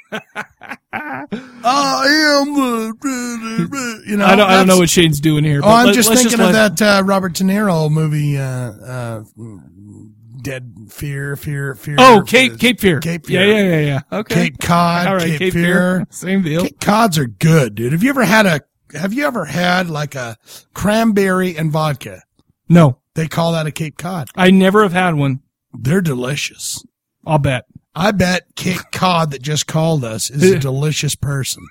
Speaker 2: I am the, you know.
Speaker 1: I don't, I don't know
Speaker 2: that's-
Speaker 1: what Shane's doing here.
Speaker 2: Oh, I'm
Speaker 1: let-
Speaker 2: just
Speaker 1: let's
Speaker 2: thinking of
Speaker 1: let-
Speaker 2: that uh, Robert De Niro movie, uh, uh, Dead Fear, Fear, Fear.
Speaker 1: Oh, Cape Cape Fear. Cape
Speaker 2: Fear.
Speaker 1: Yeah, yeah, yeah, yeah. Okay.
Speaker 2: Cape Cod,
Speaker 1: All right,
Speaker 2: Cape, Fear.
Speaker 1: Same deal.
Speaker 2: Cape Cods are good, dude. Have you ever had a? Have you ever had like a cranberry and vodka?
Speaker 1: No,
Speaker 2: They call that a Cape Cod.
Speaker 1: I never have had one.
Speaker 2: They're delicious.
Speaker 1: I'll bet.
Speaker 2: I bet Cape Cod that just called us is a delicious person.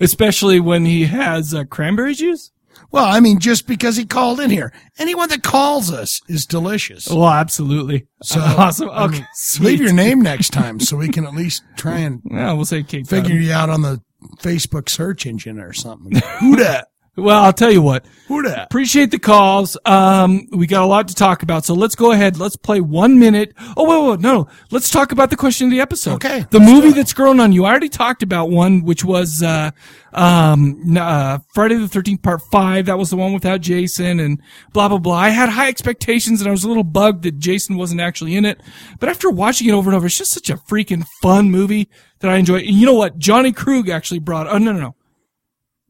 Speaker 1: Especially when he has uh, cranberry juice.
Speaker 2: Well, I mean, just because he called in here, anyone that calls us is delicious.
Speaker 1: Well, absolutely.
Speaker 2: So
Speaker 1: awesome.
Speaker 2: I mean,
Speaker 1: Okay.
Speaker 2: leave
Speaker 1: sweet.
Speaker 2: your name next time so we can at least try and
Speaker 1: Yeah, we'll say Cape
Speaker 2: figure
Speaker 1: Cod.
Speaker 2: you out on the Facebook search engine or something. Who that?
Speaker 1: Well, I'll tell you what.
Speaker 2: Who that?
Speaker 1: Appreciate the calls. Um, we got a lot to talk about, so let's go ahead. Let's play one minute. Oh, wait, wait, no. Let's talk about the question of the episode.
Speaker 2: Okay,
Speaker 1: The movie that's grown on you. I already talked about one, which was uh, um, n- uh, Friday the Thirteenth Part Five. That was the one without Jason and blah blah blah. I had high expectations, and I was a little bugged that Jason wasn't actually in it. But after watching it over and over, it's just such a freaking fun movie that I enjoy. And you know what? Johnny Krug actually brought. Oh no no no.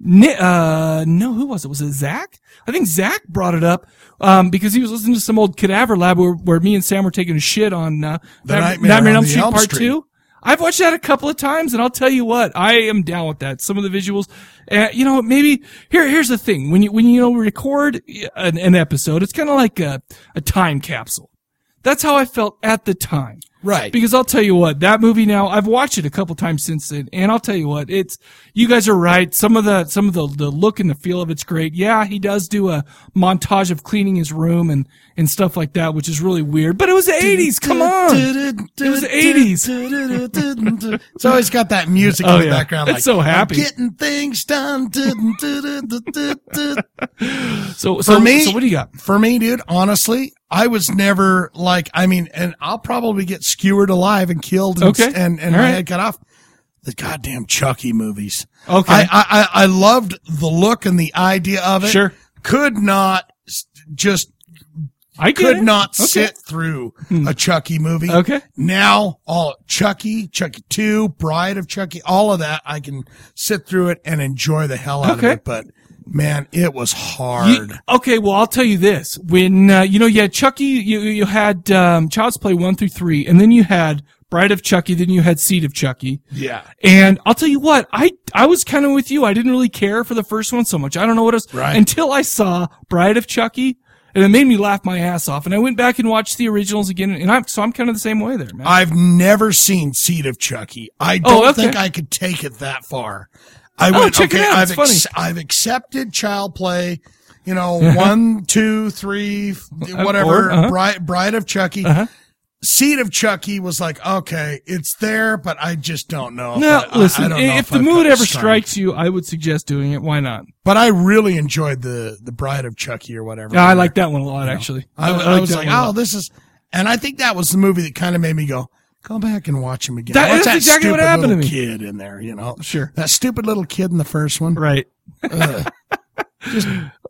Speaker 1: Ni- uh, no, who was it? Was it Zach? I think Zach brought it up um, because he was listening to some old Cadaver Lab where, where me and Sam were taking a shit on uh, Nightmare,
Speaker 2: The Nightmare
Speaker 1: Nightmare on
Speaker 2: on
Speaker 1: Elm
Speaker 2: the
Speaker 1: Street
Speaker 2: Elm
Speaker 1: Part
Speaker 2: Street.
Speaker 1: Two. I've watched that a couple of times, and I'll tell you what, I am down with that. Some of the visuals, uh, you know, maybe here. Here's the thing: when you when you know record uh, an, an episode, it's kind of like a, a time capsule. That's how I felt at the time.
Speaker 2: Right.
Speaker 1: Because I'll tell you what, that movie now, I've watched it a couple times since then, and I'll tell you what, it's, you guys are right. Some of the, some of the, the look and the feel of it's great. Yeah, he does do a montage of cleaning his room and, and stuff like that, which is really weird, but it was the 80s. Come on. It was the 80s.
Speaker 2: It's always got that music
Speaker 1: Oh,
Speaker 2: in the
Speaker 1: yeah.
Speaker 2: background.
Speaker 1: It's
Speaker 2: like,
Speaker 1: so happy.
Speaker 2: "I'm getting things done.
Speaker 1: So, so,
Speaker 2: for me,
Speaker 1: so what do you got?
Speaker 2: For me, dude, honestly, I was never like, I mean, and I'll probably get skewered alive and killed and,
Speaker 1: Okay.
Speaker 2: and, and
Speaker 1: All
Speaker 2: my
Speaker 1: right.
Speaker 2: head cut off. The goddamn Chucky movies.
Speaker 1: Okay.
Speaker 2: I, I, I- I loved the look and the idea of it.
Speaker 1: Sure.
Speaker 2: Could not s- just,
Speaker 1: I get
Speaker 2: could
Speaker 1: it.
Speaker 2: not
Speaker 1: Okay. Hmm.
Speaker 2: sit through a Chucky movie.
Speaker 1: Okay.
Speaker 2: Now, all Chucky, Chucky 2, Bride of Chucky, all of that, I can sit through it and enjoy the hell out
Speaker 1: Okay.
Speaker 2: of it. But man, it was hard.
Speaker 1: You- okay, well, I'll tell you this: when uh, you know you had Chucky, you you had um, Child's Play one through three, and then you had Bride of Chucky, then you had Seed of Chucky.
Speaker 2: Yeah.
Speaker 1: And I'll tell you what, I I was kind of with you. I didn't really care for the first one so much. I don't know what it was
Speaker 2: Right.
Speaker 1: until I saw Bride of Chucky, and it made me laugh my ass off. And I went back and watched the originals again, and I'm so I'm kind of the same way there, man.
Speaker 2: I've never seen Seed of Chucky. I
Speaker 1: Oh,
Speaker 2: don't
Speaker 1: okay.
Speaker 2: think I could take it that far. I
Speaker 1: Oh,
Speaker 2: went,
Speaker 1: check it
Speaker 2: okay,
Speaker 1: out. It's
Speaker 2: I've,
Speaker 1: funny.
Speaker 2: I've accepted child play, you know, one, two, three, f-
Speaker 1: Uh-huh. Uh,
Speaker 2: whatever,
Speaker 1: or, uh-huh.
Speaker 2: Bride, Bride of Chucky.
Speaker 1: Uh-huh.
Speaker 2: Seed of Chucky was like, okay, it's there, but I just don't know. if
Speaker 1: No,
Speaker 2: I- I- I
Speaker 1: listen.
Speaker 2: don't know
Speaker 1: if the
Speaker 2: I've
Speaker 1: mood
Speaker 2: got
Speaker 1: ever
Speaker 2: strength.
Speaker 1: strikes you, I would suggest doing it. Why not?
Speaker 2: but I really enjoyed the the Bride of Chucky or whatever.
Speaker 1: Yeah, I like that one a lot, actually.
Speaker 2: I,
Speaker 1: I
Speaker 2: I
Speaker 1: like
Speaker 2: was
Speaker 1: that
Speaker 2: like,
Speaker 1: one a
Speaker 2: oh,
Speaker 1: lot.
Speaker 2: this is, and I think that was the movie that kind of made me go, go back and watch him again.
Speaker 1: That-
Speaker 2: What's
Speaker 1: that's exactly what
Speaker 2: stupid
Speaker 1: happened to
Speaker 2: little
Speaker 1: me.
Speaker 2: Kid in there, you know,
Speaker 1: Sure.
Speaker 2: that stupid little kid in the first one,
Speaker 1: Right.
Speaker 2: Ugh.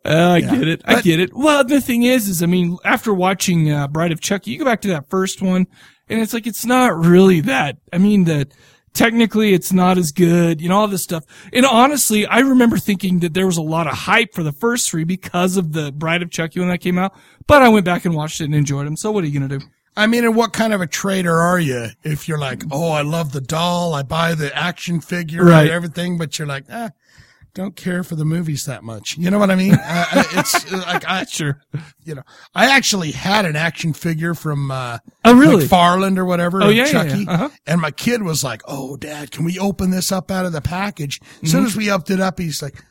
Speaker 1: Uh, I
Speaker 2: Yeah.
Speaker 1: get it. I
Speaker 2: But-
Speaker 1: get it. Well, the thing is, is I mean, after watching uh, Bride of Chucky, you go back to that first one, and it's like it's not really that. I mean, that technically it's not as good, you know, all this stuff. And honestly, I remember thinking that there was a lot of hype for the first three because of the Bride of Chucky when that came out. But I went back and watched it and enjoyed them. So what are you gonna do?
Speaker 2: I mean, and what kind of a traitor are you if you're like, oh, I love the doll, I buy the action figure
Speaker 1: Right.
Speaker 2: and everything, but you're like, eh, don't care for the movies that much. You know what I mean? uh, uh, it's uh, like I
Speaker 1: sure,
Speaker 2: you know, I actually had an action figure from uh,
Speaker 1: Oh, really?
Speaker 2: McFarland or whatever,
Speaker 1: Oh,
Speaker 2: of
Speaker 1: yeah, yeah,
Speaker 2: Chucky,
Speaker 1: yeah. Uh-huh.
Speaker 2: and my kid was like, "Oh, Dad, can we open this up out of the package?" As soon as we opened it up, he's like,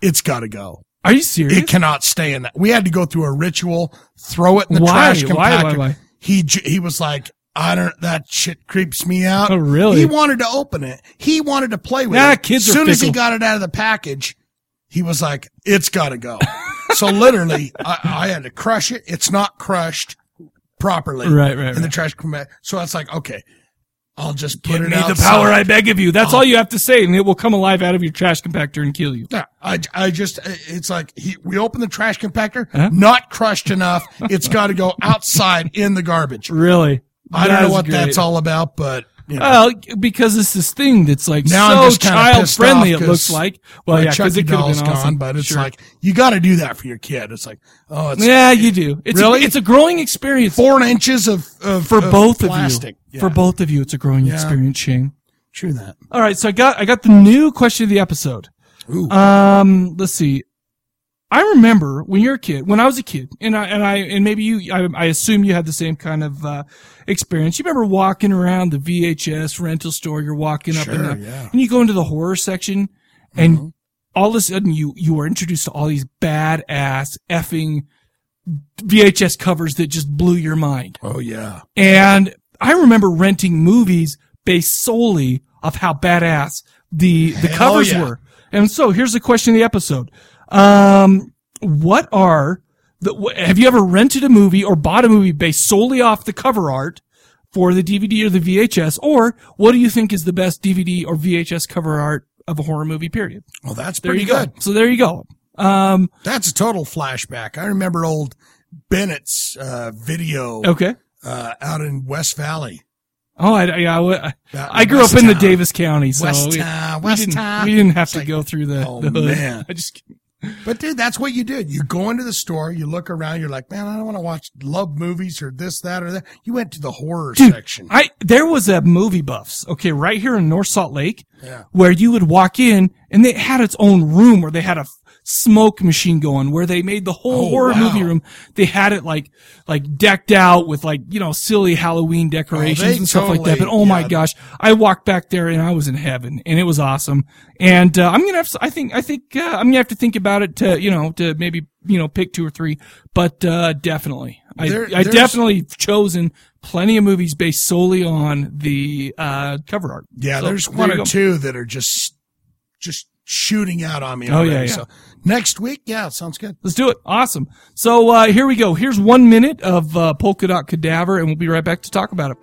Speaker 2: "It's got to go."
Speaker 1: Mm-hmm. Are you serious?
Speaker 2: It cannot stay in that. We had to go through a ritual, throw it in the
Speaker 1: Why?
Speaker 2: trash compactor.
Speaker 1: Why, why, why?
Speaker 2: He j- he was like, I don't. That shit creeps me out.
Speaker 1: Oh, really?
Speaker 2: He wanted to open it. He wanted to play with
Speaker 1: Nah,
Speaker 2: it.
Speaker 1: kids are
Speaker 2: As soon as he
Speaker 1: fickle.
Speaker 2: got it out of the package, he was like, "It's got to go." so literally, I, I had to crush it. It's not crushed properly.
Speaker 1: Right, right,
Speaker 2: In the
Speaker 1: right.
Speaker 2: trash compactor. So it's like, okay, I'll just put
Speaker 1: Give
Speaker 2: it
Speaker 1: me
Speaker 2: outside.
Speaker 1: the power, I beg of you. That's
Speaker 2: Oh.
Speaker 1: all you have to say, and it will come alive out of your trash compactor and kill you.
Speaker 2: Yeah, I, I just, uh, it's like he, we opened the trash compactor,
Speaker 1: Uh-huh.
Speaker 2: not crushed enough. It's got to go outside in the garbage.
Speaker 1: Really?
Speaker 2: I don't know
Speaker 1: That's
Speaker 2: what
Speaker 1: great.
Speaker 2: that's all about, but you know.
Speaker 1: Well, because it's this thing that's like
Speaker 2: now I'm
Speaker 1: so
Speaker 2: just kinda
Speaker 1: child
Speaker 2: pissed
Speaker 1: friendly.
Speaker 2: off
Speaker 1: It looks
Speaker 2: 'cause
Speaker 1: like. Well,
Speaker 2: my
Speaker 1: yeah, because
Speaker 2: Chucky
Speaker 1: it could have
Speaker 2: doll's
Speaker 1: been
Speaker 2: gone,
Speaker 1: awesome.
Speaker 2: but it's
Speaker 1: Sure.
Speaker 2: like you got to do that for your kid. It's like oh, it's
Speaker 1: yeah, you do. It's
Speaker 2: really
Speaker 1: a, it's a growing experience.
Speaker 2: Four inches of, of
Speaker 1: for
Speaker 2: of
Speaker 1: both
Speaker 2: plastic.
Speaker 1: of you.
Speaker 2: Yeah.
Speaker 1: For both of you, it's a growing
Speaker 2: Yeah.
Speaker 1: experience, Shane.
Speaker 2: True that.
Speaker 1: All right, so I got I got the new question of the episode.
Speaker 2: Ooh.
Speaker 1: Um, let's see. I remember when you're a kid, when I was a kid, and I and I and maybe you, I, I assume you had the same kind of uh, experience. You remember walking around the VHS rental store. You're walking up
Speaker 2: Sure,
Speaker 1: and,
Speaker 2: yeah. Mm-hmm.
Speaker 1: and you go into the horror section, and all of a sudden you you are introduced to all these badass effing VHS covers that just blew your mind.
Speaker 2: Oh yeah.
Speaker 1: And I remember renting movies based solely of how badass the the
Speaker 2: Hell
Speaker 1: covers
Speaker 2: yeah.
Speaker 1: were. And so here's the question of the episode. Um, what are the, wh- have you ever rented a movie or bought a movie based solely off the cover art for the DVD or the VHS? Or what do you think is the best DVD or VHS cover art of a horror movie period?
Speaker 2: Well, that's
Speaker 1: There
Speaker 2: pretty
Speaker 1: you go.
Speaker 2: good.
Speaker 1: So there you go. Um,
Speaker 2: that's a total flashback. I remember old Bennett's uh, video.
Speaker 1: Okay.
Speaker 2: Uh, out in West Valley.
Speaker 1: Oh, I, I, I, I-
Speaker 2: That
Speaker 1: I grew
Speaker 2: West
Speaker 1: up in the
Speaker 2: Town.
Speaker 1: Davis County, so
Speaker 2: West
Speaker 1: we,
Speaker 2: Town,
Speaker 1: we
Speaker 2: West
Speaker 1: didn't,
Speaker 2: Town.
Speaker 1: we didn't have to go through the,
Speaker 2: Oh
Speaker 1: the hood.
Speaker 2: man,
Speaker 1: I just.
Speaker 2: But dude, that's what you did. You go into the store, you look around, you're like, man, I don't want to watch love movies or this, that, or that. You went to the horror section.
Speaker 1: I there was a movie buffs, okay, right here in North Salt Lake,
Speaker 2: Yeah.
Speaker 1: where you would walk in and they had its own room where they had a f- smoke machine going, where they made the whole
Speaker 2: Oh,
Speaker 1: horror
Speaker 2: wow.
Speaker 1: movie room. They had it like like decked out with like you know silly Halloween decorations and stuff like that.
Speaker 2: Oh, totally-
Speaker 1: But oh my
Speaker 2: yeah.
Speaker 1: gosh, I walked back there and I was in heaven, and it was awesome. And uh, I'm gonna have s- I think I think uh, I'm gonna have to think about it to you know to maybe you know pick two or three, but uh, definitely. I,
Speaker 2: There-
Speaker 1: I
Speaker 2: there's-
Speaker 1: definitely chosen plenty of movies based solely on the uh, cover art.
Speaker 2: Yeah,
Speaker 1: So,
Speaker 2: there's
Speaker 1: there
Speaker 2: one
Speaker 1: you
Speaker 2: or
Speaker 1: go.
Speaker 2: two that are just just shooting out on me.
Speaker 1: Oh,
Speaker 2: already.
Speaker 1: yeah, yeah.
Speaker 2: So next week, yeah, sounds good.
Speaker 1: Let's do it. Awesome. So uh, here we go. Here's one minute of uh, Polka Dot Cadaver, and we'll be right back to talk about it.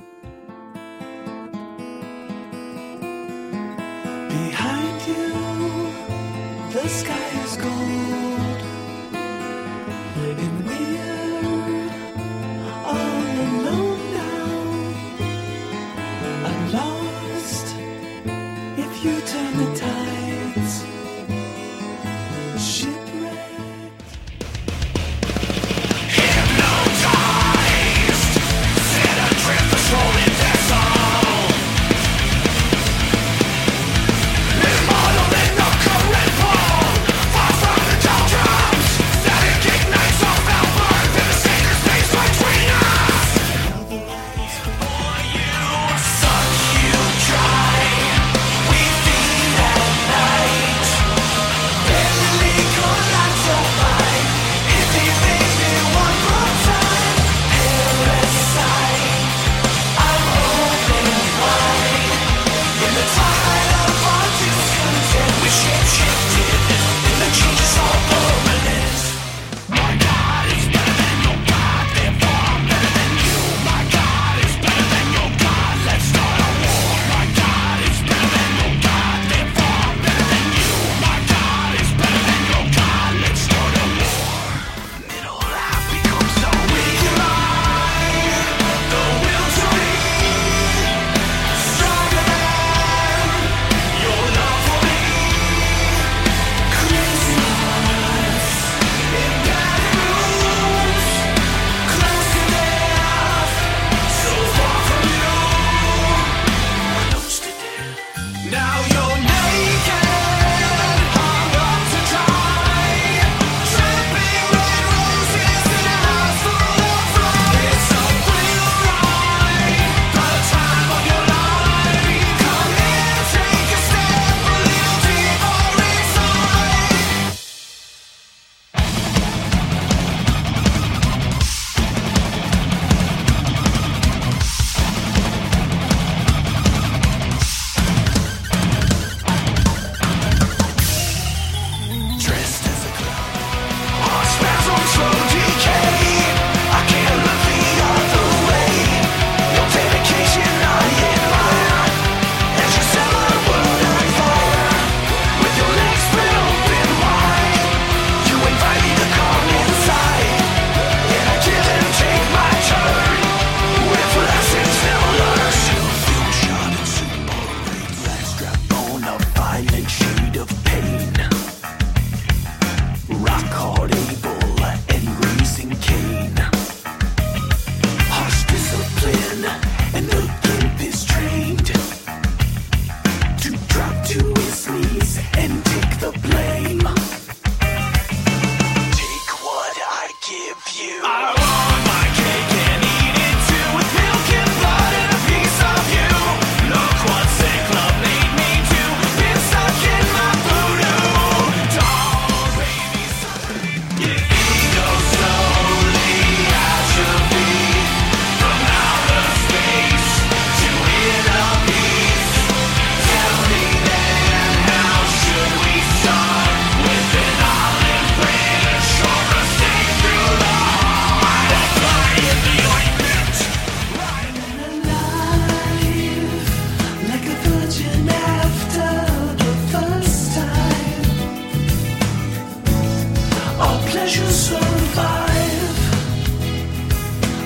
Speaker 13: Behind you, the sky is gold. And we're all alone now. I'm lost if you turn the tides. Shipwreck. Hypnotized, set adrift the shore.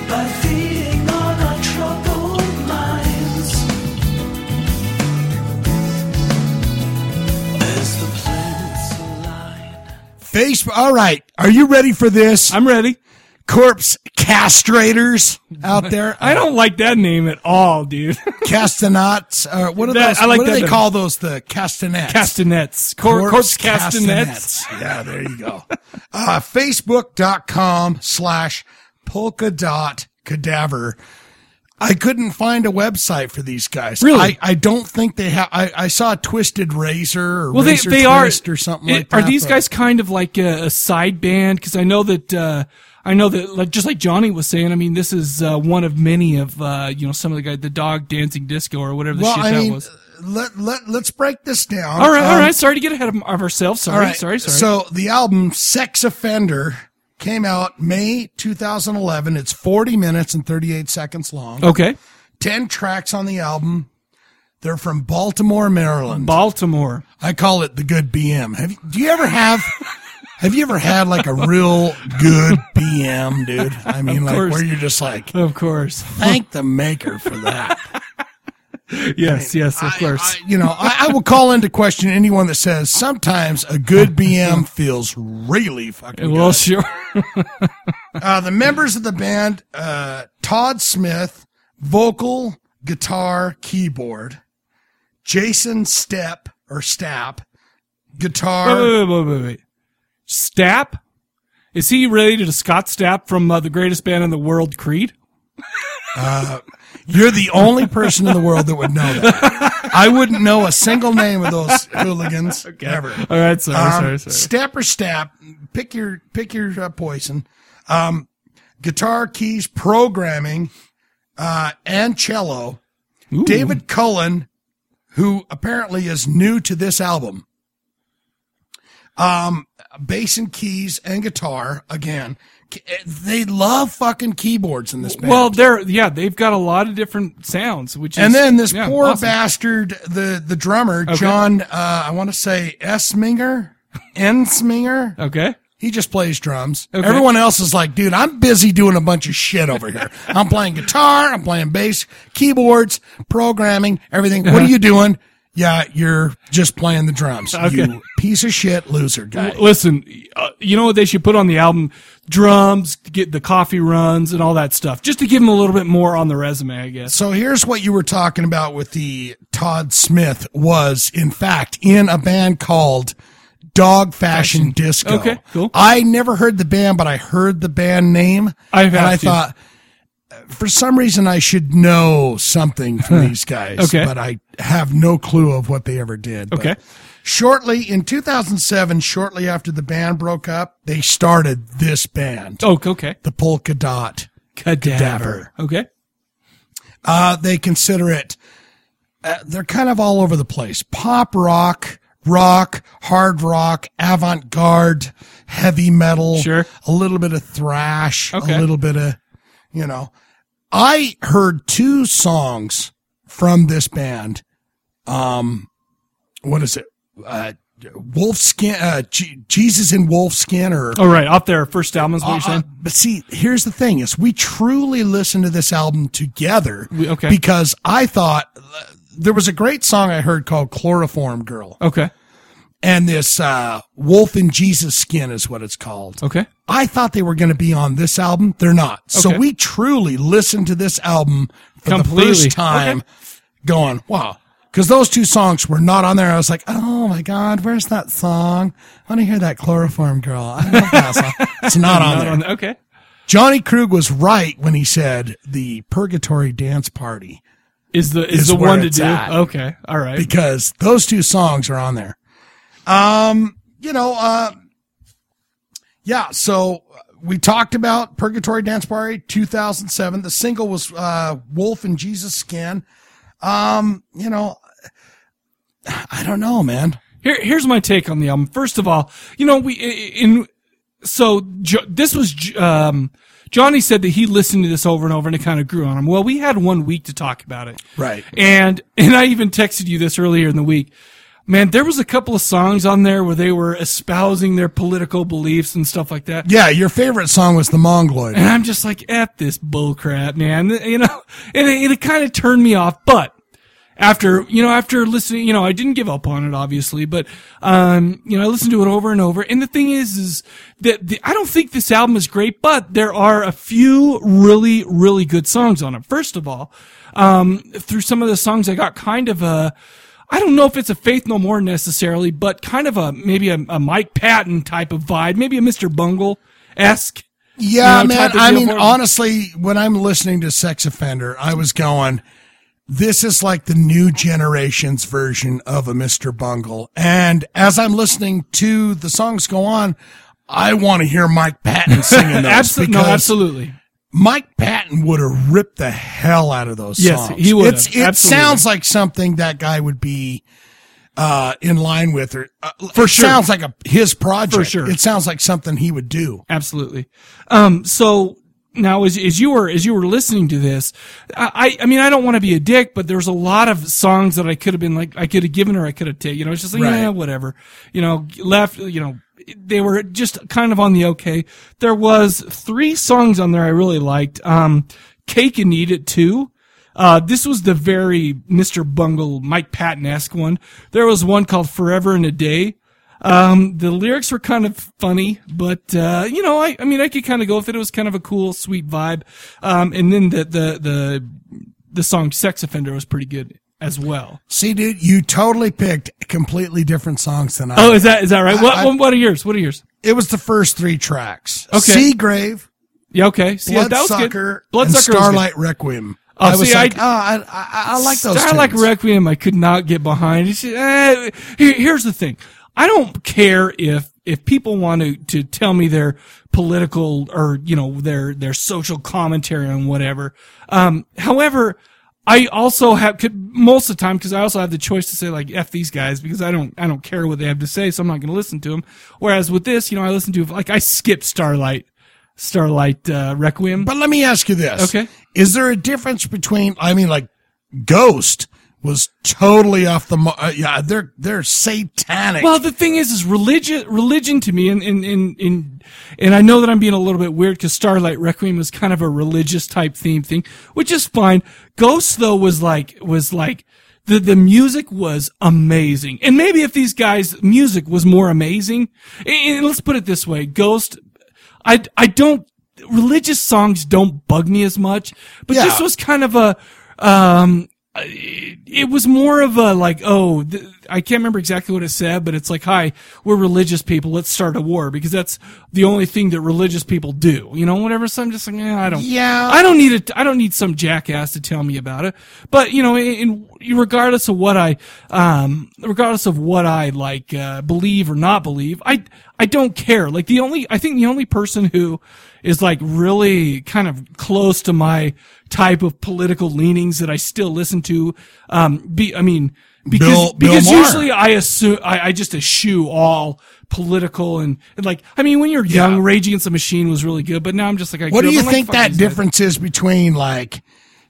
Speaker 13: by feeding on our troubled minds. As the planets align.
Speaker 2: Facebook. All right. Are you ready for this? I'm
Speaker 1: ready.
Speaker 2: Corpse castrators out there.
Speaker 1: I don't like that name at all, dude.
Speaker 2: Castanets. Uh, what are
Speaker 1: That-
Speaker 2: those?
Speaker 1: I like
Speaker 2: what do
Speaker 1: that
Speaker 2: they
Speaker 1: name.
Speaker 2: call those? The castanets.
Speaker 1: Castanets. Cor- corpse castanets.
Speaker 2: Yeah, there you go. uh, Facebook.com slash polka dot cadaver. I couldn't find a website for these guys.
Speaker 1: Really?
Speaker 2: I, I don't think they have. I, I saw Twisted Razor or
Speaker 1: well, they,
Speaker 2: Razor
Speaker 1: they are
Speaker 2: Twist or something
Speaker 1: it-
Speaker 2: like that.
Speaker 1: Are these
Speaker 2: but-
Speaker 1: guys kind of like a, a side band? Because I know that uh, I know that like just like Johnny was saying. I mean, this is uh, one of many of uh, you know some of the guy the dog dancing disco or whatever the
Speaker 2: Well,
Speaker 1: shit
Speaker 2: I
Speaker 1: that
Speaker 2: mean,
Speaker 1: was.
Speaker 2: let, let, let's break this down.
Speaker 1: All right, all
Speaker 2: Um,
Speaker 1: right. Sorry to get ahead of, of ourselves. Sorry,
Speaker 2: All right,
Speaker 1: sorry, sorry.
Speaker 2: So the album Sex Offender came out May 2011. It's 40 minutes and 38 seconds long.
Speaker 1: Okay.
Speaker 2: 10 tracks on the album. They're from Baltimore, Maryland.
Speaker 1: Baltimore.
Speaker 2: I call it the good BM. Have you, do you ever have have you ever had like a real good BM, dude? I mean
Speaker 1: Of
Speaker 2: like
Speaker 1: course.
Speaker 2: where you're just like
Speaker 1: Of course.
Speaker 2: Thank the maker for that.
Speaker 1: yes, yes, of course.
Speaker 2: you know, I, I will call into question anyone that says sometimes a good BM feels really fucking
Speaker 1: well,
Speaker 2: good.
Speaker 1: sure.
Speaker 2: uh, the members of the band, uh, Todd Smith, vocal, guitar, keyboard, Jason Step or Stapp, guitar.
Speaker 1: Wait, wait, wait, wait, wait, wait. Stapp? Is he related to Scott Stapp from uh, the greatest band in the world, Creed?
Speaker 2: Uh, you're the only person in the world that would know that. I wouldn't know a single name of those hooligans ever.
Speaker 1: All right, sorry,
Speaker 2: Um,
Speaker 1: sorry, sorry.
Speaker 2: Step or step, pick your pick your uh, poison. Um, guitar keys, programming, uh, and cello. David Cullen, who apparently is new to this album. Um, bass and keys and guitar again. K- eh, They love fucking keyboards in this band.
Speaker 1: Well, they're yeah, they've got a lot of different sounds, which is
Speaker 2: and then this
Speaker 1: yeah,
Speaker 2: poor
Speaker 1: awesome.
Speaker 2: bastard, the the drummer
Speaker 1: Okay.
Speaker 2: John, uh, I want to say Esminger, Ensminger.
Speaker 1: Okay,
Speaker 2: he just plays drums.
Speaker 1: Okay.
Speaker 2: Everyone else is like, dude, I'm busy doing a bunch of shit over here. I'm playing guitar, I'm playing bass, keyboards, programming, everything.
Speaker 1: Uh-huh.
Speaker 2: What are you doing? Yeah, you're just playing the drums.
Speaker 1: Okay.
Speaker 2: You piece of shit loser guy.
Speaker 1: L- Listen, uh, you know what they should put on the album? Drums, get the coffee runs, and all that stuff, just to give them a little bit more on the resume, I guess.
Speaker 2: So here's what you were talking about with the Todd Smith was in fact in a band called Dog Fashion, Disco.
Speaker 1: Okay, cool.
Speaker 2: I never heard the band, but I heard the band name.
Speaker 1: I
Speaker 2: and
Speaker 1: have
Speaker 2: I
Speaker 1: to.
Speaker 2: thought for some reason I should know something from these guys.
Speaker 1: Okay.
Speaker 2: But I have no clue of what they ever did.
Speaker 1: Okay.
Speaker 2: But shortly in 2007, shortly after the band broke up, they started this band.
Speaker 1: Oh, okay.
Speaker 2: The Polka Dot
Speaker 1: Cadaver. Okay.
Speaker 2: Uh, they consider it, uh, they're kind of all over the place. Pop rock, rock, hard rock, avant garde, heavy metal. Sure. A little bit of thrash.
Speaker 1: Okay.
Speaker 2: A little bit of, you know. I heard two songs from this band. Um, what is it? Uh, Wolf Skin, uh, G- Jesus in Wolf Skin or.
Speaker 1: All Oh, right, off their first album is what you're
Speaker 2: Uh, uh,
Speaker 1: saying.
Speaker 2: but see, here's the thing: is we truly listened to this album together.
Speaker 1: okay.
Speaker 2: Because I thought uh, there was a great song I heard called "Chloroform Girl."
Speaker 1: Okay.
Speaker 2: And this uh, "Wolf in Jesus Skin" is what it's called.
Speaker 1: Okay.
Speaker 2: I thought they were going to be on this album. They're not. So
Speaker 1: Okay.
Speaker 2: we truly listened to this album for
Speaker 1: Completely.
Speaker 2: the first time,
Speaker 1: Okay.
Speaker 2: going, "Wow." Because those two songs were not on there. I was like, oh my God, where's that song? I want to hear that chloroform girl. I love that song. It's not on there.
Speaker 1: okay.
Speaker 2: Johnny Krug was right when he said the purgatory dance party
Speaker 1: Is the is, the
Speaker 2: where
Speaker 1: one to
Speaker 2: it's
Speaker 1: do?
Speaker 2: at.
Speaker 1: Okay. All right.
Speaker 2: because those two songs are on there. Um, you know, uh, yeah. So we talked about Purgatory Dance Party 2007. The single was uh, Wolf in Jesus Skin. Um, you know, I don't know, man.
Speaker 1: Here, here's my take on the album. First of all, you know, we in so jo- this was J- um, Johnny said that he listened to this over and over, and it kind of grew on him. Well, we had one week to talk about it,
Speaker 2: Right.
Speaker 1: And and I even texted you this earlier in the week. Man, there was a couple of songs on there where they were espousing their political beliefs and stuff like that.
Speaker 2: Yeah, your favorite song was the Mongoloid.
Speaker 1: And I'm just like, F this bullcrap, man. You know, and it, it kind of turned me off. But after, you know, after listening, you know, I didn't give up on it, obviously, but, um, you know, I listened to it over and over. And the thing is, is that the, I don't think this album is great, but there are a few really, really good songs on it. First of all, um, through some of the songs, I got kind of a, I don't know if it's a Faith No More necessarily, but kind of a maybe a, a Mike Patton type of vibe, maybe a Mr. Bungle esque.
Speaker 2: Yeah, man. I mean, honestly, when I'm listening to Sex Offender, I was going, this is like the new generation's version of a Mr. Bungle. And as I'm listening to the songs go on, I want to hear Mike Patton singing those.
Speaker 1: Absol- no,
Speaker 2: because
Speaker 1: absolutely.
Speaker 2: Mike Patton would have ripped the hell out of those
Speaker 1: Yes,
Speaker 2: songs.
Speaker 1: he would
Speaker 2: It's,
Speaker 1: have.
Speaker 2: it
Speaker 1: Absolutely.
Speaker 2: sounds like something that guy would be uh, in line with, or uh,
Speaker 1: For
Speaker 2: it
Speaker 1: sure.
Speaker 2: Sounds like a his project.
Speaker 1: For sure.
Speaker 2: it sounds like something he would do.
Speaker 1: Absolutely. Um, so now as, as you were, as you were listening to this, I, I I mean, I don't want to be a dick, but there's a lot of songs that I could have been like, I could have given her, I could have taken, you know, it's just like,
Speaker 2: Right.
Speaker 1: yeah, whatever, you know, left, you know, they were just kind of on the okay. There was three songs on there I really liked. Um, Cake and Eat It Too. Uh, this was the very Mr. Bungle, Mike Patton-esque one. There was one called Forever in a Day. Um, the lyrics were kind of funny, but, uh, you know, I, I mean, I could kind of go with it. It was kind of a cool, sweet vibe. Um, and then the, the, the, the song Sex Offender was pretty good as well.
Speaker 2: See, dude, you totally picked completely different songs than I.
Speaker 1: Oh, is that, is that right?
Speaker 2: I-
Speaker 1: What,
Speaker 2: I-
Speaker 1: what, what are yours? What are yours?
Speaker 2: It was the first three tracks.
Speaker 1: Okay.
Speaker 2: Seagrave.
Speaker 1: Yeah, okay. See, that was good.
Speaker 2: Bloodsucker and
Speaker 1: Bloodsucker was good.
Speaker 2: Starlight Requiem.
Speaker 1: Oh,
Speaker 2: I was
Speaker 1: see,
Speaker 2: like,
Speaker 1: I,
Speaker 2: oh, I, I, I like those
Speaker 1: Starlight
Speaker 2: tunes.
Speaker 1: Requiem, I could not get behind. It's, eh, here- here's the thing. I don't care if, if people want to, to tell me their political or, you know, their, their social commentary on whatever. Um, however, I also have, could, most of the time, cause I also have the choice to say like, F these guys because I don't, I don't care what they have to say. So I'm not going to listen to them. Whereas with this, you know, I listen to, like, I skip Starlight, Starlight, uh, Requiem.
Speaker 2: But let me ask you this.
Speaker 1: Okay.
Speaker 2: Is there a difference between, I mean, like Ghost was totally off the, mar- uh, yeah, they're, they're satanic.
Speaker 1: Well, the thing is, is religion, religion to me, and in in in, and I know that I'm being a little bit weird because Starlight Requiem was kind of a religious type theme thing, which is fine. Ghost though was like was like the the music was amazing, and maybe if these guys' music was more amazing, and, and let's put it this way, Ghost, I I don't religious songs don't bug me as much, but
Speaker 2: Yeah.
Speaker 1: this was kind of a um it was more of a like, oh, th- I can't remember exactly what it said, but it's like, hi, we're religious people. Let's start a war because that's the only thing that religious people do. You know, whatever. So I'm just like, yeah, I don't,
Speaker 2: Yeah.
Speaker 1: I don't need it. I don't need some jackass to tell me about it. But you know, in, in regardless of what I, um, regardless of what I like, uh, believe or not believe, I, I don't care. Like the only, I think the only person who is like really kind of close to my type of political leanings that I still listen to. Um, be, I mean, because,
Speaker 2: Bill- Bill
Speaker 1: because
Speaker 2: Maher.
Speaker 1: usually I assume, I, I just eschew all political and, and like, I mean, when you're young, Rage Against the Machine was really good, but now I'm just like, I grew
Speaker 2: what do
Speaker 1: up,
Speaker 2: you
Speaker 1: I'm like,
Speaker 2: think
Speaker 1: fuck
Speaker 2: that
Speaker 1: these guys.
Speaker 2: difference is between like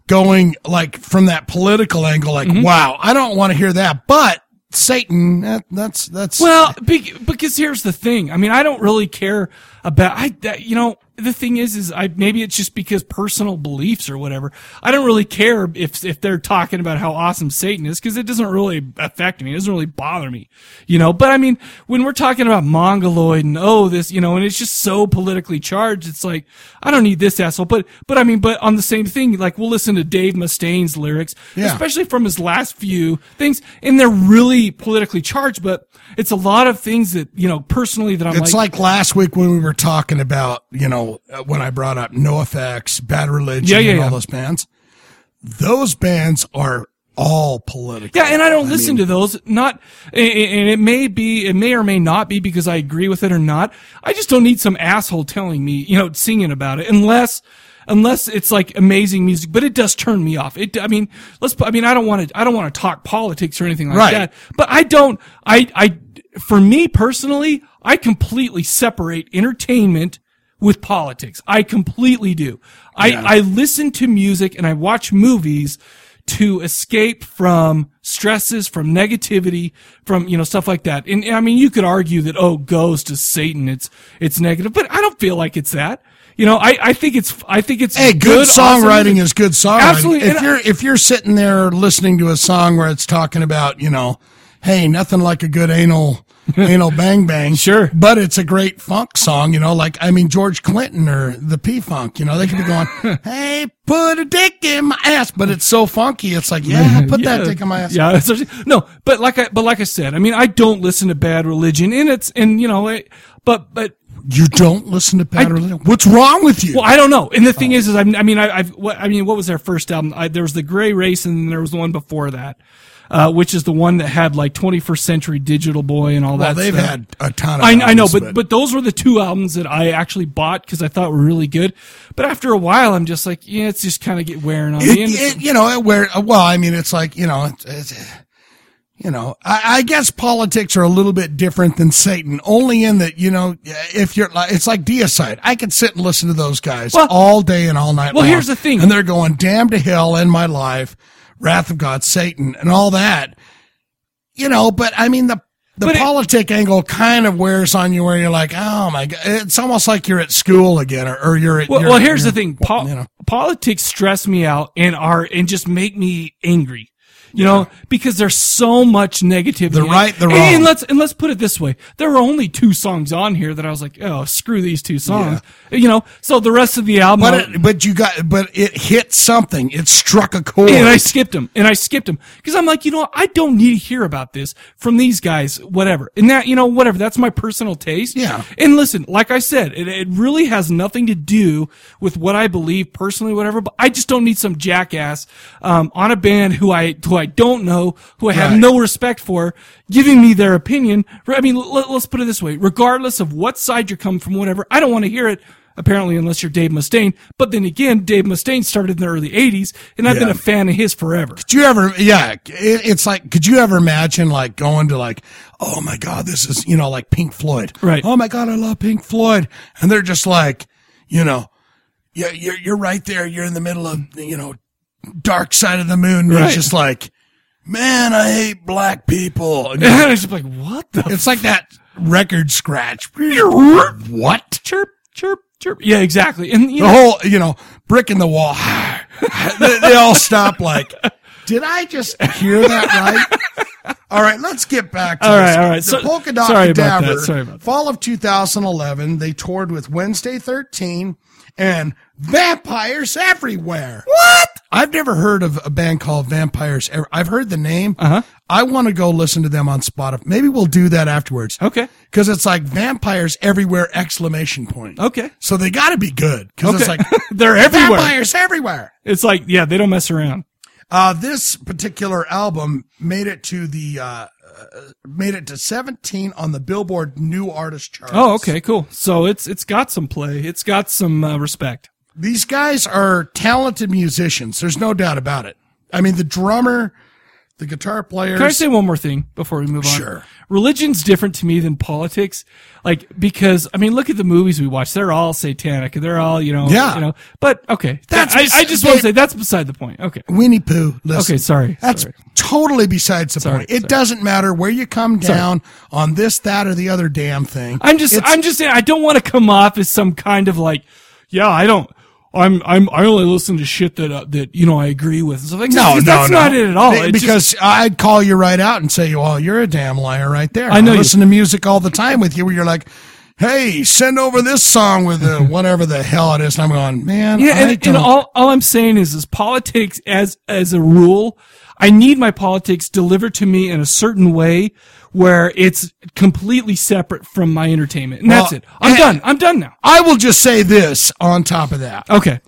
Speaker 2: going like from that political angle, like,
Speaker 1: Mm-hmm.
Speaker 2: wow, I don't want to hear that, but Satan, that, that's, that's,
Speaker 1: Well, be- because here's the thing. I mean, I don't really care about. I that, you know the thing is is I maybe it's just because personal beliefs or whatever. I don't really care if if they're talking about how awesome Satan is because it doesn't really affect me. It doesn't really bother me, you know. But I mean, when we're talking about mongoloid and oh this you know, and it's just so politically charged, it's like I don't need this asshole. But but I mean, but on the same thing, like we'll listen to Dave Mustaine's lyrics,
Speaker 2: Yeah.
Speaker 1: especially from his last few things, and they're really politically charged, but it's a lot of things that, you know, personally that I'm
Speaker 2: it's like, last week when we were talking about, you know, uh, when I brought up NoFX, Bad Religion,
Speaker 1: Yeah, yeah,
Speaker 2: and all
Speaker 1: yeah.
Speaker 2: those bands. Those bands are all political.
Speaker 1: Yeah, and I don't listen to those. Not, and- and it may be, it may or may not be because I agree with it or not. I just don't need some asshole telling me, you know, singing about it, unless, unless it's like amazing music. But it does turn me off. It, I mean, let's. put- I mean, I don't want to. I don't want to talk politics or anything like
Speaker 2: Right.
Speaker 1: that. But I don't. I, I, for me personally, I completely separate entertainment with politics. I completely do. I, I listen to music and I watch movies to escape from stresses, from negativity, from, you know, stuff like that. And I mean, you could argue that, oh, ghost is Satan. It's, it's negative, but I don't feel like it's that. You know, I, I think it's, I think it's
Speaker 2: Hey, good,
Speaker 1: awesome
Speaker 2: songwriting
Speaker 1: music.
Speaker 2: is good songwriting.
Speaker 1: Absolutely.
Speaker 2: If
Speaker 1: And
Speaker 2: you're if you're sitting there listening to a song where it's talking about, you know, hey, nothing like a good anal anal bang bang. Sure. But it's a great funk song, you know, like I mean George Clinton or the P Funk, you know, they could be going, Hey, put a dick in my ass, but it's so funky, it's like, yeah, put that dick in my ass.
Speaker 1: Yeah, so- no, but like I, but like I said, I mean, I don't listen to bad religion, and it's and you know, it, but but
Speaker 2: you don't listen to bad religion. What's wrong with you? Oh.
Speaker 1: Well, I don't know. And the thing is, is I'm, I mean, I, I've what I mean, what was their first album? I, there was the Gray Race, and then there was the one before that, uh, which is the one that had like 21st Century Digital Boy and all
Speaker 2: Well,
Speaker 1: that.
Speaker 2: they've
Speaker 1: stuff.
Speaker 2: had a ton of
Speaker 1: I, I know,
Speaker 2: albums,
Speaker 1: but,
Speaker 2: but-
Speaker 1: but those were the two albums that I actually bought because I thought were really good. But after a while, I'm just like, yeah, it's just kind of get wearing on me. And it's-
Speaker 2: It, it, you know, it where well, I mean, it's like you know, it's, it's, you know, I, I guess politics are a little bit different than Satan, only in that you know, if you're, like, it's like deicide. I could sit and listen to those guys all day and all night.
Speaker 1: Well,
Speaker 2: long,
Speaker 1: here's the thing.
Speaker 2: and they're going, "Damn to hell, end my life, wrath of God, Satan, and all that." You know, but I mean the. The politic angle kind of wears on you where you're like, oh my god, it's almost like you're at school again, or, or you're at.
Speaker 1: Well,
Speaker 2: you're-
Speaker 1: well here's
Speaker 2: you're-
Speaker 1: the thing. Po- Politics stress me out and are and just make me angry. You know, because there's so much negativity.
Speaker 2: The right, the
Speaker 1: And-
Speaker 2: wrong.
Speaker 1: And let's and let's put it this way: there were only two songs on here that I was like, "Oh, screw these two songs." You know, so the rest of the album,
Speaker 2: But it, but you got but it hit something. It struck a chord.
Speaker 1: and I skipped them, and I skipped them because I'm like, you know, what? I don't need to hear about this from these guys, whatever. And that, you know, whatever. That's my personal taste. Yeah. And listen, like I said, it, it really has nothing to do with what I believe personally, whatever. But I just don't need some jackass um, on a band who I who I don't know, who I have
Speaker 2: Right.
Speaker 1: no respect for, giving me their opinion. I mean, let, let's put it this way: regardless of what side you come from, whatever, I don't want to hear it. Apparently, unless you're Dave Mustaine, but then again, Dave Mustaine started in the early '80s, and I've been
Speaker 2: Yeah.
Speaker 1: a fan of his forever.
Speaker 2: Could you ever? Yeah, it, it's like. Could you ever imagine like going to like, oh my god, this is you know like Pink Floyd, right? Oh my god, I love Pink Floyd, and they're just like, you know, yeah, you're you're right there. You're in the middle of you know, dark side of the moon. and
Speaker 13: Right.
Speaker 2: It's just like, man, I hate black people. And
Speaker 13: And
Speaker 1: it's like what? the
Speaker 2: It's like that record scratch. What?
Speaker 1: Chirp, chirp, chirp. Yeah, exactly. And you
Speaker 2: the
Speaker 1: know-
Speaker 2: whole you know brick in the wall. they, they all stop like. Did I just hear that right? all right, let's get back to
Speaker 1: All right,
Speaker 2: this.
Speaker 1: all right.
Speaker 2: The
Speaker 1: So-
Speaker 2: Polka Dot
Speaker 1: sorry about
Speaker 2: Cadaver,
Speaker 1: that, sorry about
Speaker 2: fall of 2011, they toured with Wednesday 13 and Vampires Everywhere. What? I've never heard of a band called Vampires Ever. I've heard the name. Uh-huh. I want to go listen to them on Spotify. Maybe we'll do that afterwards.
Speaker 1: Okay.
Speaker 2: Because it's like Vampires Everywhere exclamation point.
Speaker 1: Okay.
Speaker 2: So they got to be good because it's
Speaker 1: Okay.
Speaker 2: like
Speaker 1: They're everywhere.
Speaker 2: Vampires everywhere.
Speaker 1: It's like, yeah, they don't mess around.
Speaker 2: Uh, this particular album made it to the uh, uh, made it to 17 on the Billboard New Artist chart.
Speaker 1: Oh, okay, cool. So it's it's got some play. It's got some uh, respect.
Speaker 2: These guys are talented musicians. There's no doubt about it. I mean, the drummer, the guitar player.
Speaker 1: Can I say one more thing before we move on?
Speaker 2: Sure.
Speaker 1: Religion's different to me than politics, like because I mean, look at the movies we watch. They're all satanic. They're all you know.
Speaker 2: Yeah.
Speaker 1: You know, but okay.
Speaker 2: That's
Speaker 1: That's I, I just want to say that's beside the point. Okay.
Speaker 2: Winnie Pooh. Listen,
Speaker 1: Okay, sorry,
Speaker 2: That's
Speaker 1: sorry.
Speaker 2: totally besides the
Speaker 1: Sorry,
Speaker 2: point. It
Speaker 1: sorry.
Speaker 2: doesn't matter where you come
Speaker 1: Sorry.
Speaker 2: down on this, that, or the other damn thing.
Speaker 1: I'm just
Speaker 2: It's-
Speaker 1: I'm just saying I don't want to come off as some kind of like, yeah, I don't. I'm I'm I only listen to shit that uh, that you know I agree with. So like,
Speaker 2: no,
Speaker 1: that's,
Speaker 2: no,
Speaker 1: that's
Speaker 2: no.
Speaker 1: not it at all.
Speaker 2: Be-
Speaker 1: It's
Speaker 2: because
Speaker 1: just-
Speaker 2: I'd call you right out and say, "Well, you're a damn liar right there."
Speaker 1: I know you-
Speaker 2: listen to music all the time with you, where you're like, "Hey, send over this song with the whatever the hell it is," and I'm going, "Man,
Speaker 1: yeah,
Speaker 2: I
Speaker 1: and, and
Speaker 2: don't-
Speaker 1: all all I'm saying is is politics as as a rule, I need my politics delivered to me in a certain way where it's completely separate from my entertainment, and that's
Speaker 2: Well,
Speaker 1: it. I'm
Speaker 2: and-
Speaker 1: done. I'm done now.
Speaker 2: I will just say this on top of that.
Speaker 1: Okay.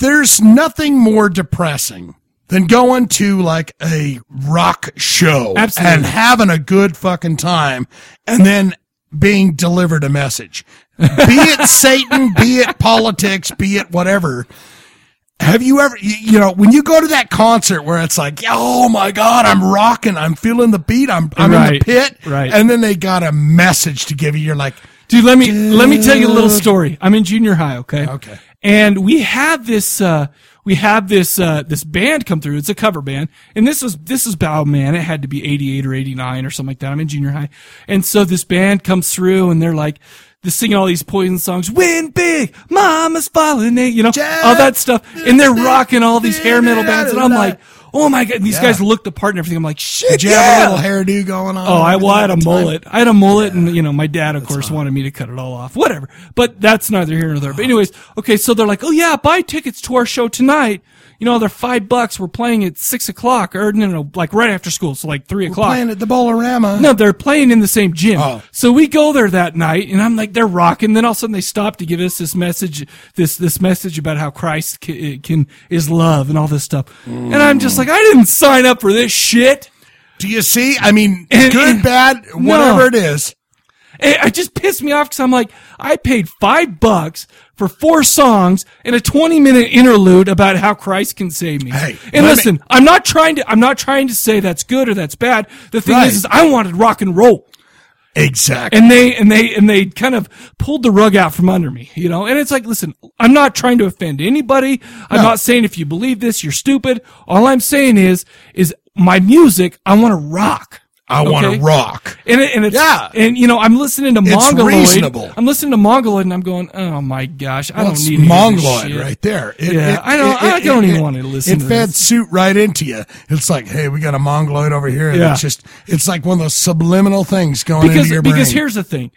Speaker 2: There's nothing more depressing than going to like a rock show
Speaker 1: Absolutely.
Speaker 2: and having a good fucking time and then being delivered a message. be it Satan, be it politics, be it whatever. Have you ever, you you know, when you go to that concert where it's like, oh my God, I'm rocking, I'm feeling the beat, I'm, I'm in
Speaker 1: Right,
Speaker 2: the pit.
Speaker 1: right.
Speaker 2: And then they got a message to give you. You're like,
Speaker 1: dude, let me let me tell you a little story. I'm in junior high, okay? Okay. And we had this uh we had this uh, this band come through. It's a cover band, and this was this is Bowman. It had to be eighty eight or eighty nine or something like that. I'm in junior high, and so this band comes through, and they're like. They're singing all these poison songs, win big, mama's falling, in," you know, all that stuff. And they're rocking all these hair metal bands. And I'm like, oh my God. And these
Speaker 2: Yeah.
Speaker 1: guys looked the part and everything. I'm like, shit.
Speaker 2: Did you
Speaker 1: yeah!
Speaker 2: have a little hairdo going on?
Speaker 1: Oh, I, well, I had a
Speaker 2: At the time?
Speaker 1: mullet. I had a mullet, and you know, my dad, of course, wanted me to cut it all off. Whatever, but that's neither here nor there. But anyways, okay, so they're like, oh yeah, buy tickets to our show tonight. You know, they're five bucks. We're playing at six o'clock, or no, no, like right after school, so like three o'clock.
Speaker 2: Playing at the Oh. Bolorama.
Speaker 1: No, they're playing in the same gym. So we go there that night, and I'm like, they're rocking. Then all of a sudden, they stop to give us this message, this this message about how Christ can, can is love and all this stuff. And I'm just like, I didn't sign up for this shit.
Speaker 2: Do you see? I mean, good, bad, whatever it is.
Speaker 1: It, it just pissed me off because I'm like, I paid five bucks for four songs and a 20 minute interlude about how Christ can save me. Hey, and
Speaker 2: let
Speaker 1: listen, I'm not trying to, I'm not trying to say that's good or that's bad. The thing
Speaker 2: Right.
Speaker 1: is, is I wanted rock and roll.
Speaker 2: Exactly.
Speaker 1: And they, and they, and they kind of pulled the rug out from under me, you know? And it's like, listen, I'm not trying to offend anybody. I'm not saying if you believe this, you're stupid. All I'm saying is, is my music, I want to rock.
Speaker 2: I want to
Speaker 1: Okay?
Speaker 2: rock.
Speaker 1: And it, and it's,
Speaker 2: Yeah.
Speaker 1: And you know, I'm listening to
Speaker 2: It's
Speaker 1: Mongoloid.
Speaker 2: reasonable.
Speaker 1: I'm listening to Mongoloid, and I'm going, oh my gosh, I
Speaker 2: Well,
Speaker 1: don't
Speaker 2: it's
Speaker 1: need to hear this
Speaker 2: Mongoloid
Speaker 1: shit.
Speaker 2: right there. It-
Speaker 1: yeah,
Speaker 2: it-
Speaker 1: I don't.
Speaker 2: it-
Speaker 1: I
Speaker 2: it-
Speaker 1: don't
Speaker 2: it-
Speaker 1: even want to listen
Speaker 2: It
Speaker 1: to
Speaker 2: fed
Speaker 1: this.
Speaker 2: suit right into you. It's like, hey, we got a mongoloid over here. And
Speaker 1: Yeah.
Speaker 2: It's just, it's like one of those subliminal things going
Speaker 1: Because
Speaker 2: into your brain.
Speaker 1: because here's the thing,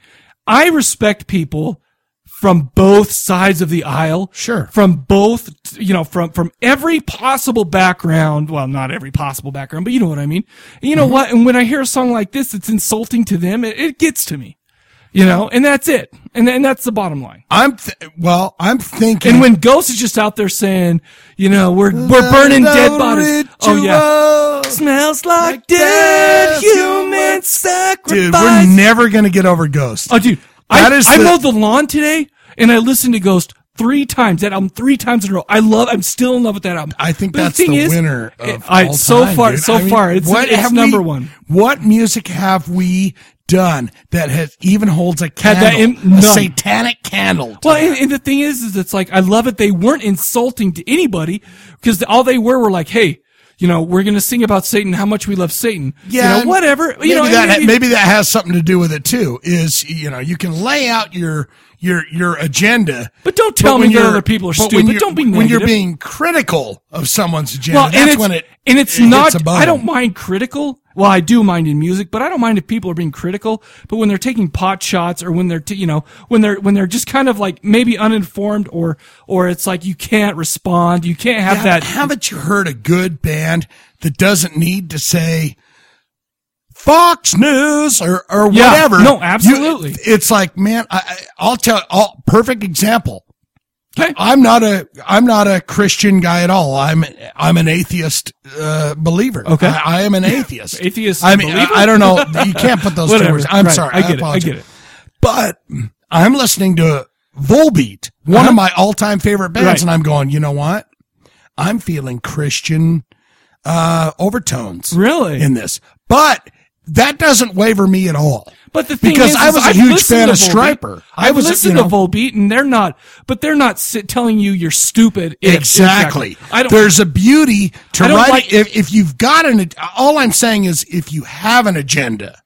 Speaker 1: I respect people from both sides of the aisle. Sure. From both, you know, from from every possible background. Well, not every possible background, but you know what I mean. And you
Speaker 2: Mm-hmm.
Speaker 1: know what? And when I hear a song like this, it's insulting to them. It, it gets to me. You know, and that's it. And and that's the bottom line.
Speaker 2: I'm th- well. I'm thinking.
Speaker 1: And when Ghost is just out there saying, you know, we're we're burning dead bodies. Oh yeah.
Speaker 2: uh,
Speaker 1: Smells like dead human sacrifice.
Speaker 2: Dude, we're never going to get over Ghost.
Speaker 1: Oh, dude,
Speaker 2: That
Speaker 1: I,
Speaker 2: is
Speaker 1: I
Speaker 2: the-
Speaker 1: mowed the lawn today, and I listened to Ghost three times. That album three times in a row. I love. I'm still in love with that album. I
Speaker 2: think that's the, winner of
Speaker 1: I,
Speaker 2: all
Speaker 1: eh, so
Speaker 2: time,
Speaker 1: far,
Speaker 2: dude.
Speaker 1: so
Speaker 2: I mean,
Speaker 1: far, it's, it's
Speaker 2: have
Speaker 1: number
Speaker 2: we-
Speaker 1: one.
Speaker 2: What music have we done that has even holds a
Speaker 1: Had
Speaker 2: candle,
Speaker 1: that in-
Speaker 2: a
Speaker 1: none.
Speaker 2: satanic candle?
Speaker 1: Well, and, and the thing is, is it's like I love it. They weren't insulting to anybody because all they were were like, "Hey, you know, we're gonna sing about Satan, how much we love Satan, You know,
Speaker 2: and
Speaker 1: whatever."
Speaker 2: Maybe
Speaker 1: you know,
Speaker 2: that
Speaker 1: and
Speaker 2: maybe, that has something to do with it too. Is you know you can lay out your your your agenda,
Speaker 1: But don't tell
Speaker 2: when
Speaker 1: me that
Speaker 2: you're-
Speaker 1: other people are
Speaker 2: but when
Speaker 1: stupid.
Speaker 2: you're-
Speaker 1: Don't be
Speaker 2: when you're
Speaker 1: negative.
Speaker 2: being critical of someone's agenda.
Speaker 1: Well, and
Speaker 2: that's
Speaker 1: it's,
Speaker 2: when it
Speaker 1: and it's
Speaker 2: it
Speaker 1: not.
Speaker 2: hits a bone.
Speaker 1: I don't mind critical. Well, I do mind in music, but I don't mind if people are being critical. But when they're taking pot shots, or when they're t- you know when they're when they're just kind of like maybe uninformed, or or it's like you can't respond, you can't have
Speaker 2: Yeah,
Speaker 1: that.
Speaker 2: Haven't you heard a good band that doesn't need to say Fox News or or
Speaker 1: Yeah,
Speaker 2: whatever?
Speaker 1: no,
Speaker 2: You-
Speaker 1: absolutely.
Speaker 2: it's like, man, I, I- I'll tell. I'll, perfect example.
Speaker 1: Okay.
Speaker 2: I'm not a I'm not a Christian guy at all. I'm I'm an atheist uh, believer.
Speaker 1: Okay.
Speaker 2: I, I am an atheist.
Speaker 1: Atheist
Speaker 2: I mean,
Speaker 1: believer?
Speaker 2: I, I don't know. You can't put those two
Speaker 1: Whatever.
Speaker 2: words. I'm
Speaker 1: Right.
Speaker 2: sorry.
Speaker 1: I get it. I
Speaker 2: apologize.
Speaker 1: get it.
Speaker 2: But I'm listening to Volbeat, one of my all time favorite bands,
Speaker 1: Uh-huh. Right.
Speaker 2: and I'm going, you know what? I'm feeling Christian uh, overtones.
Speaker 1: Really?
Speaker 2: In this. But that doesn't waver me at all.
Speaker 1: But the thing
Speaker 2: because
Speaker 1: is,
Speaker 2: I
Speaker 1: is
Speaker 2: was a
Speaker 1: I've
Speaker 2: huge
Speaker 1: listened
Speaker 2: fan
Speaker 1: to
Speaker 2: of
Speaker 1: Volbeat.
Speaker 2: Striper. I
Speaker 1: I've
Speaker 2: was,
Speaker 1: listened
Speaker 2: you know-
Speaker 1: to Volbeat, and they're not, but they're not sit, telling you you're stupid. if-
Speaker 2: Exactly.
Speaker 1: I don't.
Speaker 2: There's a beauty to
Speaker 1: I don't
Speaker 2: writing.
Speaker 1: like-
Speaker 2: if, if you've got an, ag- all I'm saying is if you have an agenda,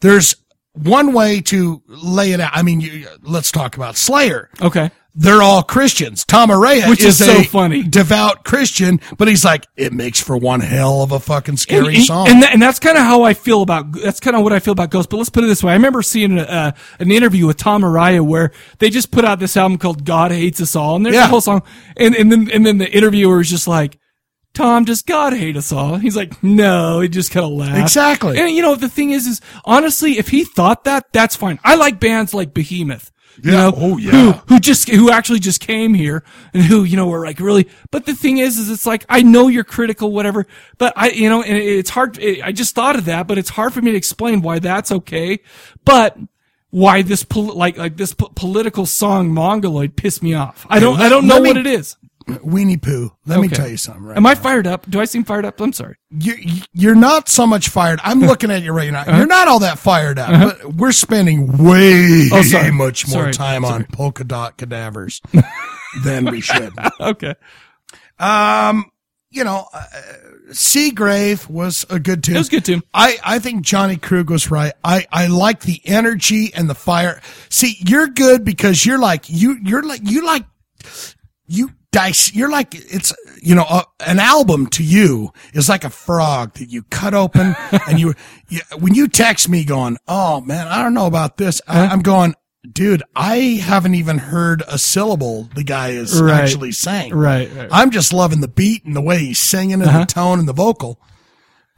Speaker 2: there's one way to lay it out. I mean, you, let's talk about Slayer.
Speaker 1: Okay.
Speaker 2: They're all Christians. Tom Araya
Speaker 1: Which is so
Speaker 2: a
Speaker 1: funny.
Speaker 2: devout Christian, but he's like, it makes for one hell of a fucking scary
Speaker 1: and,
Speaker 2: song.
Speaker 1: And, that, and that's kind of how I feel about that's kind of what I feel about Ghost. But let's put it this way: I remember seeing a, uh, an interview with Tom Araya where they just put out this album called "God Hates Us All," and there's
Speaker 2: Yeah.
Speaker 1: a whole song, and and then and then the interviewer is just like. Tom, does God hate us all? He's like, no, he just kind of laughed.
Speaker 2: Exactly.
Speaker 1: And you know, the thing is, is honestly, if he thought that, that's fine. I like bands like Behemoth. You
Speaker 2: Yeah.
Speaker 1: know,
Speaker 2: Oh, yeah.
Speaker 1: Who, who just, who actually just came here and who, you know, were like really, but the thing is, is it's like, I know you're critical, whatever, but I, you know, and it- it's hard. It, I just thought of that, but it's hard for me to explain why that's okay. But why this, pol- like, like this po- political song Mongoloid pissed me off. I don't, I don't know
Speaker 2: Let me-
Speaker 1: what it is.
Speaker 2: Weenie Pooh, let me
Speaker 1: Okay.
Speaker 2: tell you something. Right
Speaker 1: Am I fired up? Do I seem fired up? I'm sorry.
Speaker 2: you, you're not so much fired. I'm looking at you right now.
Speaker 1: Uh-huh.
Speaker 2: You're not all that fired up,
Speaker 1: Uh-huh.
Speaker 2: but we're spending way
Speaker 1: Oh, sorry.
Speaker 2: much
Speaker 1: Sorry.
Speaker 2: more time
Speaker 1: Sorry.
Speaker 2: on polka dot cadavers than we should.
Speaker 1: okay.
Speaker 2: Um, you know, uh, Seagrave was a good tune. It was
Speaker 1: good tune.
Speaker 2: I, I think Johnny Krug was right. I, I like the energy and the fire. See, you're good because you're like, you, you're like, you like, you dice, you're like, it's, you know, a, an album to you is like a frog that you cut open and you, you, when you text me going, Oh man, I don't know about this. I, I'm going, dude, I haven't even heard a syllable the guy is
Speaker 1: Right.
Speaker 2: actually saying.
Speaker 1: Right, right.
Speaker 2: I'm just loving the beat and the way he's singing and
Speaker 1: Uh-huh.
Speaker 2: the tone and the vocal.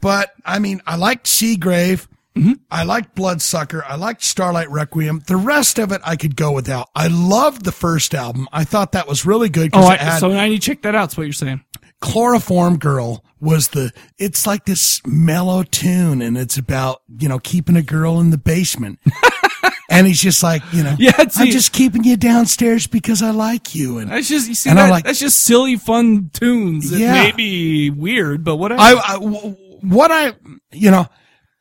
Speaker 2: But I mean, I liked Seagrave.
Speaker 1: Mm-hmm.
Speaker 2: I liked Bloodsucker. I liked Starlight Requiem. The rest of it I could go without. I loved the first album. I thought that was really good.
Speaker 1: Oh,
Speaker 2: it
Speaker 1: I,
Speaker 2: had-
Speaker 1: so I need to check that out. That's what you're saying.
Speaker 2: Chloroform Girl was the, it's like this mellow tune and it's about, you know, keeping a girl in the basement. and he's just like, you know,
Speaker 1: Yeah, it's
Speaker 2: I'm
Speaker 1: the-
Speaker 2: just keeping you downstairs because I like you. And
Speaker 1: That's just you see
Speaker 2: and I'm
Speaker 1: that,
Speaker 2: like-
Speaker 1: that's just silly fun tunes. It
Speaker 2: Yeah.
Speaker 1: may be weird, but whatever.
Speaker 2: I, I- w- what I, you know,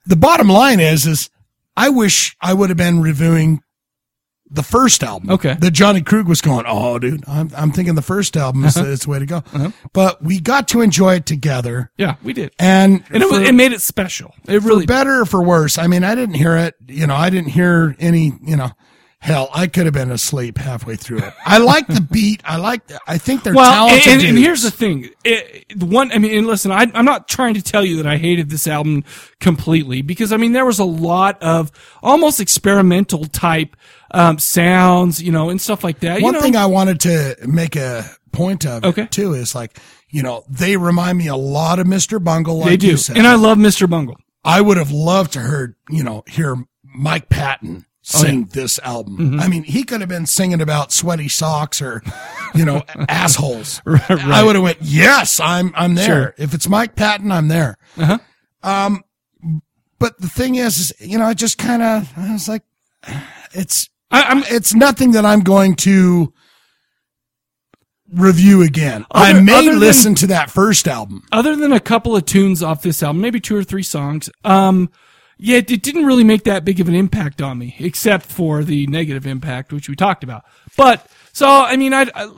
Speaker 2: the bottom line is, is I wish I would have been reviewing the first album. Okay. That Johnny Krug was going, oh, dude, I'm, I'm thinking the first album is,
Speaker 1: Uh-huh.
Speaker 2: is the way to go. But we got to enjoy it together.
Speaker 1: yeah, we did.
Speaker 2: And,
Speaker 1: And it was- it made it special. It really
Speaker 2: for better or for worse. I mean, I didn't hear it. You know, I didn't hear any. You know, hell, I could have been asleep halfway through it. I like the beat. I like. The, I think they're
Speaker 1: well,
Speaker 2: talented.
Speaker 1: and, and, and
Speaker 2: dudes.
Speaker 1: here's the thing. It, the one, I mean, and listen, I, I'm not trying to tell you that I hated this album completely because I mean there was a lot of almost experimental type um, sounds, you know, and stuff like that.
Speaker 2: One
Speaker 1: you know?
Speaker 2: thing I wanted to make a point of okay. too is like, you know, they remind me a lot of Mr. Bungle. Like
Speaker 1: they do,
Speaker 2: you said.
Speaker 1: and I love Mr. Bungle.
Speaker 2: I would have loved to heard, you know, hear Mike Patton
Speaker 1: Oh, yeah.
Speaker 2: sing this album.
Speaker 1: Mhm.
Speaker 2: I mean, he could have been singing about sweaty socks or, you know, assholes.
Speaker 1: Right, right.
Speaker 2: I would have went, yes, I'm, I'm
Speaker 1: Sure.
Speaker 2: there. If it's Mike Patton, I'm there.
Speaker 1: Uh-huh.
Speaker 2: Um, but the thing is, is you know, I just kind of, I was like, it's,
Speaker 1: I, I'm,
Speaker 2: it's nothing that I'm going to review again. I
Speaker 1: Other-
Speaker 2: may
Speaker 1: other than-
Speaker 2: listen to that first album.
Speaker 1: Other than a couple of tunes off this album, maybe two or three songs. Um, yeah, it, it didn't really make that big of an impact on me, except for the negative impact which we talked about. But so, I mean, I, I,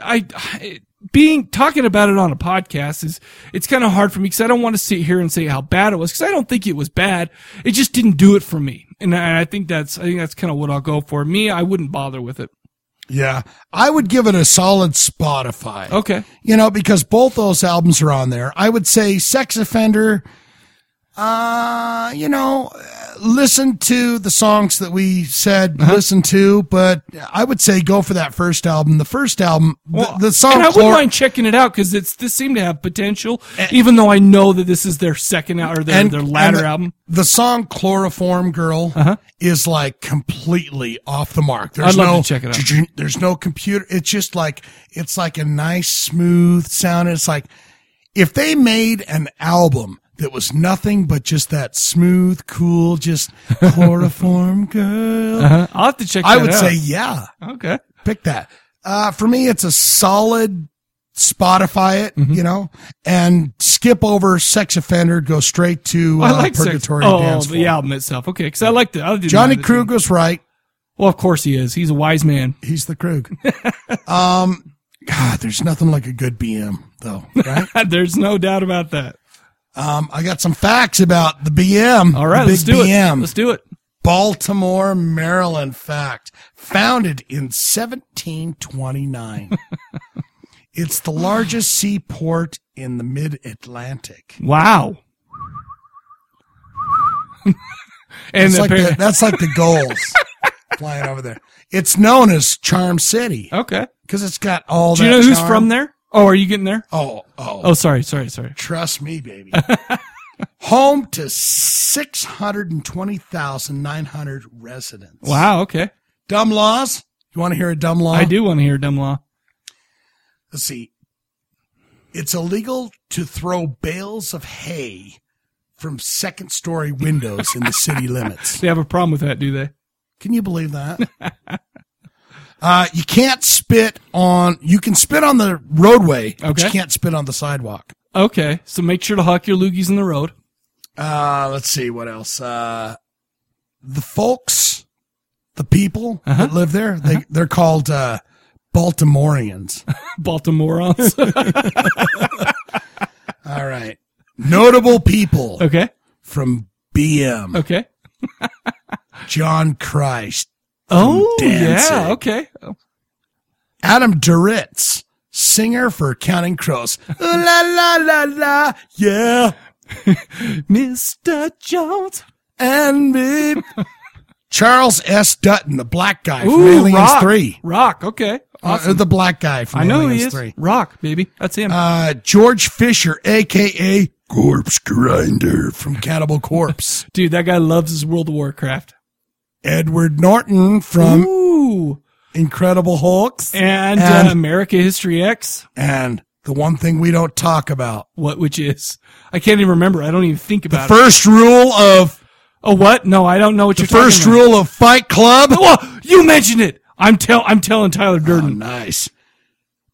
Speaker 1: I, I- being talking about it on a podcast is it's kind of hard for me because I don't want to sit here and say how bad it was because I don't think it was bad. It just didn't do it for me, and I, I think that's I think that's kind of what I'll go for. Me, I wouldn't bother with it.
Speaker 2: Yeah. I would give it a solid Spotify.
Speaker 1: Okay.
Speaker 2: You know, because both those albums are on there. I would say Sex Offender, uh, you know, uh, listen to the songs that we said
Speaker 1: Uh-huh.
Speaker 2: listen to, but I would say go for that first album. The first album, the-
Speaker 1: Well,
Speaker 2: the, song
Speaker 1: and I
Speaker 2: Chlor-
Speaker 1: wouldn't mind checking it out because it's this seemed to have potential, even though I know that this is their second al- or their, their latter
Speaker 2: the,
Speaker 1: album. Uh-huh.
Speaker 2: The song "Chloroform Girl" is like completely off the mark.
Speaker 1: I'd love
Speaker 2: no,
Speaker 1: to check it out.
Speaker 2: There's no computer. It's just like it's like a nice smooth sound. It's like if they made an album that was nothing but just that smooth, cool, just chloroform girl.
Speaker 1: Uh-huh. I'll have to check.
Speaker 2: I
Speaker 1: that
Speaker 2: would
Speaker 1: out.
Speaker 2: say yeah.
Speaker 1: Okay,
Speaker 2: pick that. Uh, for me, it's a solid Spotify it,
Speaker 1: Mm-hmm.
Speaker 2: you know, and skip over Sex Offender, go straight to uh,
Speaker 1: I like sex-
Speaker 2: Purgatory
Speaker 1: Oh,
Speaker 2: Dance Floor.
Speaker 1: the album itself. Okay, because I like the other
Speaker 2: Johnny Krug was right.
Speaker 1: Well, of course he is. He's a wise man.
Speaker 2: He's the Krug. um, God, there's nothing like a good BM though, right?
Speaker 1: there's no doubt about that.
Speaker 2: Um, I got some facts about the BM. All
Speaker 1: right,
Speaker 2: big
Speaker 1: let's do it.
Speaker 2: BM.
Speaker 1: Let's do it.
Speaker 2: Baltimore, Maryland fact. Founded in 1729. it's the largest seaport in the mid Atlantic.
Speaker 1: Wow. And
Speaker 2: that's like,
Speaker 1: appar-
Speaker 2: the, that's like the goals flying over there. It's known as Charm City.
Speaker 1: Okay.
Speaker 2: Because it's got all
Speaker 1: Oh. Do you
Speaker 2: that
Speaker 1: know who's
Speaker 2: charm.
Speaker 1: from there? Oh, are you getting there?
Speaker 2: Oh, oh.
Speaker 1: Oh, sorry, sorry, sorry.
Speaker 2: Trust me, baby. Home to 620,900 residents.
Speaker 1: Wow. Okay.
Speaker 2: Dumb laws. You want to hear a dumb law?
Speaker 1: I do want to hear dumb law.
Speaker 2: Let's see. It's illegal to throw bales of hay from second story windows in the city limits.
Speaker 1: They have a problem with that, do they?
Speaker 2: Can you believe that? Uh, you can't spit on, you can spit on the roadway, but you
Speaker 1: Okay.
Speaker 2: can't spit on the sidewalk.
Speaker 1: Okay, so make sure to huck your loogies in the road.
Speaker 2: Uh, let's see what else. Uh,
Speaker 1: Uh-huh.
Speaker 2: the folks, the people that live there, they, they're called, uh, Baltimoreans.
Speaker 1: Baltimoreans.
Speaker 2: All right. Notable people.
Speaker 1: Okay.
Speaker 2: From BM.
Speaker 1: Okay.
Speaker 2: John Christ. from
Speaker 1: Oh, yeah.
Speaker 2: Danzig.
Speaker 1: Okay.
Speaker 2: Adam Duritz, singer for Counting Crows. Ooh la la la la, yeah.
Speaker 1: Mr. Jones
Speaker 2: and me. Charles S. Dutton, the black guy from
Speaker 1: Ooh,
Speaker 2: Aliens
Speaker 1: rock.
Speaker 2: 3.
Speaker 1: Rock. Okay.
Speaker 2: Uh,
Speaker 1: Awesome.
Speaker 2: the black guy from
Speaker 1: I know who
Speaker 2: Aliens
Speaker 1: he is.
Speaker 2: 3.
Speaker 1: Rock, baby. That's him.
Speaker 2: Uh, George Fisher, a.k.a. Corpse Grinder from Cannibal Corpse.
Speaker 1: Dude, that guy loves his World of Warcraft.
Speaker 2: Edward Norton from Incredible Hulks.
Speaker 1: And, uh, America History X.
Speaker 2: And the one thing we don't talk about.
Speaker 1: What, which is? I can't even remember. I don't even think
Speaker 2: The
Speaker 1: about it.
Speaker 2: first rule of.
Speaker 1: Oh, what? No, I don't know what
Speaker 2: the
Speaker 1: you're talking
Speaker 2: first
Speaker 1: about.
Speaker 2: rule of Fight Club.
Speaker 1: Whoa, you mentioned it. I'm tell I'm telling Tyler Durden.
Speaker 2: Oh, nice.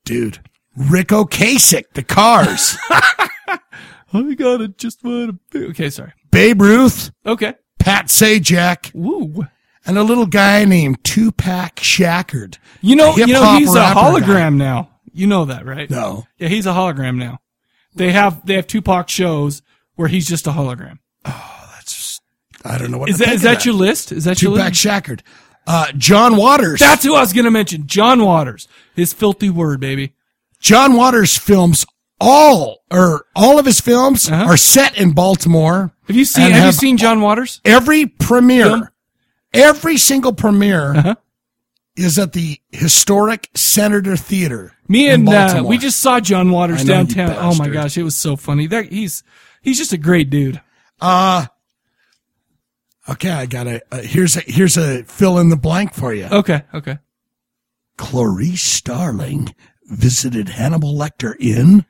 Speaker 2: Dude. Rick Ocasek, the Cars.
Speaker 1: I gotta just want to. Okay, sorry.
Speaker 2: Babe Ruth.
Speaker 1: Okay.
Speaker 2: Pat Sajak.
Speaker 1: Woo.
Speaker 2: And a little guy named Tupac Shackard.
Speaker 1: You know, you know,
Speaker 2: Hip-hop
Speaker 1: he's a
Speaker 2: rapper guy.
Speaker 1: hologram now. You know that, right?
Speaker 2: No.
Speaker 1: Yeah, he's a hologram now. They have they have Tupac shows where he's just a hologram.
Speaker 2: I don't know what
Speaker 1: Is
Speaker 2: to
Speaker 1: that
Speaker 2: think
Speaker 1: is
Speaker 2: of
Speaker 1: that, your list? Is that your
Speaker 2: Tupac
Speaker 1: list?
Speaker 2: Shackard. Uh, John Waters.
Speaker 1: That's who I was gonna mention. John Waters. His filthy word, baby.
Speaker 2: John Waters films all or all of his films
Speaker 1: Uh-huh.
Speaker 2: are set in Baltimore.
Speaker 1: Have you seen-
Speaker 2: and
Speaker 1: have you seen John Waters?
Speaker 2: Every premiere,
Speaker 1: Film?
Speaker 2: every single premiere
Speaker 1: Uh-huh.
Speaker 2: is at the historic Senator Theater.
Speaker 1: Me
Speaker 2: in
Speaker 1: and uh,
Speaker 2: Baltimore.
Speaker 1: we just saw John Waters
Speaker 2: I know, you
Speaker 1: downtown. Oh my
Speaker 2: bastard.
Speaker 1: gosh, it was so funny. That he's he's just a great dude.
Speaker 2: Uh okay, I got a uh, here's a here's a fill in the blank for you.
Speaker 1: Okay, okay.
Speaker 2: Clarice Starling visited Hannibal Lecter in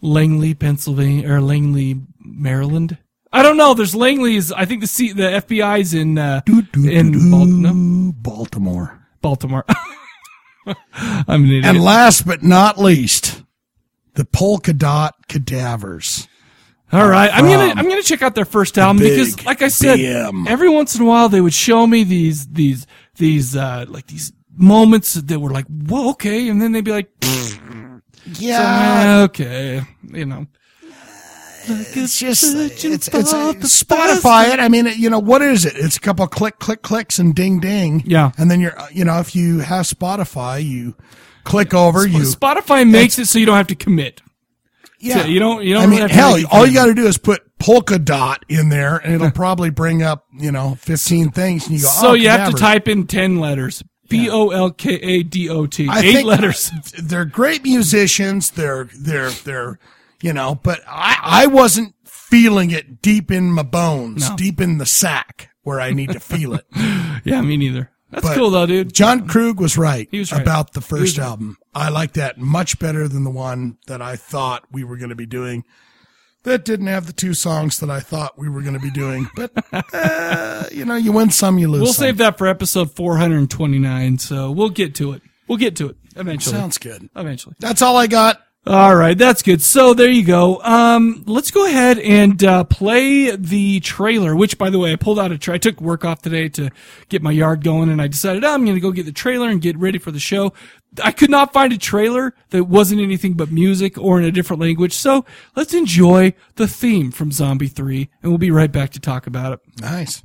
Speaker 1: Langley, Pennsylvania, or Langley, Maryland. I don't know. There's Langley's. I think the C, the FBI's in uh, in Bal- no?
Speaker 2: Baltimore.
Speaker 1: Baltimore. I'm an idiot.
Speaker 2: And last but not least, the polka dot cadavers.
Speaker 1: All right, I'm gonna
Speaker 2: From-
Speaker 1: I'm gonna check out their first album because,
Speaker 2: Um, big
Speaker 1: like I said,
Speaker 2: BM.
Speaker 1: every once in a while they would show me these these these uh like these moments that were like, whoa, okay, and then they'd be like,
Speaker 2: Yeah.
Speaker 1: so, uh, okay, you know.
Speaker 2: It's just it's, it's Spotify it. I mean, you know what is it? It's a couple of click, click, clicks, and ding, ding.
Speaker 1: Yeah.
Speaker 2: And then you're, uh, you know, if you have Spotify, you click over. You
Speaker 1: Spotify makes it so you don't have to commit.
Speaker 2: Yeah,
Speaker 1: So you don't. You don't.
Speaker 2: I
Speaker 1: really
Speaker 2: mean,
Speaker 1: have to
Speaker 2: hell,
Speaker 1: make a
Speaker 2: all you
Speaker 1: commitment.
Speaker 2: got to do is put polka dot in there, and it'll probably bring up you know fifteen things, and you go.
Speaker 1: So
Speaker 2: oh,
Speaker 1: you have to
Speaker 2: cadaver.
Speaker 1: type in ten letters. P O L K A D O T.
Speaker 2: I
Speaker 1: Eight
Speaker 2: think
Speaker 1: letters.
Speaker 2: They're great musicians. They're they're they're you know, but I I wasn't feeling it deep in my bones,
Speaker 1: No.
Speaker 2: deep in the sack where I need to feel it.
Speaker 1: Yeah, me neither. That's
Speaker 2: But
Speaker 1: cool though, dude.
Speaker 2: John Krug was right,
Speaker 1: He was right.
Speaker 2: about the
Speaker 1: He was
Speaker 2: first
Speaker 1: right.
Speaker 2: album. I like that much better than the one that I thought we were going to be doing. That didn't have the two songs that I thought we were going to be doing, but uh, you know, you win some, you lose.
Speaker 1: We'll
Speaker 2: some.
Speaker 1: save that for episode 429. So we'll get to it. We'll get to it eventually.
Speaker 2: Sounds good.
Speaker 1: Eventually.
Speaker 2: That's all I got.
Speaker 1: All right, that's good. So there you go. Um, let's go ahead and uh, play the trailer. Which, by the way, I pulled out a. Tra- I took work off today to get my yard going, and I decided oh, I'm going to go get the trailer and get ready for the show. I could not find a trailer that wasn't anything but music or in a different language. So let's enjoy the theme from Zombie Three, and we'll be right back to talk about it.
Speaker 2: Nice.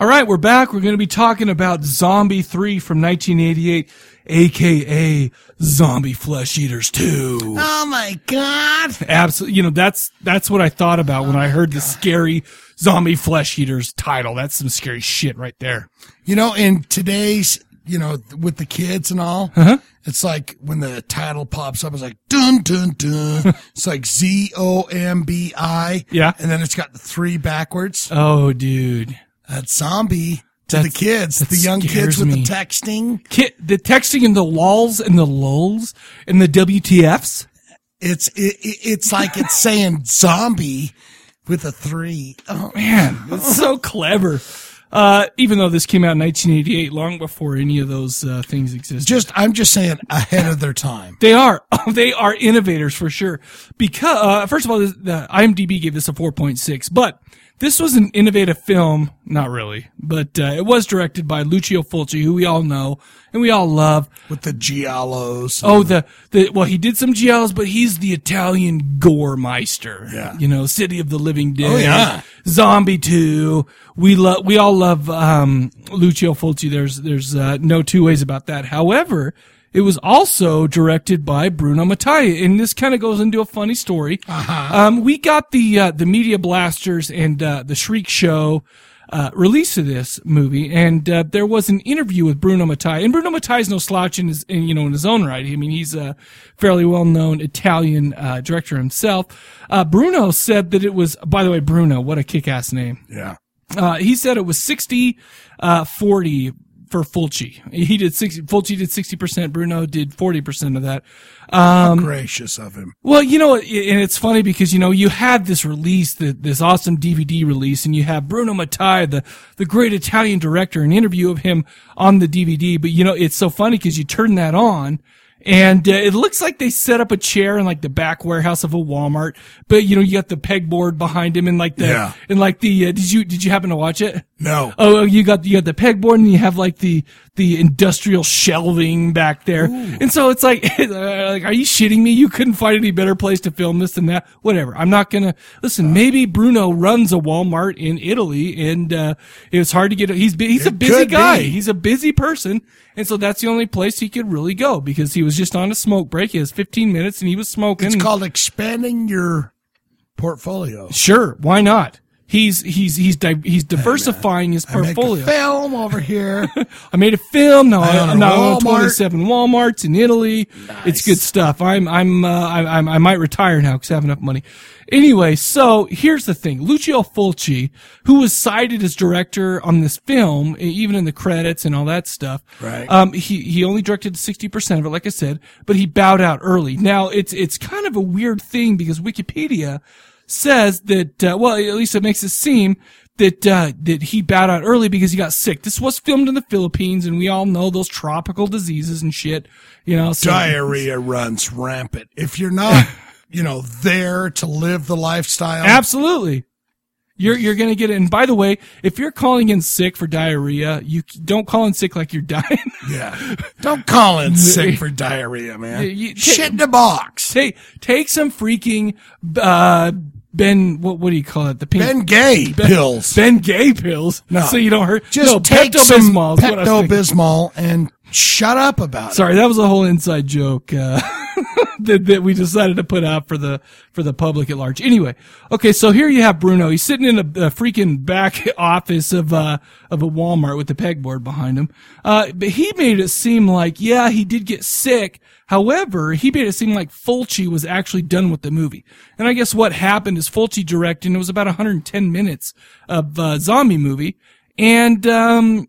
Speaker 1: right, we're back. We're going to be talking about Zombie 3 from 1988, aka Zombie Flesh Eaters 2.
Speaker 13: Ah.
Speaker 2: Oh my god!
Speaker 1: Absolutely, you know that's that's what I thought about when I heard the scary zombie flesh eaters title. That's some scary shit right there.
Speaker 2: You know, in today's, you know, with the kids and all,
Speaker 1: Uh-huh.
Speaker 2: it's like when the title pops up, it's like dun dun dun. it's like Z O M B I.
Speaker 1: Yeah.
Speaker 2: And then it's got the three backwards.
Speaker 1: Oh, dude,
Speaker 2: that zombie to the
Speaker 1: That's-
Speaker 2: kids,
Speaker 1: that
Speaker 2: the young
Speaker 1: scares
Speaker 2: kids with
Speaker 1: me.
Speaker 2: the texting.
Speaker 1: Ki the texting and the lols and the lulls and the WTFs.
Speaker 2: It's it, it, it's like it's saying zombie with a three. Oh
Speaker 1: man, it's so clever. Uh, even though this came out in 1988, long before any of those uh, things existed.
Speaker 2: Just I'm just saying ahead of their time.
Speaker 1: They are. oh, they are innovators for sure. Because uh, first of all, this- the IMDb gave this a 4.6, but this was an innovative film. Not really, but uh, it was directed by Lucio Fulci, who we all know and we all love.
Speaker 2: With the giallos.
Speaker 1: Oh, the the well, he did some giallos, but he's the Italian gore meister. Yeah, you know, City of the Living Dead.
Speaker 2: Oh, yeah.
Speaker 1: Zombie Two. We love. We all love um, Lucio Fulci. There's there's uh, no two ways about that. However, it was also directed by Bruno Mattei, and this kind of goes into a funny story. Uh-huh. Um, we got the uh, the media blasters and uh, the Shriek Show. Uh, release of this movie, and uh, there was an interview with Bruno Mattei, and Bruno Mattei's no slouch in his, in, you know, in his own right. I mean, he's a fairly well-known Italian uh, director himself. Uh, Bruno said that it was, by the way, Bruno, what a kick-ass name.
Speaker 2: Yeah.
Speaker 1: Uh, he said it was 60, uh, 40 for Fulci. He did 60, Fulci did 60%, Bruno did 40% of that.
Speaker 2: How
Speaker 1: Um,
Speaker 2: gracious of him.
Speaker 1: well, you know, i- and it's funny because, you know, you had this release, th- this awesome DVD release, and you have Bruno Mattei, the, the great Italian director, an interview of him on the DVD. But, you know, it's so funny because you turn that on and uh, it looks like they set up a chair in like the back warehouse of a Walmart. But, you know, you got the pegboard behind him and like the,
Speaker 2: Yeah.
Speaker 1: and like the, uh, did you, did you happen to watch it?
Speaker 2: No.
Speaker 1: Oh, you got you got the pegboard, and you have like the the industrial shelving back there, and so it's like, like, are you shitting me? You couldn't find any better place to film this than that. Whatever. I'm not gonna
Speaker 2: Uh.
Speaker 1: listen. Maybe Bruno runs a Walmart in Italy, and uh, it was hard to get. He's bu- he's a busy
Speaker 2: could be.
Speaker 1: guy. He's a busy person, and so that's the only place he could really go because he was just on a smoke break. He has 15 minutes, and he was smoking.
Speaker 2: It's called expanding your portfolio.
Speaker 1: Sure, why not? He's he's he's di- he's diversifying his
Speaker 2: I make a
Speaker 1: portfolio.
Speaker 2: film over here.
Speaker 1: I made a film. Now
Speaker 2: I own
Speaker 1: I,
Speaker 2: a
Speaker 1: now I own
Speaker 2: Walmart.
Speaker 1: 27 WalMarts in Italy. It's good stuff. I'm, I'm, uh, I, I'm, I might retire now because I have enough money. Anyway, so here's the thing. Lucio Fulci, who was cited as director on this film, e- even in the credits and all that stuff.
Speaker 2: Right.
Speaker 1: Um, he, he only directed 60% of it, like I said, but he bowed out early. Now it's, it's kind of a weird thing because Wikipedia says that, uh, well, at least it makes it seem that, uh, that he bowed out early because he got sick. This was filmed in the Philippines and we all know those tropical diseases and shit, you know. so-
Speaker 2: Diarrhea runs rampant. If you're not, you know, there to live the lifestyle.
Speaker 1: Absolutely. You're, you're gonna get it. And by the way, if you're calling in sick for diarrhea, you c- don't call in sick like you're dying.
Speaker 2: Yeah. Don't call in sick for diarrhea, man. Shit in the box.
Speaker 1: Take take some freaking uh Ben what what do you call it? The pink,
Speaker 2: Ben Gay pills.
Speaker 1: Ben Gay pills.
Speaker 2: No.
Speaker 1: So you don't hurt.
Speaker 2: Just
Speaker 1: no,
Speaker 2: take some
Speaker 1: Pepto-Bismol is what I was
Speaker 2: Pepto
Speaker 1: thinking.
Speaker 2: Bismol and shut up about
Speaker 1: Sorry, that was a whole inside joke uh, that, that we decided to put out for the for the public at large. Anyway, okay, so here you have Bruno. He's sitting in a, a freaking back office of uh, of a Walmart with the pegboard behind him. Uh, but he made it seem like yeah, he did get sick. However, he made it seem like Fulci was actually done with the movie. And I guess what happened is Fulci directed. and It was about 110 minutes of uh, zombie movie, and um,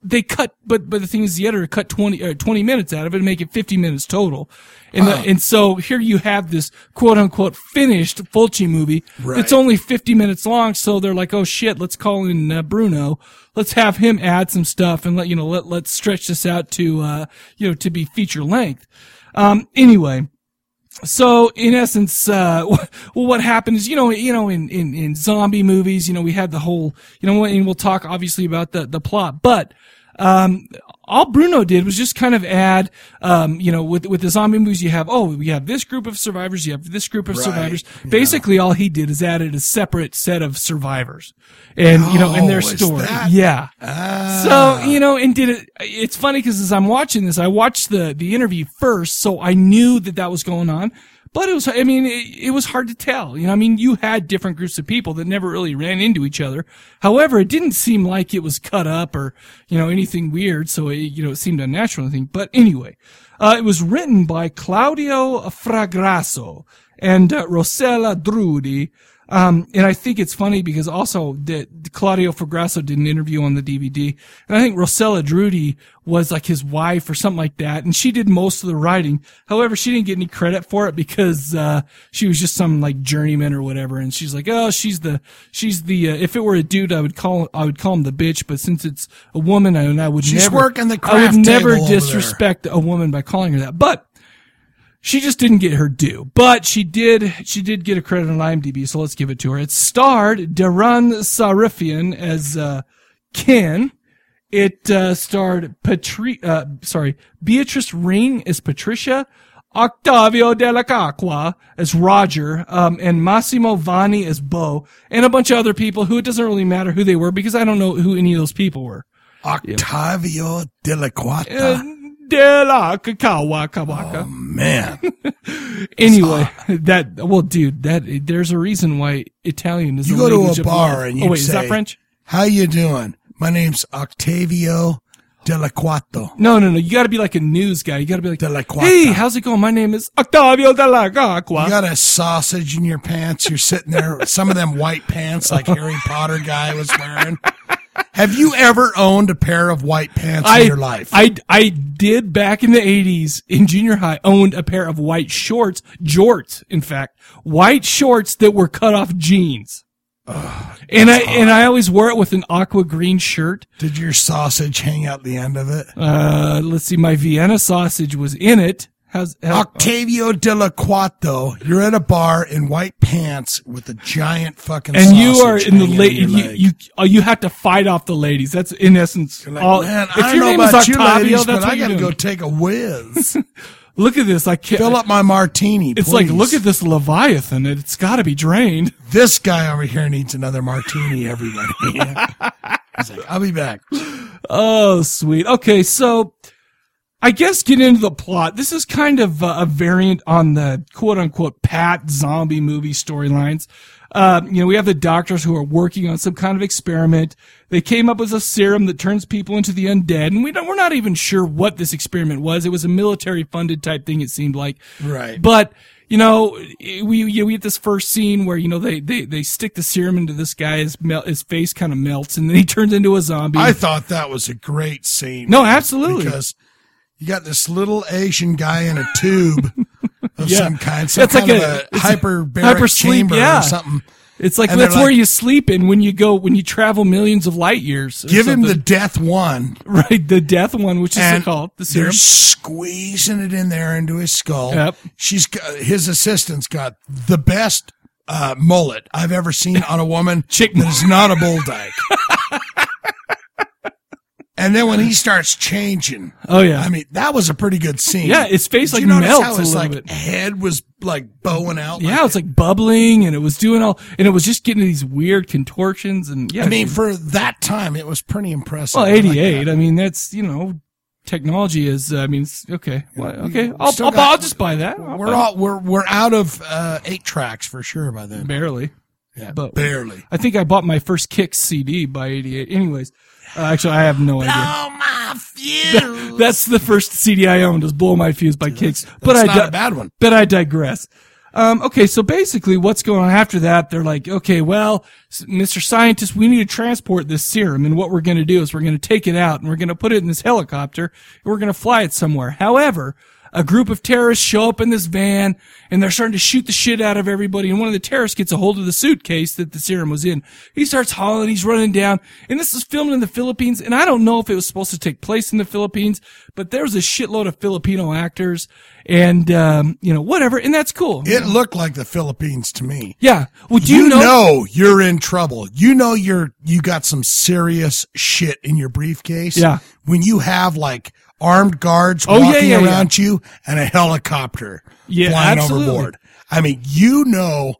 Speaker 1: they cut, but but the thing is, the editor cut 20, uh, 20 minutes out of it and make it 50 minutes total. And the-
Speaker 2: Wow.
Speaker 1: and so here you have this quote unquote finished Fulci movie.
Speaker 2: Right.
Speaker 1: It's only 50 minutes long, so they're like, oh shit, let's call in uh, Bruno. Let's have him add some stuff and let you know let let's stretch this out to uh you know to be feature length. Um, anyway. So in essence, uh, well, what happened is, you know, you know, in, in, in zombie movies, you know, we had the whole, you know, and we'll talk obviously about the, the plot, but, Um, all Bruno did was just kind of add, um, you know, with with the zombie movies, you have oh, we have this group of survivors, you have this group of
Speaker 2: Right,
Speaker 1: survivors. Basically, all he did is added a separate set of survivors, and you know, and their
Speaker 2: Oh, is
Speaker 1: story.
Speaker 2: that-
Speaker 1: Yeah.
Speaker 2: Ah.
Speaker 1: So you know, and did it? It's funny because as I'm watching this, I watched the the interview first, so I knew that that was going on. But it was, I mean, it, it was hard to tell. You know, I mean, you had different groups of people that never really ran into each other. However, it didn't seem like it was cut up or, you know, anything weird. So it, you know, it seemed unnatural. I think. But anyway, uh, it was written by Claudio Fragrasso and uh, Rossella Drudi. Um, and I think it's funny because also that Claudio Fragrasso did an interview on the DVD, and I think Rosella Drudi was like his wife or something like that, and she did most of the writing. However, she didn't get any credit for it because uh, she was just some like journeyman or whatever, and she's like, oh, she's the she's the uh, if it were a dude, I would call I would call him the bitch, but since it's a woman, I, and I would
Speaker 2: She's
Speaker 1: never
Speaker 2: working the
Speaker 1: I
Speaker 2: craft
Speaker 1: would never
Speaker 2: table over there.
Speaker 1: disrespect a woman by calling her that, but she just didn't get her due, but she did. She did get a credit on IMDb, so let's give it to her. It starred Daran Sarifian as uh, Ken. It uh, starred Patri- uh, sorry, Beatrice Ring as Patricia, Octavio Della Cacqua as Roger, um, and Massimo Vanni as Bo, and a bunch of other people who it doesn't really matter who they were because I don't know who any of those people were.
Speaker 2: Octavio Delaquata.
Speaker 1: Uh, Della Cacqua Cacqua.
Speaker 2: Oh, Man.
Speaker 1: anyway, that well, dude, that there's a reason why Italian is
Speaker 2: You
Speaker 1: the
Speaker 2: go to
Speaker 1: language
Speaker 2: a
Speaker 1: of
Speaker 2: bar
Speaker 1: love.
Speaker 2: and
Speaker 1: Oh,
Speaker 2: you
Speaker 1: wait,
Speaker 2: say,
Speaker 1: is that French?
Speaker 2: How you doing? My name's Octavio Delaquato.
Speaker 1: No, no, no. You got to be like a news guy. You got to be like, hey, how's it going? My name is Octavio Della Cacqua.
Speaker 2: You got a sausage in your pants. You're sitting there with some of them white pants like Harry Potter guy was wearing. Have you ever owned a pair of white pants
Speaker 1: I,
Speaker 2: in your life?
Speaker 1: I, I did back in the 80s in junior high owned a pair of white shorts, jorts, in fact, white shorts that were cut off jeans. and I and I always wore it with an aqua green shirt.
Speaker 2: Did your sausage hang out the end of it?
Speaker 1: Uh, let's see, my Vienna sausage was in it. How's how,
Speaker 2: Octavio Delaquato, you're at a bar in white pants with a giant fucking
Speaker 1: and you are
Speaker 2: sausage
Speaker 1: in the
Speaker 2: hanging
Speaker 1: late.
Speaker 2: your
Speaker 1: You
Speaker 2: leg.
Speaker 1: you, uh, you have to fight off the ladies. That's in essence all.
Speaker 2: Man,
Speaker 1: if
Speaker 2: I don't
Speaker 1: your
Speaker 2: know
Speaker 1: name
Speaker 2: about
Speaker 1: is
Speaker 2: you
Speaker 1: Octavio,
Speaker 2: ladies,
Speaker 1: that's
Speaker 2: but
Speaker 1: what
Speaker 2: I
Speaker 1: you're
Speaker 2: gotta go
Speaker 1: doing.
Speaker 2: take a whiz.
Speaker 1: Look at this. I can't
Speaker 2: Fill up my martini.
Speaker 1: It's
Speaker 2: please.
Speaker 1: like look at this leviathan. It's got to be drained.
Speaker 2: This guy over here needs another martini. Everybody. He's like, I'll be back.
Speaker 1: Oh, sweet. Okay, so I guess get into the plot. This is kind of uh, a variant on the quote unquote Pat zombie movie storylines. Um, you know, we have the doctors who are working on some kind of experiment. They came up with a serum that turns people into the undead, and we don't, we're not even sure what this experiment was. It was a military funded type thing, it seemed like.
Speaker 2: Right.
Speaker 1: But you know, we you know, we get this first scene where you know they they, they stick the serum into this guy. His mel- his face kind of melts, and then he turns into a zombie.
Speaker 2: I thought that was a great scene.
Speaker 1: No, absolutely.
Speaker 2: Because you got this little Asian guy in a tube of
Speaker 1: Yeah.
Speaker 2: some kind, some
Speaker 1: It's
Speaker 2: kind
Speaker 1: like
Speaker 2: of
Speaker 1: a-
Speaker 2: a,
Speaker 1: it's a
Speaker 2: hyperbaric
Speaker 1: hypersleep,
Speaker 2: chamber
Speaker 1: yeah.
Speaker 2: or something.
Speaker 1: It's like
Speaker 2: And
Speaker 1: that's
Speaker 2: they're
Speaker 1: where you sleep in when you go when you travel millions of light years. or
Speaker 2: Give him the
Speaker 1: something.
Speaker 2: death one.
Speaker 1: right the death one, which is
Speaker 2: And
Speaker 1: called the
Speaker 2: they're
Speaker 1: serum.
Speaker 2: squeezing it in there into his skull.
Speaker 1: Yep.
Speaker 2: She's got, his assistant's got the best uh, mullet I've ever seen on a woman
Speaker 1: Chick
Speaker 2: that is not a bull dyke. and then when he starts changing,
Speaker 1: Oh, yeah.
Speaker 2: I mean that was a pretty good scene.
Speaker 1: Yeah, his face,
Speaker 2: Did
Speaker 1: like,
Speaker 2: you notice
Speaker 1: melts
Speaker 2: how
Speaker 1: a
Speaker 2: his
Speaker 1: little
Speaker 2: like
Speaker 1: bit.
Speaker 2: head was like bowing out.
Speaker 1: yeah, it's like bubbling, and it was doing all, and it was just getting these weird contortions, and yeah.
Speaker 2: I mean,
Speaker 1: dude.
Speaker 2: for that time, it was pretty impressive.
Speaker 1: well,
Speaker 2: I like
Speaker 1: eighty-eight.
Speaker 2: that.
Speaker 1: I mean, that's you know, technology is. I mean, it's, okay, well, okay. I'll,
Speaker 2: still
Speaker 1: I'll,
Speaker 2: got-
Speaker 1: I'll just buy that. I'll buy
Speaker 2: We're
Speaker 1: it.
Speaker 2: all we're we're out of uh, eight tracks for sure by then.
Speaker 1: Barely.
Speaker 2: Yeah,
Speaker 1: but
Speaker 2: barely.
Speaker 1: I think I bought my first Kicks CD by '88. Anyways, uh, actually, I have no idea. Blow my fuse. That's the first CD I owned was "Blow My Fuse" by Kicks. but
Speaker 2: that's
Speaker 1: I
Speaker 2: not
Speaker 1: di-
Speaker 2: a bad one.
Speaker 1: But I digress. Um, okay, so basically, what's going on after that? They're like, okay, well, s- Mr. Scientist, we need to transport this serum, and what we're going to do is we're going to take it out and we're going to put it in this helicopter and we're going to fly it somewhere. However, a group of terrorists show up in this van and they're starting to shoot the shit out of everybody. And one of the terrorists gets a hold of the suitcase that the serum was in. He starts hauling, he's running down. And this is filmed in the Philippines. And I don't know if it was supposed to take place in the Philippines, but there was a shitload of Filipino actors and, um, you know, whatever. And that's cool. you
Speaker 2: It
Speaker 1: know?
Speaker 2: looked like the Philippines to me.
Speaker 1: Yeah. Well, do you know-
Speaker 2: you're in trouble. You know you're you got some serious shit in your briefcase.
Speaker 1: Yeah.
Speaker 2: When you have like armed guards
Speaker 1: Oh, yeah,
Speaker 2: walking
Speaker 1: yeah, yeah.
Speaker 2: around you and a helicopter
Speaker 1: Yeah,
Speaker 2: flying
Speaker 1: absolutely.
Speaker 2: overboard. I mean, you know,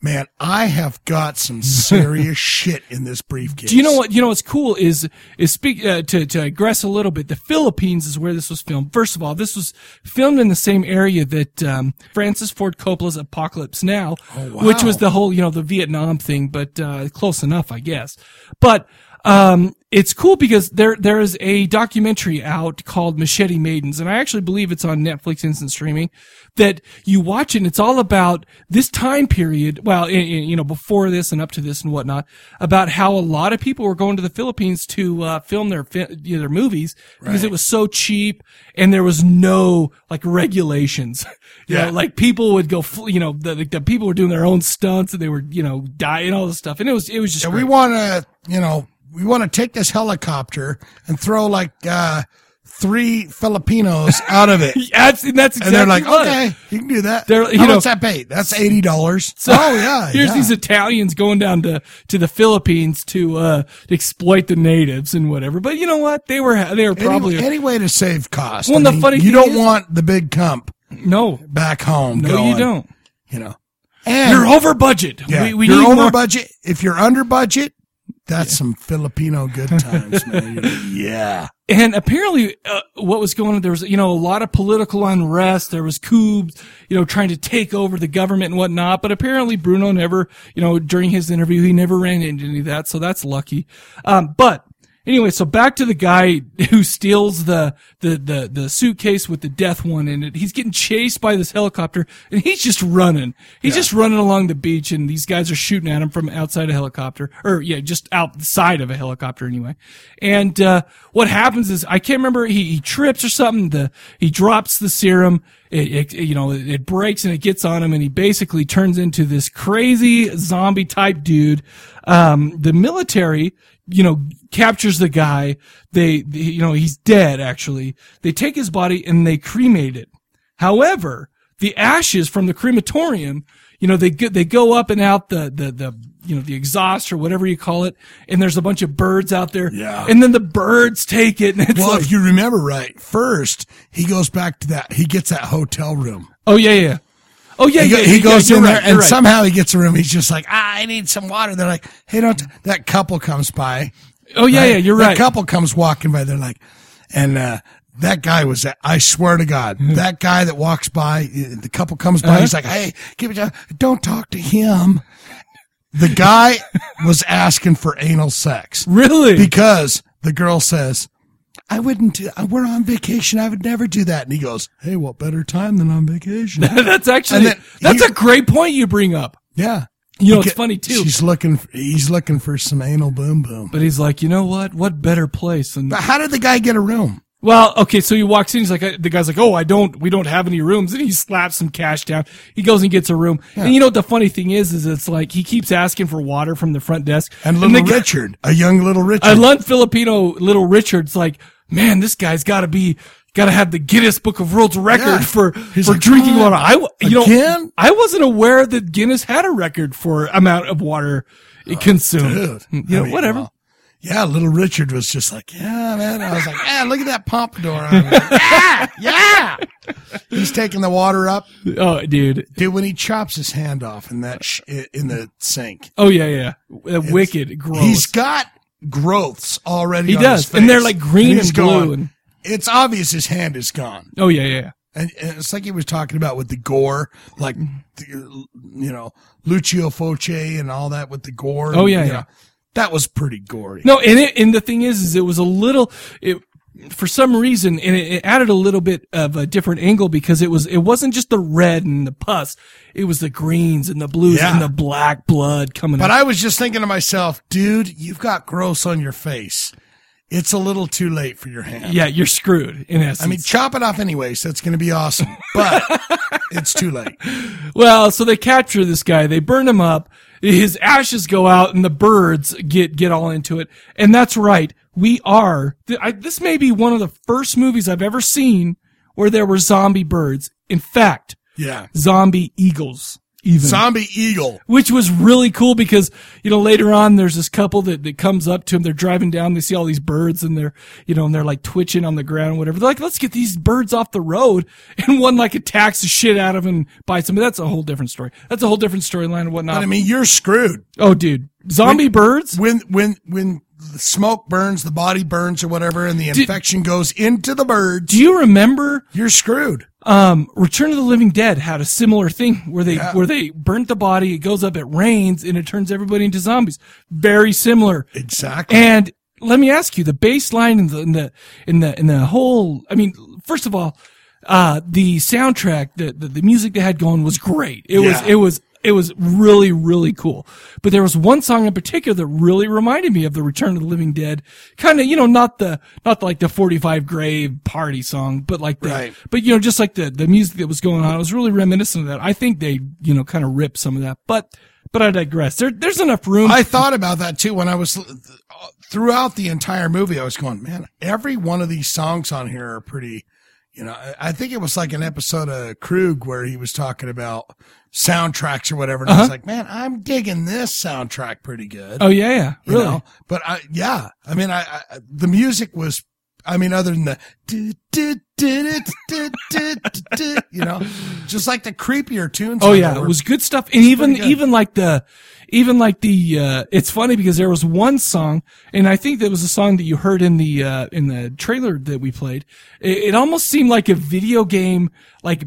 Speaker 2: man, I have got some serious shit in this briefcase.
Speaker 1: Do you know what? You know what's cool is is speak uh, to to digress a little bit. The Philippines is where this was filmed. First of all, this was filmed in the same area that um, Francis Ford Coppola's Apocalypse Now,
Speaker 10: Oh, wow.
Speaker 1: which was the whole you know the Vietnam thing, but uh, close enough, I guess. But um, it's cool because there there is a documentary out called Machete Maidens, and I actually believe it's on Netflix instant streaming. That you watch it, and it's all about this time period. Well, i i you know, before this and up to this and whatnot, about how a lot of people were going to the Philippines to uh, film their fi- you know, their movies because it was so cheap, and there was no like regulations. you
Speaker 10: Yeah.
Speaker 1: know, like people would go, fl- you know, the, the people were doing their own stunts, and they were you know dying all this stuff, and it was it was just
Speaker 2: Yeah,
Speaker 1: great.
Speaker 2: we want to, you know, we want to take this helicopter and throw like uh, three Filipinos out of it.
Speaker 1: that's, and that's
Speaker 2: they're like,
Speaker 1: exactly what.
Speaker 2: okay, you can do that.
Speaker 1: They're-
Speaker 2: How
Speaker 1: you know-
Speaker 2: much that paid? That's eighty dollars.
Speaker 1: So
Speaker 2: oh yeah,
Speaker 1: here's
Speaker 2: yeah.
Speaker 1: these Italians going down to to the Philippines to uh to exploit the natives and whatever. But you know what? They were they were
Speaker 2: Any-
Speaker 1: probably
Speaker 2: any, way to save cost.
Speaker 1: Well,
Speaker 2: I
Speaker 1: the
Speaker 2: mean,
Speaker 1: funny
Speaker 2: you
Speaker 1: thing
Speaker 2: don't
Speaker 1: is-
Speaker 2: want the big comp.
Speaker 1: No,
Speaker 2: back home.
Speaker 1: No, you
Speaker 2: going,
Speaker 1: don't.
Speaker 2: You know,
Speaker 1: you're over budget.
Speaker 2: Yeah,
Speaker 1: we, we
Speaker 2: you're
Speaker 1: need
Speaker 2: over
Speaker 1: more-
Speaker 2: budget. If you're under budget, that's some Filipino good times, man. You're like, yeah.
Speaker 1: And apparently, uh, what was going on? There was, you know, a lot of political unrest. There was coups, you know, trying to take over the government and whatnot. But apparently, Bruno never, you know, during his interview, he never ran into any of that. So that's lucky. Um, but anyway, so back to the guy who steals the, the the the suitcase with the death one in it. He's getting chased by this helicopter, and he's just running. He's just running along the beach, and these guys are shooting at him from outside a helicopter, or yeah, just outside of a helicopter anyway. And uh, what happens is I can't remember. He, he trips or something. The he drops the serum. It, it you know it, it breaks and it gets on him, and he basically turns into this crazy zombie type dude. Um, the military, you know, captures the guy. They, they- you know, he's dead actually. They take his body and they cremate it. However, the ashes from the crematorium, you know, they go, they go up and out the, the, the, you know, the exhaust or whatever you call it. And there's a bunch of birds out there.
Speaker 2: Yeah.
Speaker 1: And then the birds take it. And it's
Speaker 2: well,
Speaker 1: like,
Speaker 2: if you remember right, first he goes back to that. He gets that hotel room.
Speaker 1: oh, yeah, yeah. Oh, yeah,
Speaker 2: he, go-
Speaker 1: yeah.
Speaker 2: he
Speaker 1: yeah,
Speaker 2: goes
Speaker 1: you're
Speaker 2: in there
Speaker 1: right,
Speaker 2: and
Speaker 1: you're right.
Speaker 2: somehow he gets a room. He's just like, ah, I need some water. They're like, hey, don't. That couple comes by.
Speaker 1: Oh, yeah, yeah, you're right.
Speaker 2: That couple comes walking by. They're like, and uh, that guy was. I swear to God,
Speaker 1: Hmm.
Speaker 2: that guy that walks by, uh, the couple comes by.
Speaker 10: Uh-huh.
Speaker 2: He's like, hey, give me. a- Don't talk to him. The guy was asking for anal sex.
Speaker 1: Really?
Speaker 2: Because the girl says, I wouldn't do I- We're on vacation. I would never do that. And he goes, Hey, what better time than on vacation?
Speaker 1: that's actually,
Speaker 2: And then
Speaker 1: that's a great point you bring up.
Speaker 2: Yeah.
Speaker 1: You know,
Speaker 2: He
Speaker 1: it's
Speaker 2: get-
Speaker 1: funny too.
Speaker 2: She's looking, he's looking for some anal boom boom.
Speaker 1: But he's like, you know what? What better place than?
Speaker 2: But how did the guy get a room?
Speaker 1: Well, okay, so he walks in. He's like, I- the guy's like, oh, I don't, we don't have any rooms, and he slaps some cash down. He goes and gets a room, and you know what the funny thing is, is it's like he keeps asking for water from the front desk,
Speaker 2: And little
Speaker 1: the guy-
Speaker 2: Richard, a young little Richard.
Speaker 1: I love Filipino little Richard's like, man, this guy's got to be, got to have the Guinness Book of World Record
Speaker 2: Yeah.
Speaker 1: for
Speaker 2: He's
Speaker 1: for
Speaker 2: like,
Speaker 1: drinking
Speaker 2: "What?
Speaker 1: water. I, w- you know,
Speaker 2: Again?"
Speaker 1: I wasn't aware that Guinness had a record for amount of water it consumed.
Speaker 2: Oh, dude.
Speaker 1: You know,
Speaker 2: I mean,
Speaker 1: whatever.
Speaker 2: well, yeah, little Richard was just like, yeah, man. I was like, yeah, look at that pompadour. I was like, yeah, yeah. He's taking the water up.
Speaker 1: Oh, dude.
Speaker 2: Dude, when he chops his hand off in that sh- in the sink.
Speaker 1: Oh yeah, yeah. Uh, wicked, gross.
Speaker 2: He's got growths already.
Speaker 1: He
Speaker 2: on
Speaker 1: does,
Speaker 2: his
Speaker 1: and they're
Speaker 2: face.
Speaker 1: like green
Speaker 2: he's
Speaker 1: and blue
Speaker 2: going-
Speaker 1: and-
Speaker 2: it's obvious his hand is gone.
Speaker 1: Oh yeah, yeah.
Speaker 2: And, and it's like he was talking about with the gore, like the, you know Lucio Foce and all that with the gore.
Speaker 1: Oh, yeah,
Speaker 2: you
Speaker 1: yeah.
Speaker 2: know. that was pretty gory.
Speaker 1: No, and it, and the thing is, is it was a little, it, for some reason, and it, it added a little bit of a different angle because it was, it wasn't just the red and the pus, it was the greens and the blues
Speaker 2: Yeah.
Speaker 1: and the black blood coming.
Speaker 2: But
Speaker 1: out.
Speaker 2: I was just thinking to myself, dude, you've got gross on your face. it's a little too late for your hand.
Speaker 1: Yeah, you're screwed in essence.
Speaker 2: I mean, chop it off anyway, so it's going to be awesome. But it's too late.
Speaker 1: Well, so they capture this guy, they burn him up, his ashes go out, and the birds get get all into it. And that's right, we are. th- I, this may be one of the first movies I've ever seen where there were zombie birds. In fact,
Speaker 2: Yeah.
Speaker 1: zombie eagles. Even.
Speaker 2: Zombie eagle.
Speaker 1: Which was really cool because, you know, later on there's this couple that, that comes up to him. They're driving down. They see all these birds and they're, you know, and they're like twitching on the ground, whatever. They're like, let's get these birds off the road. And one like attacks the shit out of him and bites him. But that's a whole different story. That's a whole different storyline and whatnot.
Speaker 2: But I mean, you're screwed.
Speaker 1: Oh, dude, zombie
Speaker 2: When-
Speaker 1: birds.
Speaker 2: When when when the smoke burns, the body burns, or whatever, and the infection goes into the birds.
Speaker 1: Do you remember?
Speaker 2: You're screwed.
Speaker 1: Um, Return of the Living Dead had a similar thing where they
Speaker 2: Yeah.
Speaker 1: where they burnt the body, it goes up, it rains, and it turns everybody into zombies. Very similar.
Speaker 2: Exactly.
Speaker 1: And let me ask you, the baseline in the in the in the in the whole I mean, first of all, uh the soundtrack, the the, the music they had going was great. It was
Speaker 5: Yeah.
Speaker 1: it was it was really, really cool. But there was one song in particular that really reminded me of the Return of the Living Dead. Kind of, you know, not the, not like the 45 grave party song, but like the,
Speaker 2: Right.
Speaker 1: but you know, just like the, the music that was going on. It was really reminiscent of that. I think they, you know, kind of ripped some of that, but, but I digress. There, there's enough room.
Speaker 2: I thought about that too when I was throughout the entire movie. I was going, man, every one of these songs on here are pretty. You know, I- I think it was like an episode of Krug where he was talking about soundtracks or whatever. And I was
Speaker 1: Uh-huh.
Speaker 2: like, man, I'm digging this soundtrack pretty good.
Speaker 1: Oh, yeah, yeah.
Speaker 2: You
Speaker 1: Really?
Speaker 2: know? But I, yeah, I mean, I, I the music was, I mean, other than the, du- du- du- du- du- du- du- du, you know, just like the creepier tunes.
Speaker 1: Oh
Speaker 2: on
Speaker 1: yeah,
Speaker 2: there
Speaker 1: it
Speaker 2: were-
Speaker 1: was good stuff. And even
Speaker 2: pretty good.
Speaker 1: even like the even like the uh it's funny because there was one song and I think that was a song that you heard in the uh in the trailer that we played. It, it almost seemed like a video game like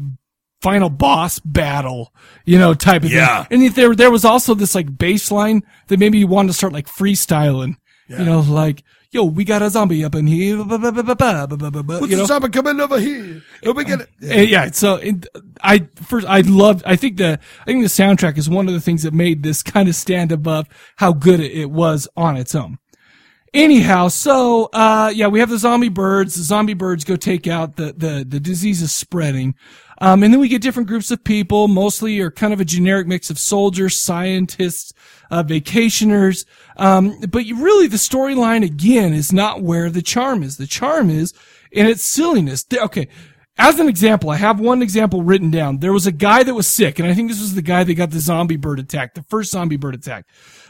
Speaker 1: final boss battle, you know, type of
Speaker 13: Yeah.
Speaker 1: thing. And if there there was also this like bass line that maybe you wanted to start like freestyling. You know, like, yo, we got a zombie up in here. ba- ba- ba- ba- ba- ba- ba- ba- ba,"
Speaker 2: What's
Speaker 1: you know? Uh,
Speaker 2: the summer coming over here? Oh, we got it.
Speaker 1: yeah. yeah so it, I first I loved. I think the I think the soundtrack is one of the things that made this kind of stand above how good it, it was on its own. Anyhow, so uh, yeah, we have the zombie birds. The zombie birds go take out the the the disease is spreading, um, and then we get different groups of people. Mostly are kind of a generic mix of soldiers, scientists, uh, vacationers. Um, but you really the storyline again is not where the charm is. The charm is in its silliness. The- Okay, as an example, I have one example written down. There was a guy that was sick, and I think this was the guy that got the zombie bird attack, the first zombie bird attack.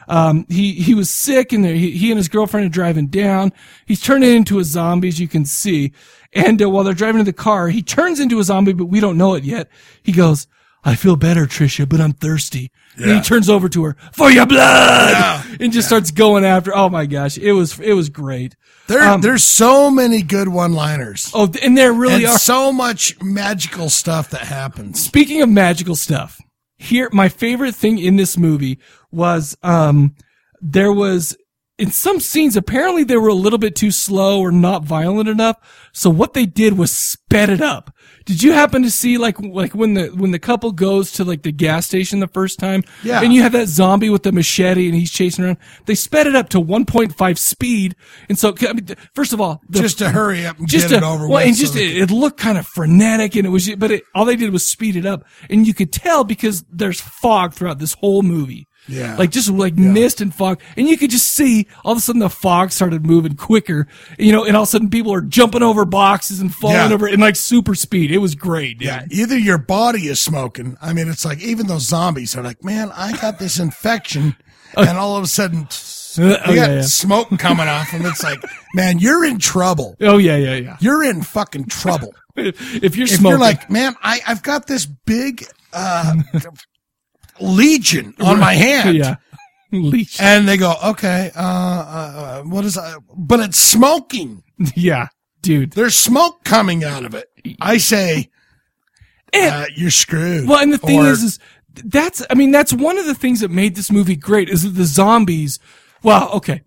Speaker 1: Um, he, he was sick, and there, he, he and his girlfriend are driving down. He's turning into a zombie, as you can see. And uh, while they're driving in the car, he turns into a zombie, but we don't know it yet. He goes, I feel better, Trisha, but I'm thirsty. And
Speaker 13: Yeah.
Speaker 1: he turns over to her for your blood, and just starts going after. Oh my gosh, it was it was great.
Speaker 2: There, there's so many good one-liners.
Speaker 1: Um, Oh, and there really
Speaker 2: And
Speaker 1: are
Speaker 2: so much magical stuff that happens.
Speaker 1: Speaking of magical stuff, here my favorite thing in this movie was um there was in some scenes apparently they were a little bit too slow or not violent enough. So what they did was sped it up. Did you happen to see like like when the when the couple goes to like the gas station the first time
Speaker 13: Yeah.
Speaker 1: and you have that zombie with the machete and he's chasing around. They sped it up to 1.5 speed. And so I mean, first of all, the-
Speaker 2: Just to hurry up and
Speaker 1: just
Speaker 2: get it
Speaker 1: to-
Speaker 2: over
Speaker 1: well,
Speaker 2: with
Speaker 1: And
Speaker 2: so
Speaker 1: just
Speaker 2: they
Speaker 1: it, it looked kind of frenetic, and it was, but it, all they did was speed it up, and you could tell because there's fog throughout this whole movie.
Speaker 2: Yeah.
Speaker 1: Like just like mist and fog. And you could just see all of a sudden the fog started moving quicker, you know, and all of a sudden people are jumping over boxes and falling
Speaker 2: Yeah.
Speaker 1: over in like super speed. It was great. Dude.
Speaker 2: Yeah, either your body is smoking. I mean, it's like even those zombies are like, man, I got this infection, and all of a sudden, you
Speaker 1: oh,
Speaker 2: got
Speaker 1: yeah, yeah.
Speaker 2: smoke coming off, and it's like, man, you're in trouble.
Speaker 1: Oh, yeah, yeah, yeah.
Speaker 2: You're in fucking trouble.
Speaker 1: if you're
Speaker 2: if
Speaker 1: smoking.
Speaker 2: you're like, man, I I've got this big uh, legion on my hand.
Speaker 1: Yeah. Legion.
Speaker 2: And they go, okay, uh, uh, uh, what is that? But it's smoking.
Speaker 1: Yeah, dude.
Speaker 2: There's smoke coming out of it. I say, uh, you're screwed.
Speaker 1: Well, and the thing
Speaker 2: Or-
Speaker 1: is, is that's I mean that's one of the things that made this movie great is that the zombies. Well, okay,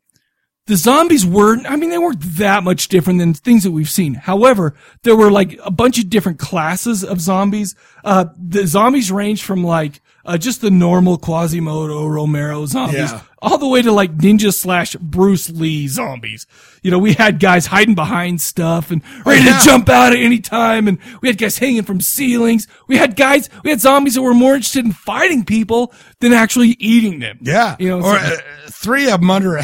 Speaker 1: the zombies weren't, I mean, they weren't that much different than things that we've seen. However, there were like a bunch of different classes of zombies. Uh, the zombies ranged from like, uh, just the normal Quasimodo Romero zombies
Speaker 2: Yeah.
Speaker 1: all the way to like ninja slash Bruce Lee zombies. You know, we had guys hiding behind stuff and ready
Speaker 2: yeah.
Speaker 1: to jump out at any time. And we had guys hanging from ceilings. We had guys, we had zombies that were more interested in fighting people than actually eating them.
Speaker 2: Yeah.
Speaker 1: You know,
Speaker 2: or
Speaker 1: so-
Speaker 2: uh, three of them under a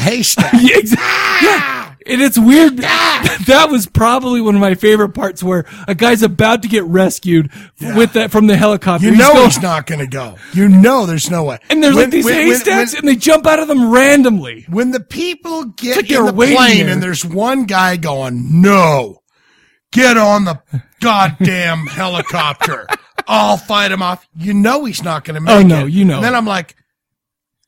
Speaker 2: haystack.
Speaker 1: yeah, exactly. Yeah. And it's weird. that was probably one of my favorite parts where a guy's about to get rescued with that from the helicopter.
Speaker 2: You
Speaker 1: He's
Speaker 2: know
Speaker 1: going-
Speaker 2: he's not going to go. You know there's no way.
Speaker 1: And there's like these haystacks and they jump out of them randomly.
Speaker 2: When the people get
Speaker 1: like
Speaker 2: in
Speaker 1: they're
Speaker 2: the
Speaker 1: waiting
Speaker 2: plane
Speaker 1: there.
Speaker 2: and there's one guy going, no, get on the goddamn helicopter. I'll fight him off. You know he's not going to make
Speaker 1: Oh, no,
Speaker 2: it.
Speaker 1: you know.
Speaker 2: And then I'm like,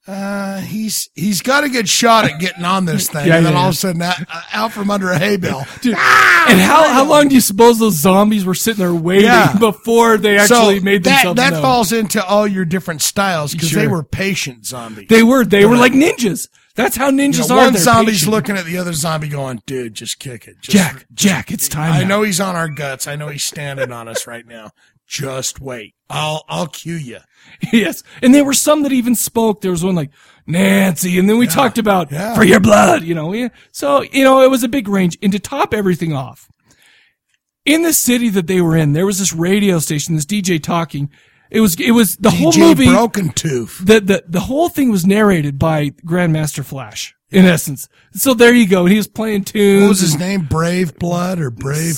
Speaker 2: uh, he's he's got a good shot at getting on this thing,
Speaker 1: Yeah,
Speaker 2: and then
Speaker 1: yeah,
Speaker 2: all
Speaker 1: yeah.
Speaker 2: of a sudden, out, out from under a hay bale.
Speaker 1: Dude,
Speaker 2: Ah,
Speaker 1: and how, how long do you suppose those zombies were sitting there waiting
Speaker 2: Yeah.
Speaker 1: before they actually
Speaker 2: so
Speaker 1: made
Speaker 2: that,
Speaker 1: themselves
Speaker 2: that
Speaker 1: known?
Speaker 2: falls into all your different styles because they
Speaker 1: Sure.
Speaker 2: were patient zombies.
Speaker 1: They were they were like ninjas. That's how
Speaker 2: You
Speaker 1: ninjas
Speaker 2: know,
Speaker 1: are.
Speaker 2: One
Speaker 1: They're
Speaker 2: zombie's
Speaker 1: patient.
Speaker 2: looking at the other zombie, going, "Dude, just kick it, just,
Speaker 1: Jack, Jack, it's time.
Speaker 2: I
Speaker 1: now.
Speaker 2: know he's on our guts. I know he's standing on us right now. Just wait. I'll I'll cue you.
Speaker 1: yes. And there were some that even spoke. There was one like Nancy, and then we talked about
Speaker 2: Yeah.
Speaker 1: for your blood, you know. yeah. So, you know, it was a big range. And to top everything off, in the city that they were in, there was this radio station, this DJ talking. It was it was the whole
Speaker 2: DJ
Speaker 1: movie
Speaker 2: Broken Tooth.
Speaker 1: The, the the whole thing was narrated by Grandmaster Flash, in essence. So there you go. And he was playing tunes.
Speaker 2: What was his
Speaker 1: and-
Speaker 2: name? Brave Blood or Brave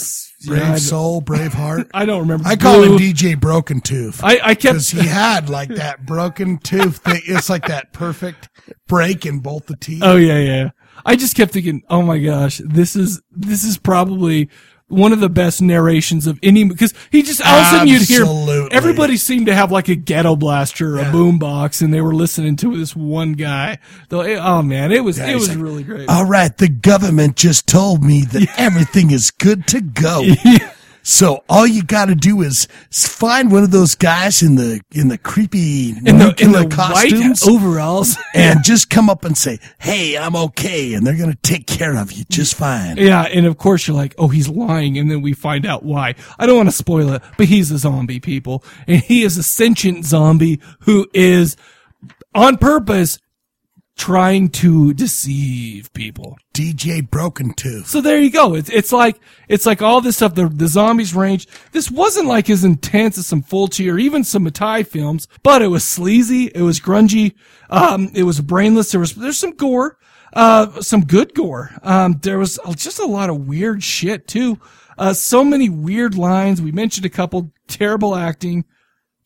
Speaker 2: Brave
Speaker 1: Yeah, I don't-
Speaker 2: Soul, Brave Heart?
Speaker 1: I don't remember.
Speaker 2: I call him
Speaker 1: Blue.
Speaker 2: DJ Broken Tooth.
Speaker 1: I- I kept-
Speaker 2: because he had like that broken tooth thing. It's like that perfect break in both the teeth.
Speaker 1: Oh yeah, yeah. I just kept thinking, oh my gosh, this is this is probably one of the best narrations of any because he just all of a sudden you'd hear
Speaker 2: Absolutely.
Speaker 1: everybody seemed to have like a ghetto blaster or a boombox and they were listening to this one guy. Though, eh, oh man, it was
Speaker 2: Yeah,
Speaker 1: it
Speaker 2: he's
Speaker 1: was
Speaker 2: like,
Speaker 1: really great.
Speaker 2: All right, the government just told me that everything is good to go. So all you got to do is s- find one of those guys in the in the creepy
Speaker 1: In the- in
Speaker 2: nuclear
Speaker 1: the white
Speaker 2: costumes
Speaker 1: overalls,
Speaker 2: and just come up and say, "Hey, I'm okay," and they're gonna take care of you just fine.
Speaker 1: Yeah, and of course you're like, oh, he's lying, and then we find out why. I don't want to spoil it, but he's a zombie, people, and he is a sentient zombie who is on purpose trying to deceive people.
Speaker 2: DJ Broken Tooth.
Speaker 1: So there you go. It's it's like it's like all this stuff. The the zombies range. This wasn't like as intense as some Fulci or even some Matai films, but it was sleazy. It was grungy. Um, it was brainless. There was there's some gore, uh, some good gore. Um, there was just a lot of weird shit too. Uh, so many weird lines. We mentioned a couple. Terrible acting,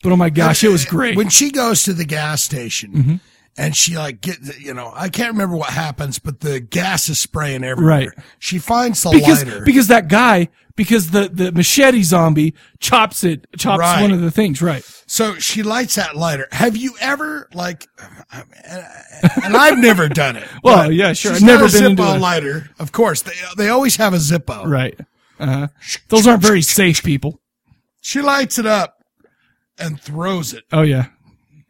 Speaker 1: but oh my gosh, it was great. Mm-hmm.
Speaker 2: When she goes to the gas station and she like get you know I can't remember what happens, but the gas is spraying everywhere.
Speaker 1: Right.
Speaker 2: She finds the
Speaker 1: because,
Speaker 2: lighter.
Speaker 1: because that guy because the the machete zombie chops it chops
Speaker 2: Right.
Speaker 1: one of the things right.
Speaker 2: So she lights that lighter. Have you ever like? And I've never done it.
Speaker 1: Well,
Speaker 2: but
Speaker 1: yeah, sure.
Speaker 2: she's
Speaker 1: I've never
Speaker 2: got a
Speaker 1: been into
Speaker 2: Zippo
Speaker 1: it.
Speaker 2: lighter. Of course, they they always have a Zippo.
Speaker 1: Right. Uh-huh. Those aren't very safe people.
Speaker 2: She lights it up and throws it.
Speaker 1: Oh yeah.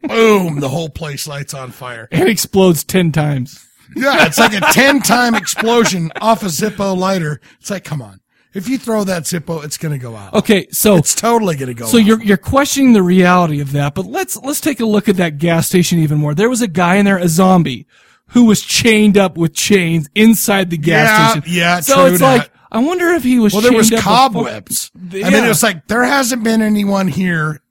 Speaker 2: Boom! The whole place lights on fire.
Speaker 1: And explodes 10 times.
Speaker 2: Yeah, it's like a ten time explosion off a Zippo lighter. It's like, come on. If you throw that Zippo, it's gonna go out.
Speaker 1: Okay, so
Speaker 2: It's totally gonna go
Speaker 1: so
Speaker 2: out.
Speaker 1: you're you're questioning the reality of that, but let's let's take a look at that gas station even more. There was a guy in there, a zombie, who was chained up with chains inside the gas
Speaker 2: Yeah,
Speaker 1: station.
Speaker 2: yeah,
Speaker 1: So
Speaker 2: true
Speaker 1: it's
Speaker 2: that.
Speaker 1: like I wonder if he was
Speaker 2: Well, there was
Speaker 1: chained up before-
Speaker 2: cobwebs. I mean,
Speaker 1: Yeah.
Speaker 2: it was like there hasn't been anyone here.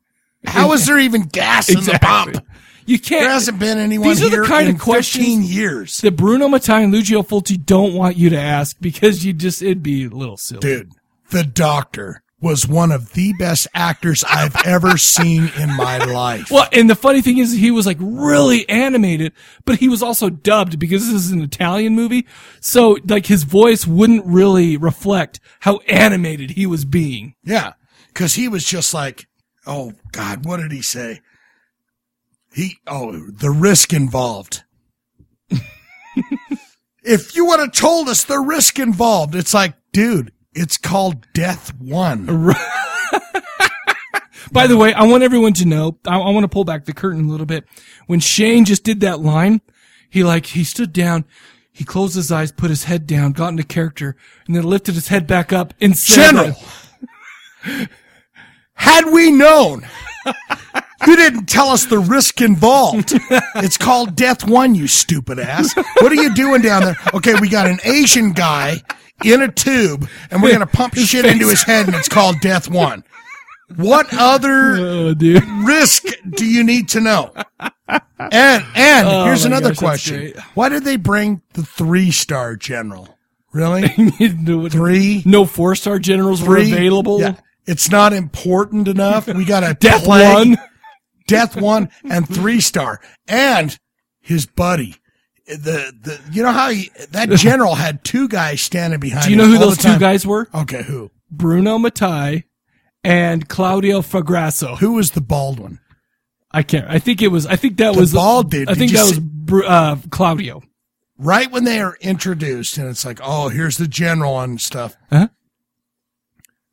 Speaker 2: How is there even gas in
Speaker 1: Exactly.
Speaker 2: the pump?
Speaker 1: You can't.
Speaker 2: There hasn't been anyone
Speaker 1: These are
Speaker 2: here
Speaker 1: the kind
Speaker 2: in
Speaker 1: of questions
Speaker 2: 15 years.
Speaker 1: that Bruno Mattei and Lucio Fulci don't want you to ask because you just it'd be a little silly.
Speaker 2: Dude, the doctor was one of the best actors I've ever seen in my life.
Speaker 1: Well, and the funny thing is, he was like really animated, but he was also dubbed because this is an Italian movie. So like his voice wouldn't really reflect how animated he was being.
Speaker 2: Yeah, because he was just like, oh God, what did he say? He oh the risk involved. if you would have told us the risk involved, it's like, dude, it's called Death One.
Speaker 1: By the way, I want everyone to know, I, I want to pull back the curtain a little bit. When Shane just did that line, he like, he stood down. He closed his eyes, put his head down, got into character, and then lifted his head back up and said,
Speaker 2: General. Had we known, you didn't tell us the risk involved. It's called Death One, you stupid ass. What are you doing down there? Okay, we got an Asian guy in a tube, and we're gonna pump shit into his head, and it's called Death One. What other
Speaker 1: Oh,
Speaker 2: risk do you need to know? And and
Speaker 1: Oh
Speaker 2: here's
Speaker 1: my
Speaker 2: another
Speaker 1: gosh, that's
Speaker 2: question:
Speaker 1: great.
Speaker 2: Why did they bring the three star general? Really? three?
Speaker 1: No four star generals were available?
Speaker 2: Yeah. It's not important enough. We got a
Speaker 1: Death one.
Speaker 2: plague. death one, and three star, and his buddy. The the you know how he, that general had two guys standing behind.
Speaker 1: Do you know
Speaker 2: him
Speaker 1: who
Speaker 2: all
Speaker 1: those
Speaker 2: the
Speaker 1: two
Speaker 2: time.
Speaker 1: guys were?
Speaker 2: Okay, who?
Speaker 1: Bruno Mattei and Claudio Fragrasso.
Speaker 2: Who was the bald one?
Speaker 1: I can't. I think it was. I think that
Speaker 2: The
Speaker 1: was
Speaker 2: bald dude.
Speaker 1: I
Speaker 2: Did
Speaker 1: think
Speaker 2: you
Speaker 1: that
Speaker 2: see-
Speaker 1: was Bru- uh, Claudio.
Speaker 2: Right when they are introduced, and it's like, oh, here's the general and stuff.
Speaker 1: Huh?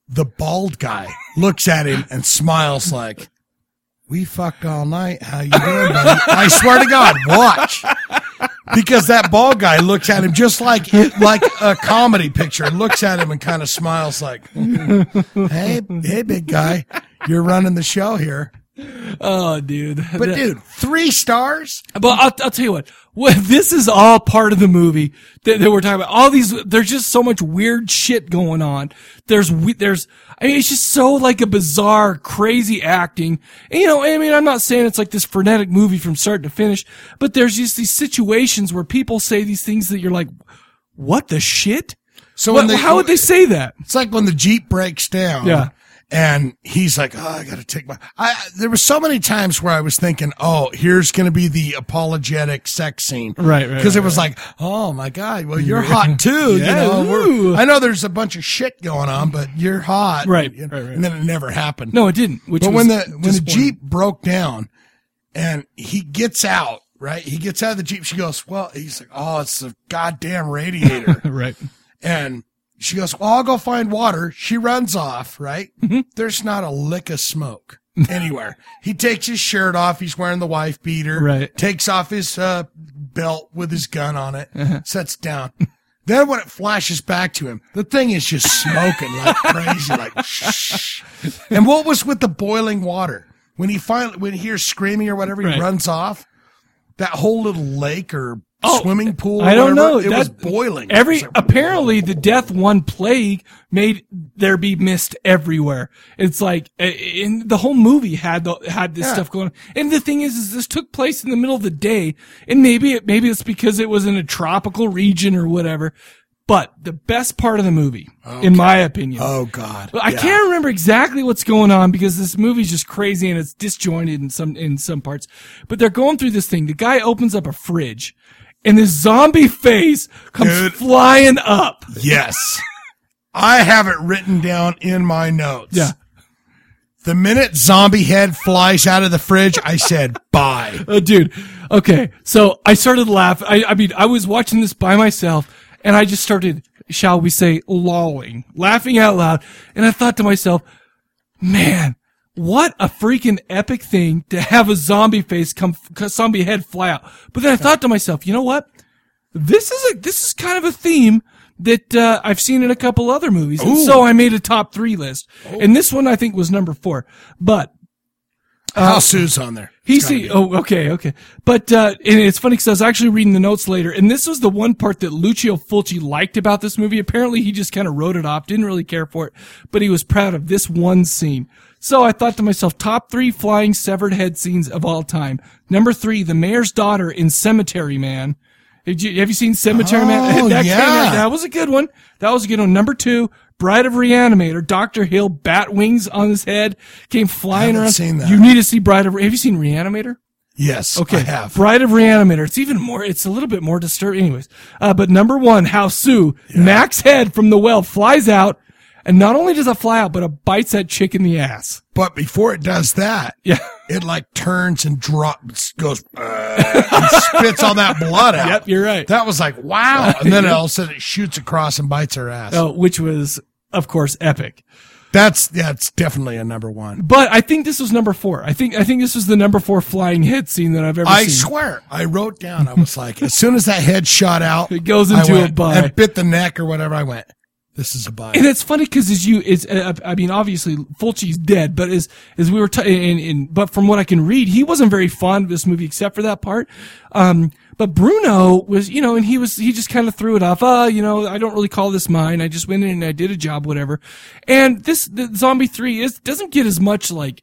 Speaker 2: The bald guy looks at him and smiles like, "We fucked all night. How you doing, buddy?" I swear to God, watch. because that bald guy looks at him just like like a comedy picture and looks at him and kind of smiles like, "Hmm. "Hey, hey, big guy, you're running the show here."
Speaker 1: Oh, dude.
Speaker 2: But dude, three stars.
Speaker 1: But I'll, I'll tell you what, what. This is all part of the movie that, that we're talking about. All these. There's just so much weird shit going on. There's we- there's. I mean, it's just so like a bizarre, crazy acting. And, you know, I mean, I'm not saying it's like this frenetic movie from start to finish, but there's just these situations where people say these things that you're like, what the shit?
Speaker 2: So
Speaker 1: What-
Speaker 2: when they-
Speaker 1: how would they say that?
Speaker 2: It's like when the jeep breaks down.
Speaker 1: Yeah.
Speaker 2: And he's like, "Oh, I got to take my." I there were so many times where I was thinking, "Oh, here's going to be the apologetic sex scene."
Speaker 1: Right, right,
Speaker 2: Because it
Speaker 1: right,
Speaker 2: was
Speaker 1: right.
Speaker 2: like, "Oh my god, well you're hot too."
Speaker 1: Yeah,
Speaker 2: you know, We're-
Speaker 1: ooh.
Speaker 2: I know there's a bunch of shit going on, but you're hot.
Speaker 1: Right,
Speaker 2: you know,
Speaker 1: right, right.
Speaker 2: And then it never happened.
Speaker 1: No, it didn't. Which
Speaker 2: but
Speaker 1: was
Speaker 2: when the when the
Speaker 1: disappointing.
Speaker 2: jeep broke down, and he gets out, right? He gets out of the jeep. She goes, "Well," he's like, "Oh, it's the goddamn radiator."
Speaker 1: right.
Speaker 2: And she goes, Well, I'll go find water. She runs off, right?
Speaker 1: Mm-hmm.
Speaker 2: There's not a lick of smoke anywhere. he takes his shirt off. He's wearing the wife beater.
Speaker 1: Right.
Speaker 2: Takes off his uh, belt with his gun on it,
Speaker 1: Uh-huh.
Speaker 2: sets down. Then when it flashes back to him, the thing is just smoking like crazy, like shh. And what was with the boiling water? When he finally, when he hears screaming or whatever, he
Speaker 1: Right.
Speaker 2: runs off. That whole little lake or
Speaker 1: Oh,
Speaker 2: swimming pool. or
Speaker 1: I don't
Speaker 2: whatever,
Speaker 1: know.
Speaker 2: It
Speaker 1: That-
Speaker 2: was boiling.
Speaker 1: Every apparently the death one plague made there be mist everywhere. It's like uh, in the whole movie had the, had this
Speaker 5: Yeah.
Speaker 1: stuff going. on. And the thing is, is this took place in the middle of the day, and maybe it maybe it's because it was in a tropical region or whatever. But the best part of the movie, in my opinion,
Speaker 2: oh god,
Speaker 1: I can't remember exactly what's going on because this movie's just crazy and it's disjointed in some in some parts. But they're going through this thing. The guy opens up a fridge, and this zombie face comes flying up.
Speaker 2: Yes. I have it written down in my notes.
Speaker 1: Yeah.
Speaker 2: The minute zombie head flies out of the fridge, I said, bye.
Speaker 1: Uh, dude. Okay. So I started laughing. I, I mean, I was watching this by myself and I just started, shall we say, lolling, laughing out loud. And I thought to myself, man, what a freaking epic thing to have a zombie face come, zombie head fly out. But then I thought to myself, you know what? This is a, this is kind of a theme that, uh, I've seen in a couple other movies. And
Speaker 5: Ooh.
Speaker 1: so I made a top three list. And this one I think was number four, but.
Speaker 2: How Sue's on there.
Speaker 1: Uh, He see. Oh, okay, okay. But uh, and it's funny because I was actually reading the notes later, and this was the one part that Lucio Fulci liked about this movie. Apparently, he just kind of wrote it off, didn't really care for it, but he was proud of this one scene. So I thought to myself, top three flying severed head scenes of all time. Number three, the mayor's daughter in Cemetery Man. Did you, have you seen Cemetery
Speaker 2: Oh,
Speaker 1: Man? That came out-
Speaker 2: yeah.
Speaker 1: that was a good one. That was a good one. Number two, Bride of Reanimator. Doctor Hill, bat wings on his head, came flying
Speaker 2: Haven't
Speaker 1: around.
Speaker 2: seen that.
Speaker 1: You need to see Bride of. Have you seen Reanimator?
Speaker 2: Yes.
Speaker 1: Okay.
Speaker 2: I have.
Speaker 1: Bride of Reanimator. It's even more. It's a little bit more disturbing. Anyways, uh, but number one, how Sue Max head from the well flies out, and not only does it fly out, but it bites that chick in the ass.
Speaker 2: But before it does that,
Speaker 1: yeah,
Speaker 2: it like turns and drops, goes, uh, and spits all that blood out. Yep,
Speaker 1: you're right.
Speaker 2: That was like,
Speaker 1: Oh,
Speaker 2: wow. And then all of a sudden it shoots across and bites her ass.
Speaker 1: Uh, which was, of course, epic.
Speaker 2: That's that's definitely a number one.
Speaker 1: But I think this was number four. I think I think this was the number four flying hit scene that I've ever
Speaker 2: I
Speaker 1: seen.
Speaker 2: swear, I wrote down. I was like, as soon as that head shot out, it
Speaker 1: goes into
Speaker 2: I
Speaker 1: a
Speaker 2: went,
Speaker 1: buy.
Speaker 2: and bit the neck or whatever. I went, this is a buy.
Speaker 1: And it's funny because as you, it's uh, I mean, obviously Fulci's dead, but as as we were, t- and, and but from what I can read, he wasn't very fond of this movie except for that part. Um, but Bruno was, you know, and he was, he just kind of threw it off. Uh, you know, I don't really call this mine. I just went in and I did a job, whatever. And this the Zombie Three is doesn't get as much like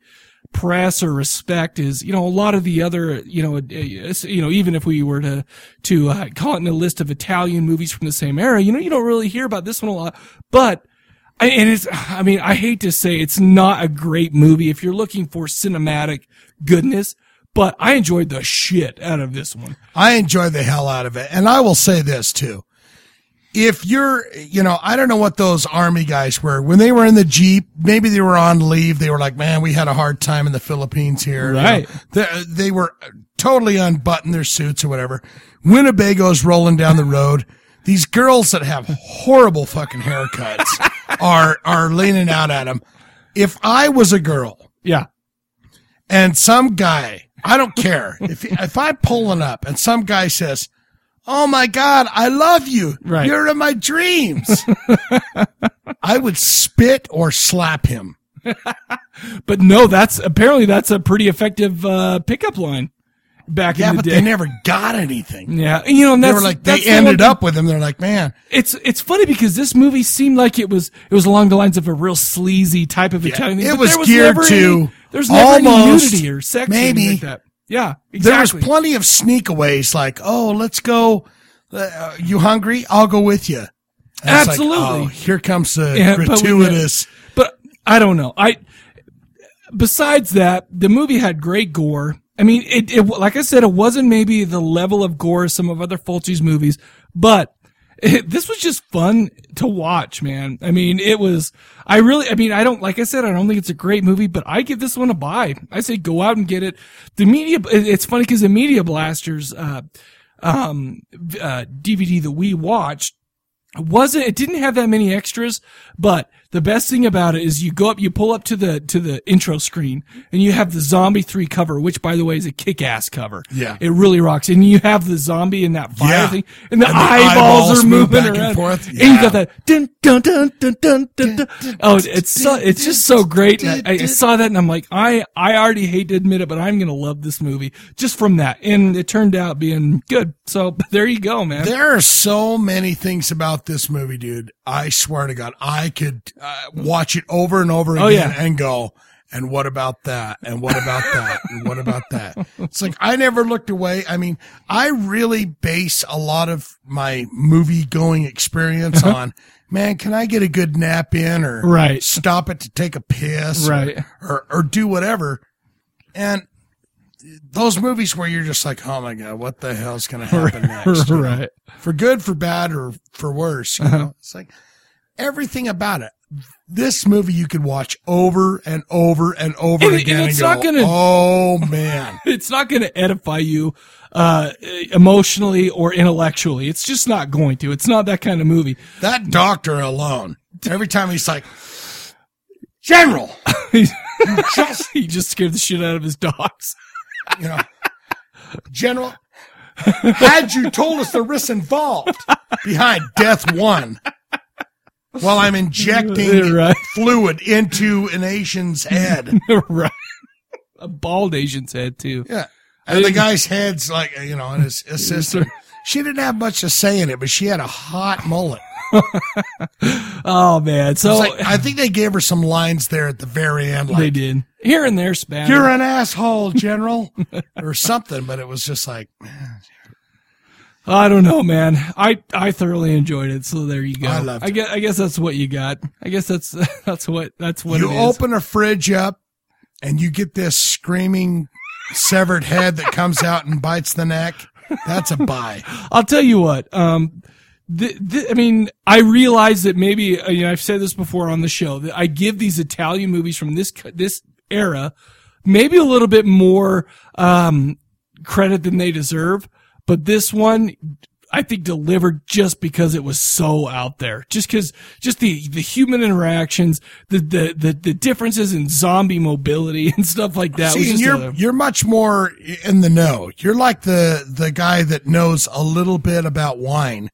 Speaker 1: press or respect is, you know, a lot of the other, you know, uh, you know, even if we were to, to uh, call it in a list of Italian movies from the same era, you know, you don't really hear about this one a lot, but, I- and it's, I mean, I hate to say it's not a great movie if you're looking for cinematic goodness, but I enjoyed the shit out of this one.
Speaker 2: I enjoy the hell out of it. And I will say this too. If you're, you know, I don't know what those army guys were when they were in the Jeep, maybe they were on leave. They were like, man, we had a hard time in the Philippines here. You know,
Speaker 1: Right.
Speaker 2: they, they were totally unbuttoned their suits or whatever. Winnebago's rolling down the road. These girls that have horrible fucking haircuts are, are leaning out at them. If I was a girl.
Speaker 1: Yeah
Speaker 2: and some guy, I don't care if if I'm pulling up and some guy says, "Oh my God, I love you.
Speaker 1: Right.
Speaker 2: You're in my dreams," I would spit or slap him.
Speaker 1: But no, that's, apparently that's a pretty effective, uh, pickup line back
Speaker 2: Yeah,
Speaker 1: in the
Speaker 2: but
Speaker 1: day.
Speaker 2: they never got anything.
Speaker 1: Yeah, you know, and
Speaker 2: they
Speaker 1: that's
Speaker 2: were like they
Speaker 1: that's the
Speaker 2: ended
Speaker 1: one thing-
Speaker 2: up with him. They're like, man,
Speaker 1: It's it's funny because this movie seemed like it was it was along the lines of a real sleazy type of Italian.
Speaker 2: it
Speaker 1: but
Speaker 2: was
Speaker 1: there
Speaker 2: geared
Speaker 1: never
Speaker 2: to
Speaker 1: any, there's never
Speaker 2: almost,
Speaker 1: any nudity or sex
Speaker 2: maybe.
Speaker 1: or anything like that. Yeah,
Speaker 2: There's
Speaker 1: exactly.
Speaker 2: plenty of sneakaways like, oh, let's go. Uh, you hungry? I'll go with you. And it's like,
Speaker 1: Absolutely.
Speaker 2: oh, here comes the
Speaker 1: Yeah, but we-
Speaker 2: gratuitous.
Speaker 1: But I don't know. I besides that, the movie had great gore. I mean, it, it like I said, it wasn't maybe the level of gore as some of other Fulci's movies, but it, this was just fun to watch, man. I mean, it was. I really. I mean, I don't like I said. I don't think it's a great movie, but I give this one a buy. I say go out and get it. The media. it- It's funny because the media blasters. Uh, um, uh, DVD that we watched wasn't it didn't have that many extras but the best thing about it is you go up you pull up to the to the intro screen and you have the zombie 3 cover which by the way is a kick-ass cover
Speaker 2: Yeah.
Speaker 1: it really rocks and you have the zombie in that fire
Speaker 2: Yeah.
Speaker 1: thing and the,
Speaker 2: And the
Speaker 1: eyeballs,
Speaker 2: eyeballs
Speaker 1: are
Speaker 2: move
Speaker 1: moving
Speaker 2: back and
Speaker 1: around.
Speaker 2: forth.
Speaker 1: and you got that dun dun dun dun dun dun, dun. oh it's so it's just so great and I, I saw that and i'm like i i already hate to admit it but i'm gonna love this movie just from that and it turned out being good so there you go man
Speaker 2: There are so many things about this movie, dude. I swear to God, I could uh, watch it over and over again
Speaker 1: Oh, yeah.
Speaker 2: and go, and what about that? And what about that? and what about that? It's like, I never looked away. I mean, I really base a lot of my movie going experience
Speaker 1: Uh-huh.
Speaker 2: on, man, can I get a good nap in or
Speaker 1: Right.
Speaker 2: stop it to take a piss or-
Speaker 1: Right.
Speaker 2: or, or do whatever. And those movies where you're just like, oh my God, what the hell's going to happen next? you know?
Speaker 1: right
Speaker 2: for good, for bad, or for worse. You
Speaker 1: Uh-huh.
Speaker 2: know, it's like everything about it. This movie you could watch over and over and over
Speaker 1: And- and
Speaker 2: again.
Speaker 1: it's
Speaker 2: go,
Speaker 1: not gonna-
Speaker 2: Oh man,
Speaker 1: it's not going to edify you uh, emotionally or intellectually. It's just not going to. It's not that kind of movie.
Speaker 2: That doctor alone. Every time he's like, General,
Speaker 1: he just scared the shit out of his dogs.
Speaker 2: you know, General. Had you told us the risks involved behind death one, while I'm injecting
Speaker 1: Right.
Speaker 2: fluid into an Asian's head,
Speaker 1: right? A bald Asian's head too.
Speaker 2: Yeah. And the guy's head's like, you know, and his assistant. She didn't have much to say in it, but she had a hot mullet.
Speaker 1: Oh man! So
Speaker 2: It's like, I think they gave her some lines there at the very end. Like,
Speaker 1: they did here and there. Spanish.
Speaker 2: You're an asshole, General, or something. But it was just like,
Speaker 1: I don't know, man. I I thoroughly enjoyed it. So there you go.
Speaker 2: I loved
Speaker 1: I guess I guess that's what you got. I guess that's that's what that's what
Speaker 2: you
Speaker 1: it is.
Speaker 2: open a fridge up and you get this screaming severed head that comes out and bites the neck. That's a buy.
Speaker 1: I'll tell you what. Um, th th I mean, I realize that maybe uh, you know I've said this before on the show that I give these Italian movies from this c- this era maybe a little bit more um, credit than they deserve. But this one, I think delivered just because it was so out there. Just because, just the the human interactions, the, the the the differences in zombie mobility and stuff like that.
Speaker 2: See,
Speaker 1: was
Speaker 2: and
Speaker 1: just
Speaker 2: you're
Speaker 1: a-
Speaker 2: you're much more in the know. You're like the the guy that knows a little bit about wine.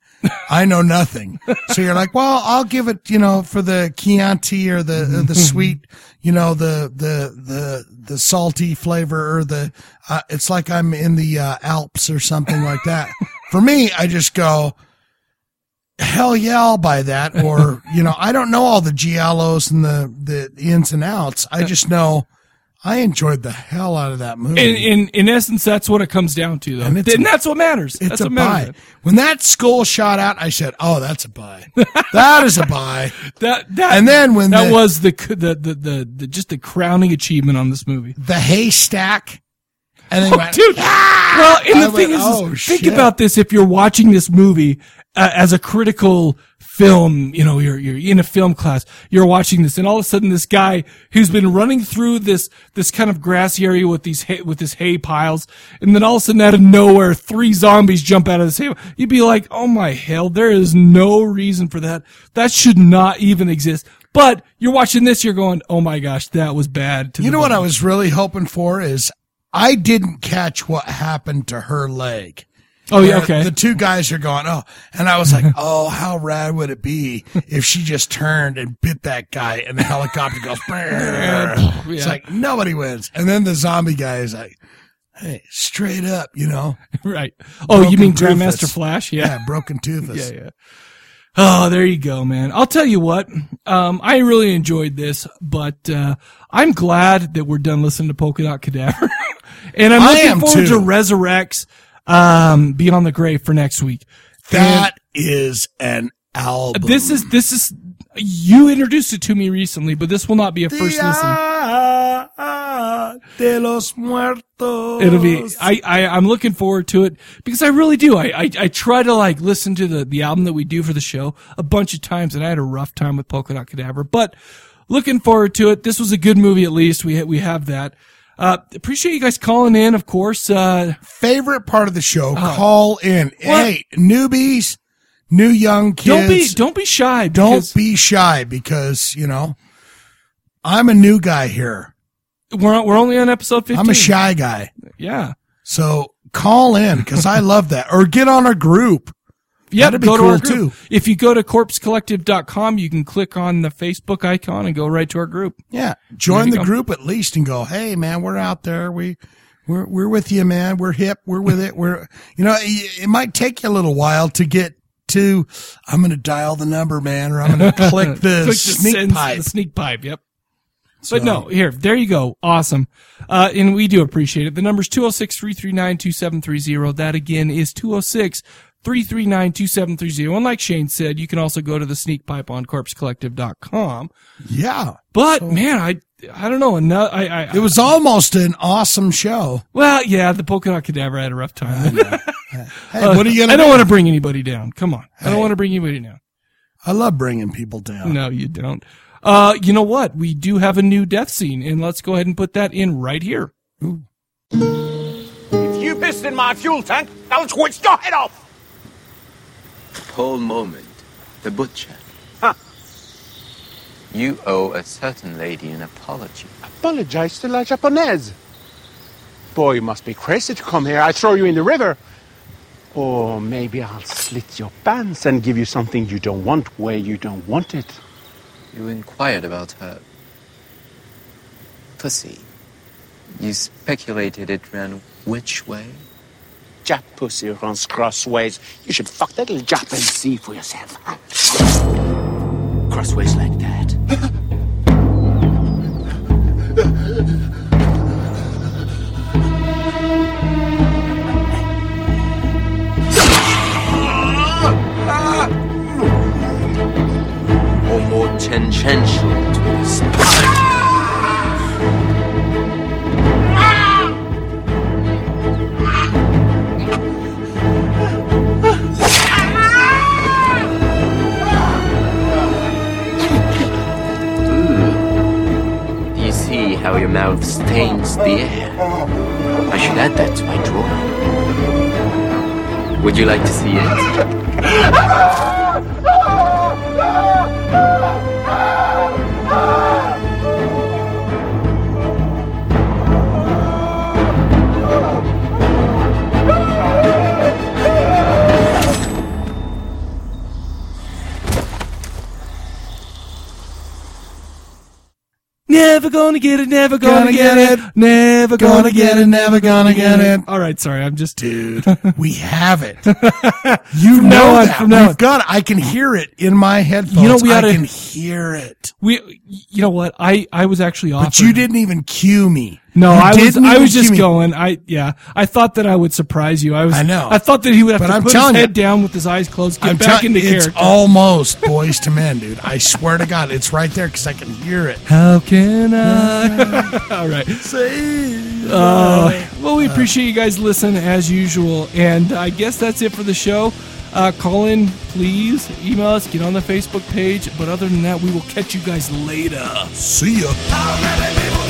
Speaker 2: I know nothing. So you're like, well, I'll give it, you know, for the Chianti or the or the sweet, you know, the the the the salty flavor or the. Uh, it's like I'm in the uh, Alps or something like that. For me, I just go. Hell yeah, I'll buy that. Or, you know, I don't know all the giallos and the, the ins and outs. I just know I enjoyed the hell out of that movie.
Speaker 1: in, in in essence, that's what it comes down to, though, and,
Speaker 2: it's a-
Speaker 1: that's what matters.
Speaker 2: it's
Speaker 1: that's
Speaker 2: a
Speaker 1: what matters.
Speaker 2: buy. When that skull shot out, I said, "Oh, that's a buy. that is a buy."
Speaker 1: That that
Speaker 2: and then when
Speaker 1: that
Speaker 2: the,
Speaker 1: was the, c- the the the the just the crowning achievement on this movie.
Speaker 2: the haystack, and then
Speaker 1: Oh,
Speaker 2: went,
Speaker 1: dude. Well, and
Speaker 2: I
Speaker 1: the thing is,
Speaker 2: went,
Speaker 1: is
Speaker 2: "Oh,
Speaker 1: think
Speaker 2: shit."
Speaker 1: about this: if you're watching this movie uh, as a critical film, you know, you're you're in a film class, you're watching this, and all of a sudden, this guy who's been running through this this kind of grassy area with these hay, with his hay piles, and then all of a sudden, out of nowhere, three zombies jump out of this hay. You'd be like, "Oh my hell! There is no reason for that. That should not even exist." But you're watching this, you're going, "Oh my gosh, that was bad." To
Speaker 2: You
Speaker 1: the
Speaker 2: know what
Speaker 1: bone."
Speaker 2: I was really hoping for is I didn't catch what happened to her leg.
Speaker 1: Oh, yeah,
Speaker 2: Where
Speaker 1: okay.
Speaker 2: The two guys are going, oh, and I was like, oh, how rad would it be if she just turned and bit that guy, and the helicopter goes, brrrr. it's
Speaker 1: Yeah.
Speaker 2: like nobody wins, and then the zombie guy is like, hey, straight up, you know,
Speaker 1: right? Oh, you mean
Speaker 2: Broken
Speaker 1: Grandmaster
Speaker 2: Doofus.
Speaker 1: Flash? Yeah.
Speaker 2: broken toothless.
Speaker 1: Yeah, yeah. Oh, there you go, man. I'll tell you what. Um, I really enjoyed this, but uh, I'm glad that we're done listening to Polka Dot Cadaver, and I'm
Speaker 2: I
Speaker 1: looking
Speaker 2: am
Speaker 1: forward
Speaker 2: too.
Speaker 1: to Resurrects um, Beyond the Grave for next week.
Speaker 2: That is an album.
Speaker 1: This is this is you introduced it to me recently, but this will not be a first listen.
Speaker 2: de los muertos.
Speaker 1: It'll be I, I I'm looking forward to it because I really do. I, I I try to like listen to the the album that we do for the show a bunch of times, and I had a rough time with Polka Dot Cadaver, but looking forward to it. This was a good movie at least. We ha- we have that. Uh, appreciate you guys calling in, of course. Uh,
Speaker 2: favorite part of the show. Call in.
Speaker 1: Uh-huh. What?
Speaker 2: Hey, newbies, new young
Speaker 1: Don't be-
Speaker 2: kids.
Speaker 1: don't be shy. because-
Speaker 2: Don't be shy because, you know, I'm a new guy here.
Speaker 1: We're, we're only on episode 15.
Speaker 2: I'm a shy guy.
Speaker 1: Yeah.
Speaker 2: So call in because I love that. Or get on our group.
Speaker 1: Yeah,
Speaker 2: That'd be
Speaker 1: go to our
Speaker 2: cool
Speaker 1: group.
Speaker 2: too.
Speaker 1: If you go to corpsecollective.com, you can click on the Facebook icon and go right to our group.
Speaker 2: Yeah. Join
Speaker 1: There you
Speaker 2: the
Speaker 1: go.
Speaker 2: group at least and go, hey, man, we're out there. We, we're, we're with you, man. We're hip. We're with it. We're, you know, y- it might take you a little while to get to, I'm going to dial the number, man, or I'm going to click the sneak
Speaker 1: sends-
Speaker 2: pipe.
Speaker 1: The sneak pipe, yep. But no, here, there you go. Awesome. Uh, and we do appreciate it. The number's 206 339 2730. That again is 206 339 2730. And like Shane said, you can also go to the sneak pipe on corpsecollective.com.
Speaker 2: Yeah.
Speaker 1: But man, I, I don't know. Another, I, I,
Speaker 2: It was almost an awesome show.
Speaker 1: well, yeah, the polka dot cadaver had a rough time. Uh,
Speaker 2: Hey, what are you gonna
Speaker 1: I don't
Speaker 2: do?
Speaker 1: want to bring anybody down. Come on. I don't want to bring anybody down.
Speaker 2: I love bringing people down.
Speaker 1: No, you don't. Uh, you know what? We do have a new death scene, and let's go ahead and put that in right here.
Speaker 10: If you pissed in my fuel tank, I'll twitch your head off.
Speaker 14: Paul Mormont, the butcher.
Speaker 10: Huh.
Speaker 14: You owe a certain lady an apology.
Speaker 10: Apologize to La Japonaise. Boy, you must be crazy to come here. I throw you in the river. Or Oh, maybe I'll slit your pants and give you something you don't want where you don't want it.
Speaker 14: You inquired about her pussy. You speculated it ran which way?
Speaker 10: Jap pussy runs crossways. You should fuck that little Jap and see for yourself. Crossways like that.
Speaker 14: Or more tangential to the spine? Do you see how your mouth stains the air? I should add that to my drawing. Would you like to see it?
Speaker 1: Never gonna get it, never gonna, get, it. Never gonna, get it, never gonna get it. All right, sorry, I'm just
Speaker 2: dude. We have it.
Speaker 1: you
Speaker 2: know
Speaker 1: it
Speaker 2: that.
Speaker 1: from now
Speaker 2: We've got it. I can hear it in my headphones.
Speaker 1: Mm-hmm. You know, we oughta-
Speaker 2: I can hear it.
Speaker 1: We, you know what? I, I was actually off.
Speaker 2: But you didn't even cue me.
Speaker 1: No,
Speaker 2: You
Speaker 1: I was
Speaker 2: didn't
Speaker 1: I
Speaker 2: even
Speaker 1: was
Speaker 2: cue
Speaker 1: just
Speaker 2: me.
Speaker 1: going. I yeah. I thought that I would surprise you. I was.
Speaker 2: I know.
Speaker 1: I thought that he would have
Speaker 2: But
Speaker 1: to
Speaker 2: I'm
Speaker 1: put his
Speaker 2: telling you-
Speaker 1: head down with his eyes closed, get
Speaker 2: I'm
Speaker 1: back
Speaker 2: telling
Speaker 1: into
Speaker 2: you, it's
Speaker 1: character.
Speaker 2: almost boys to men, dude. I swear to God, it's right there because I can hear it.
Speaker 1: How can I? All right. Uh, well, we appreciate you guys listening as usual, and I guess that's it for the show. Uh, call in, please. Email us. Get on the Facebook page. But other than that, we will catch you guys later.
Speaker 2: See ya.
Speaker 13: How many people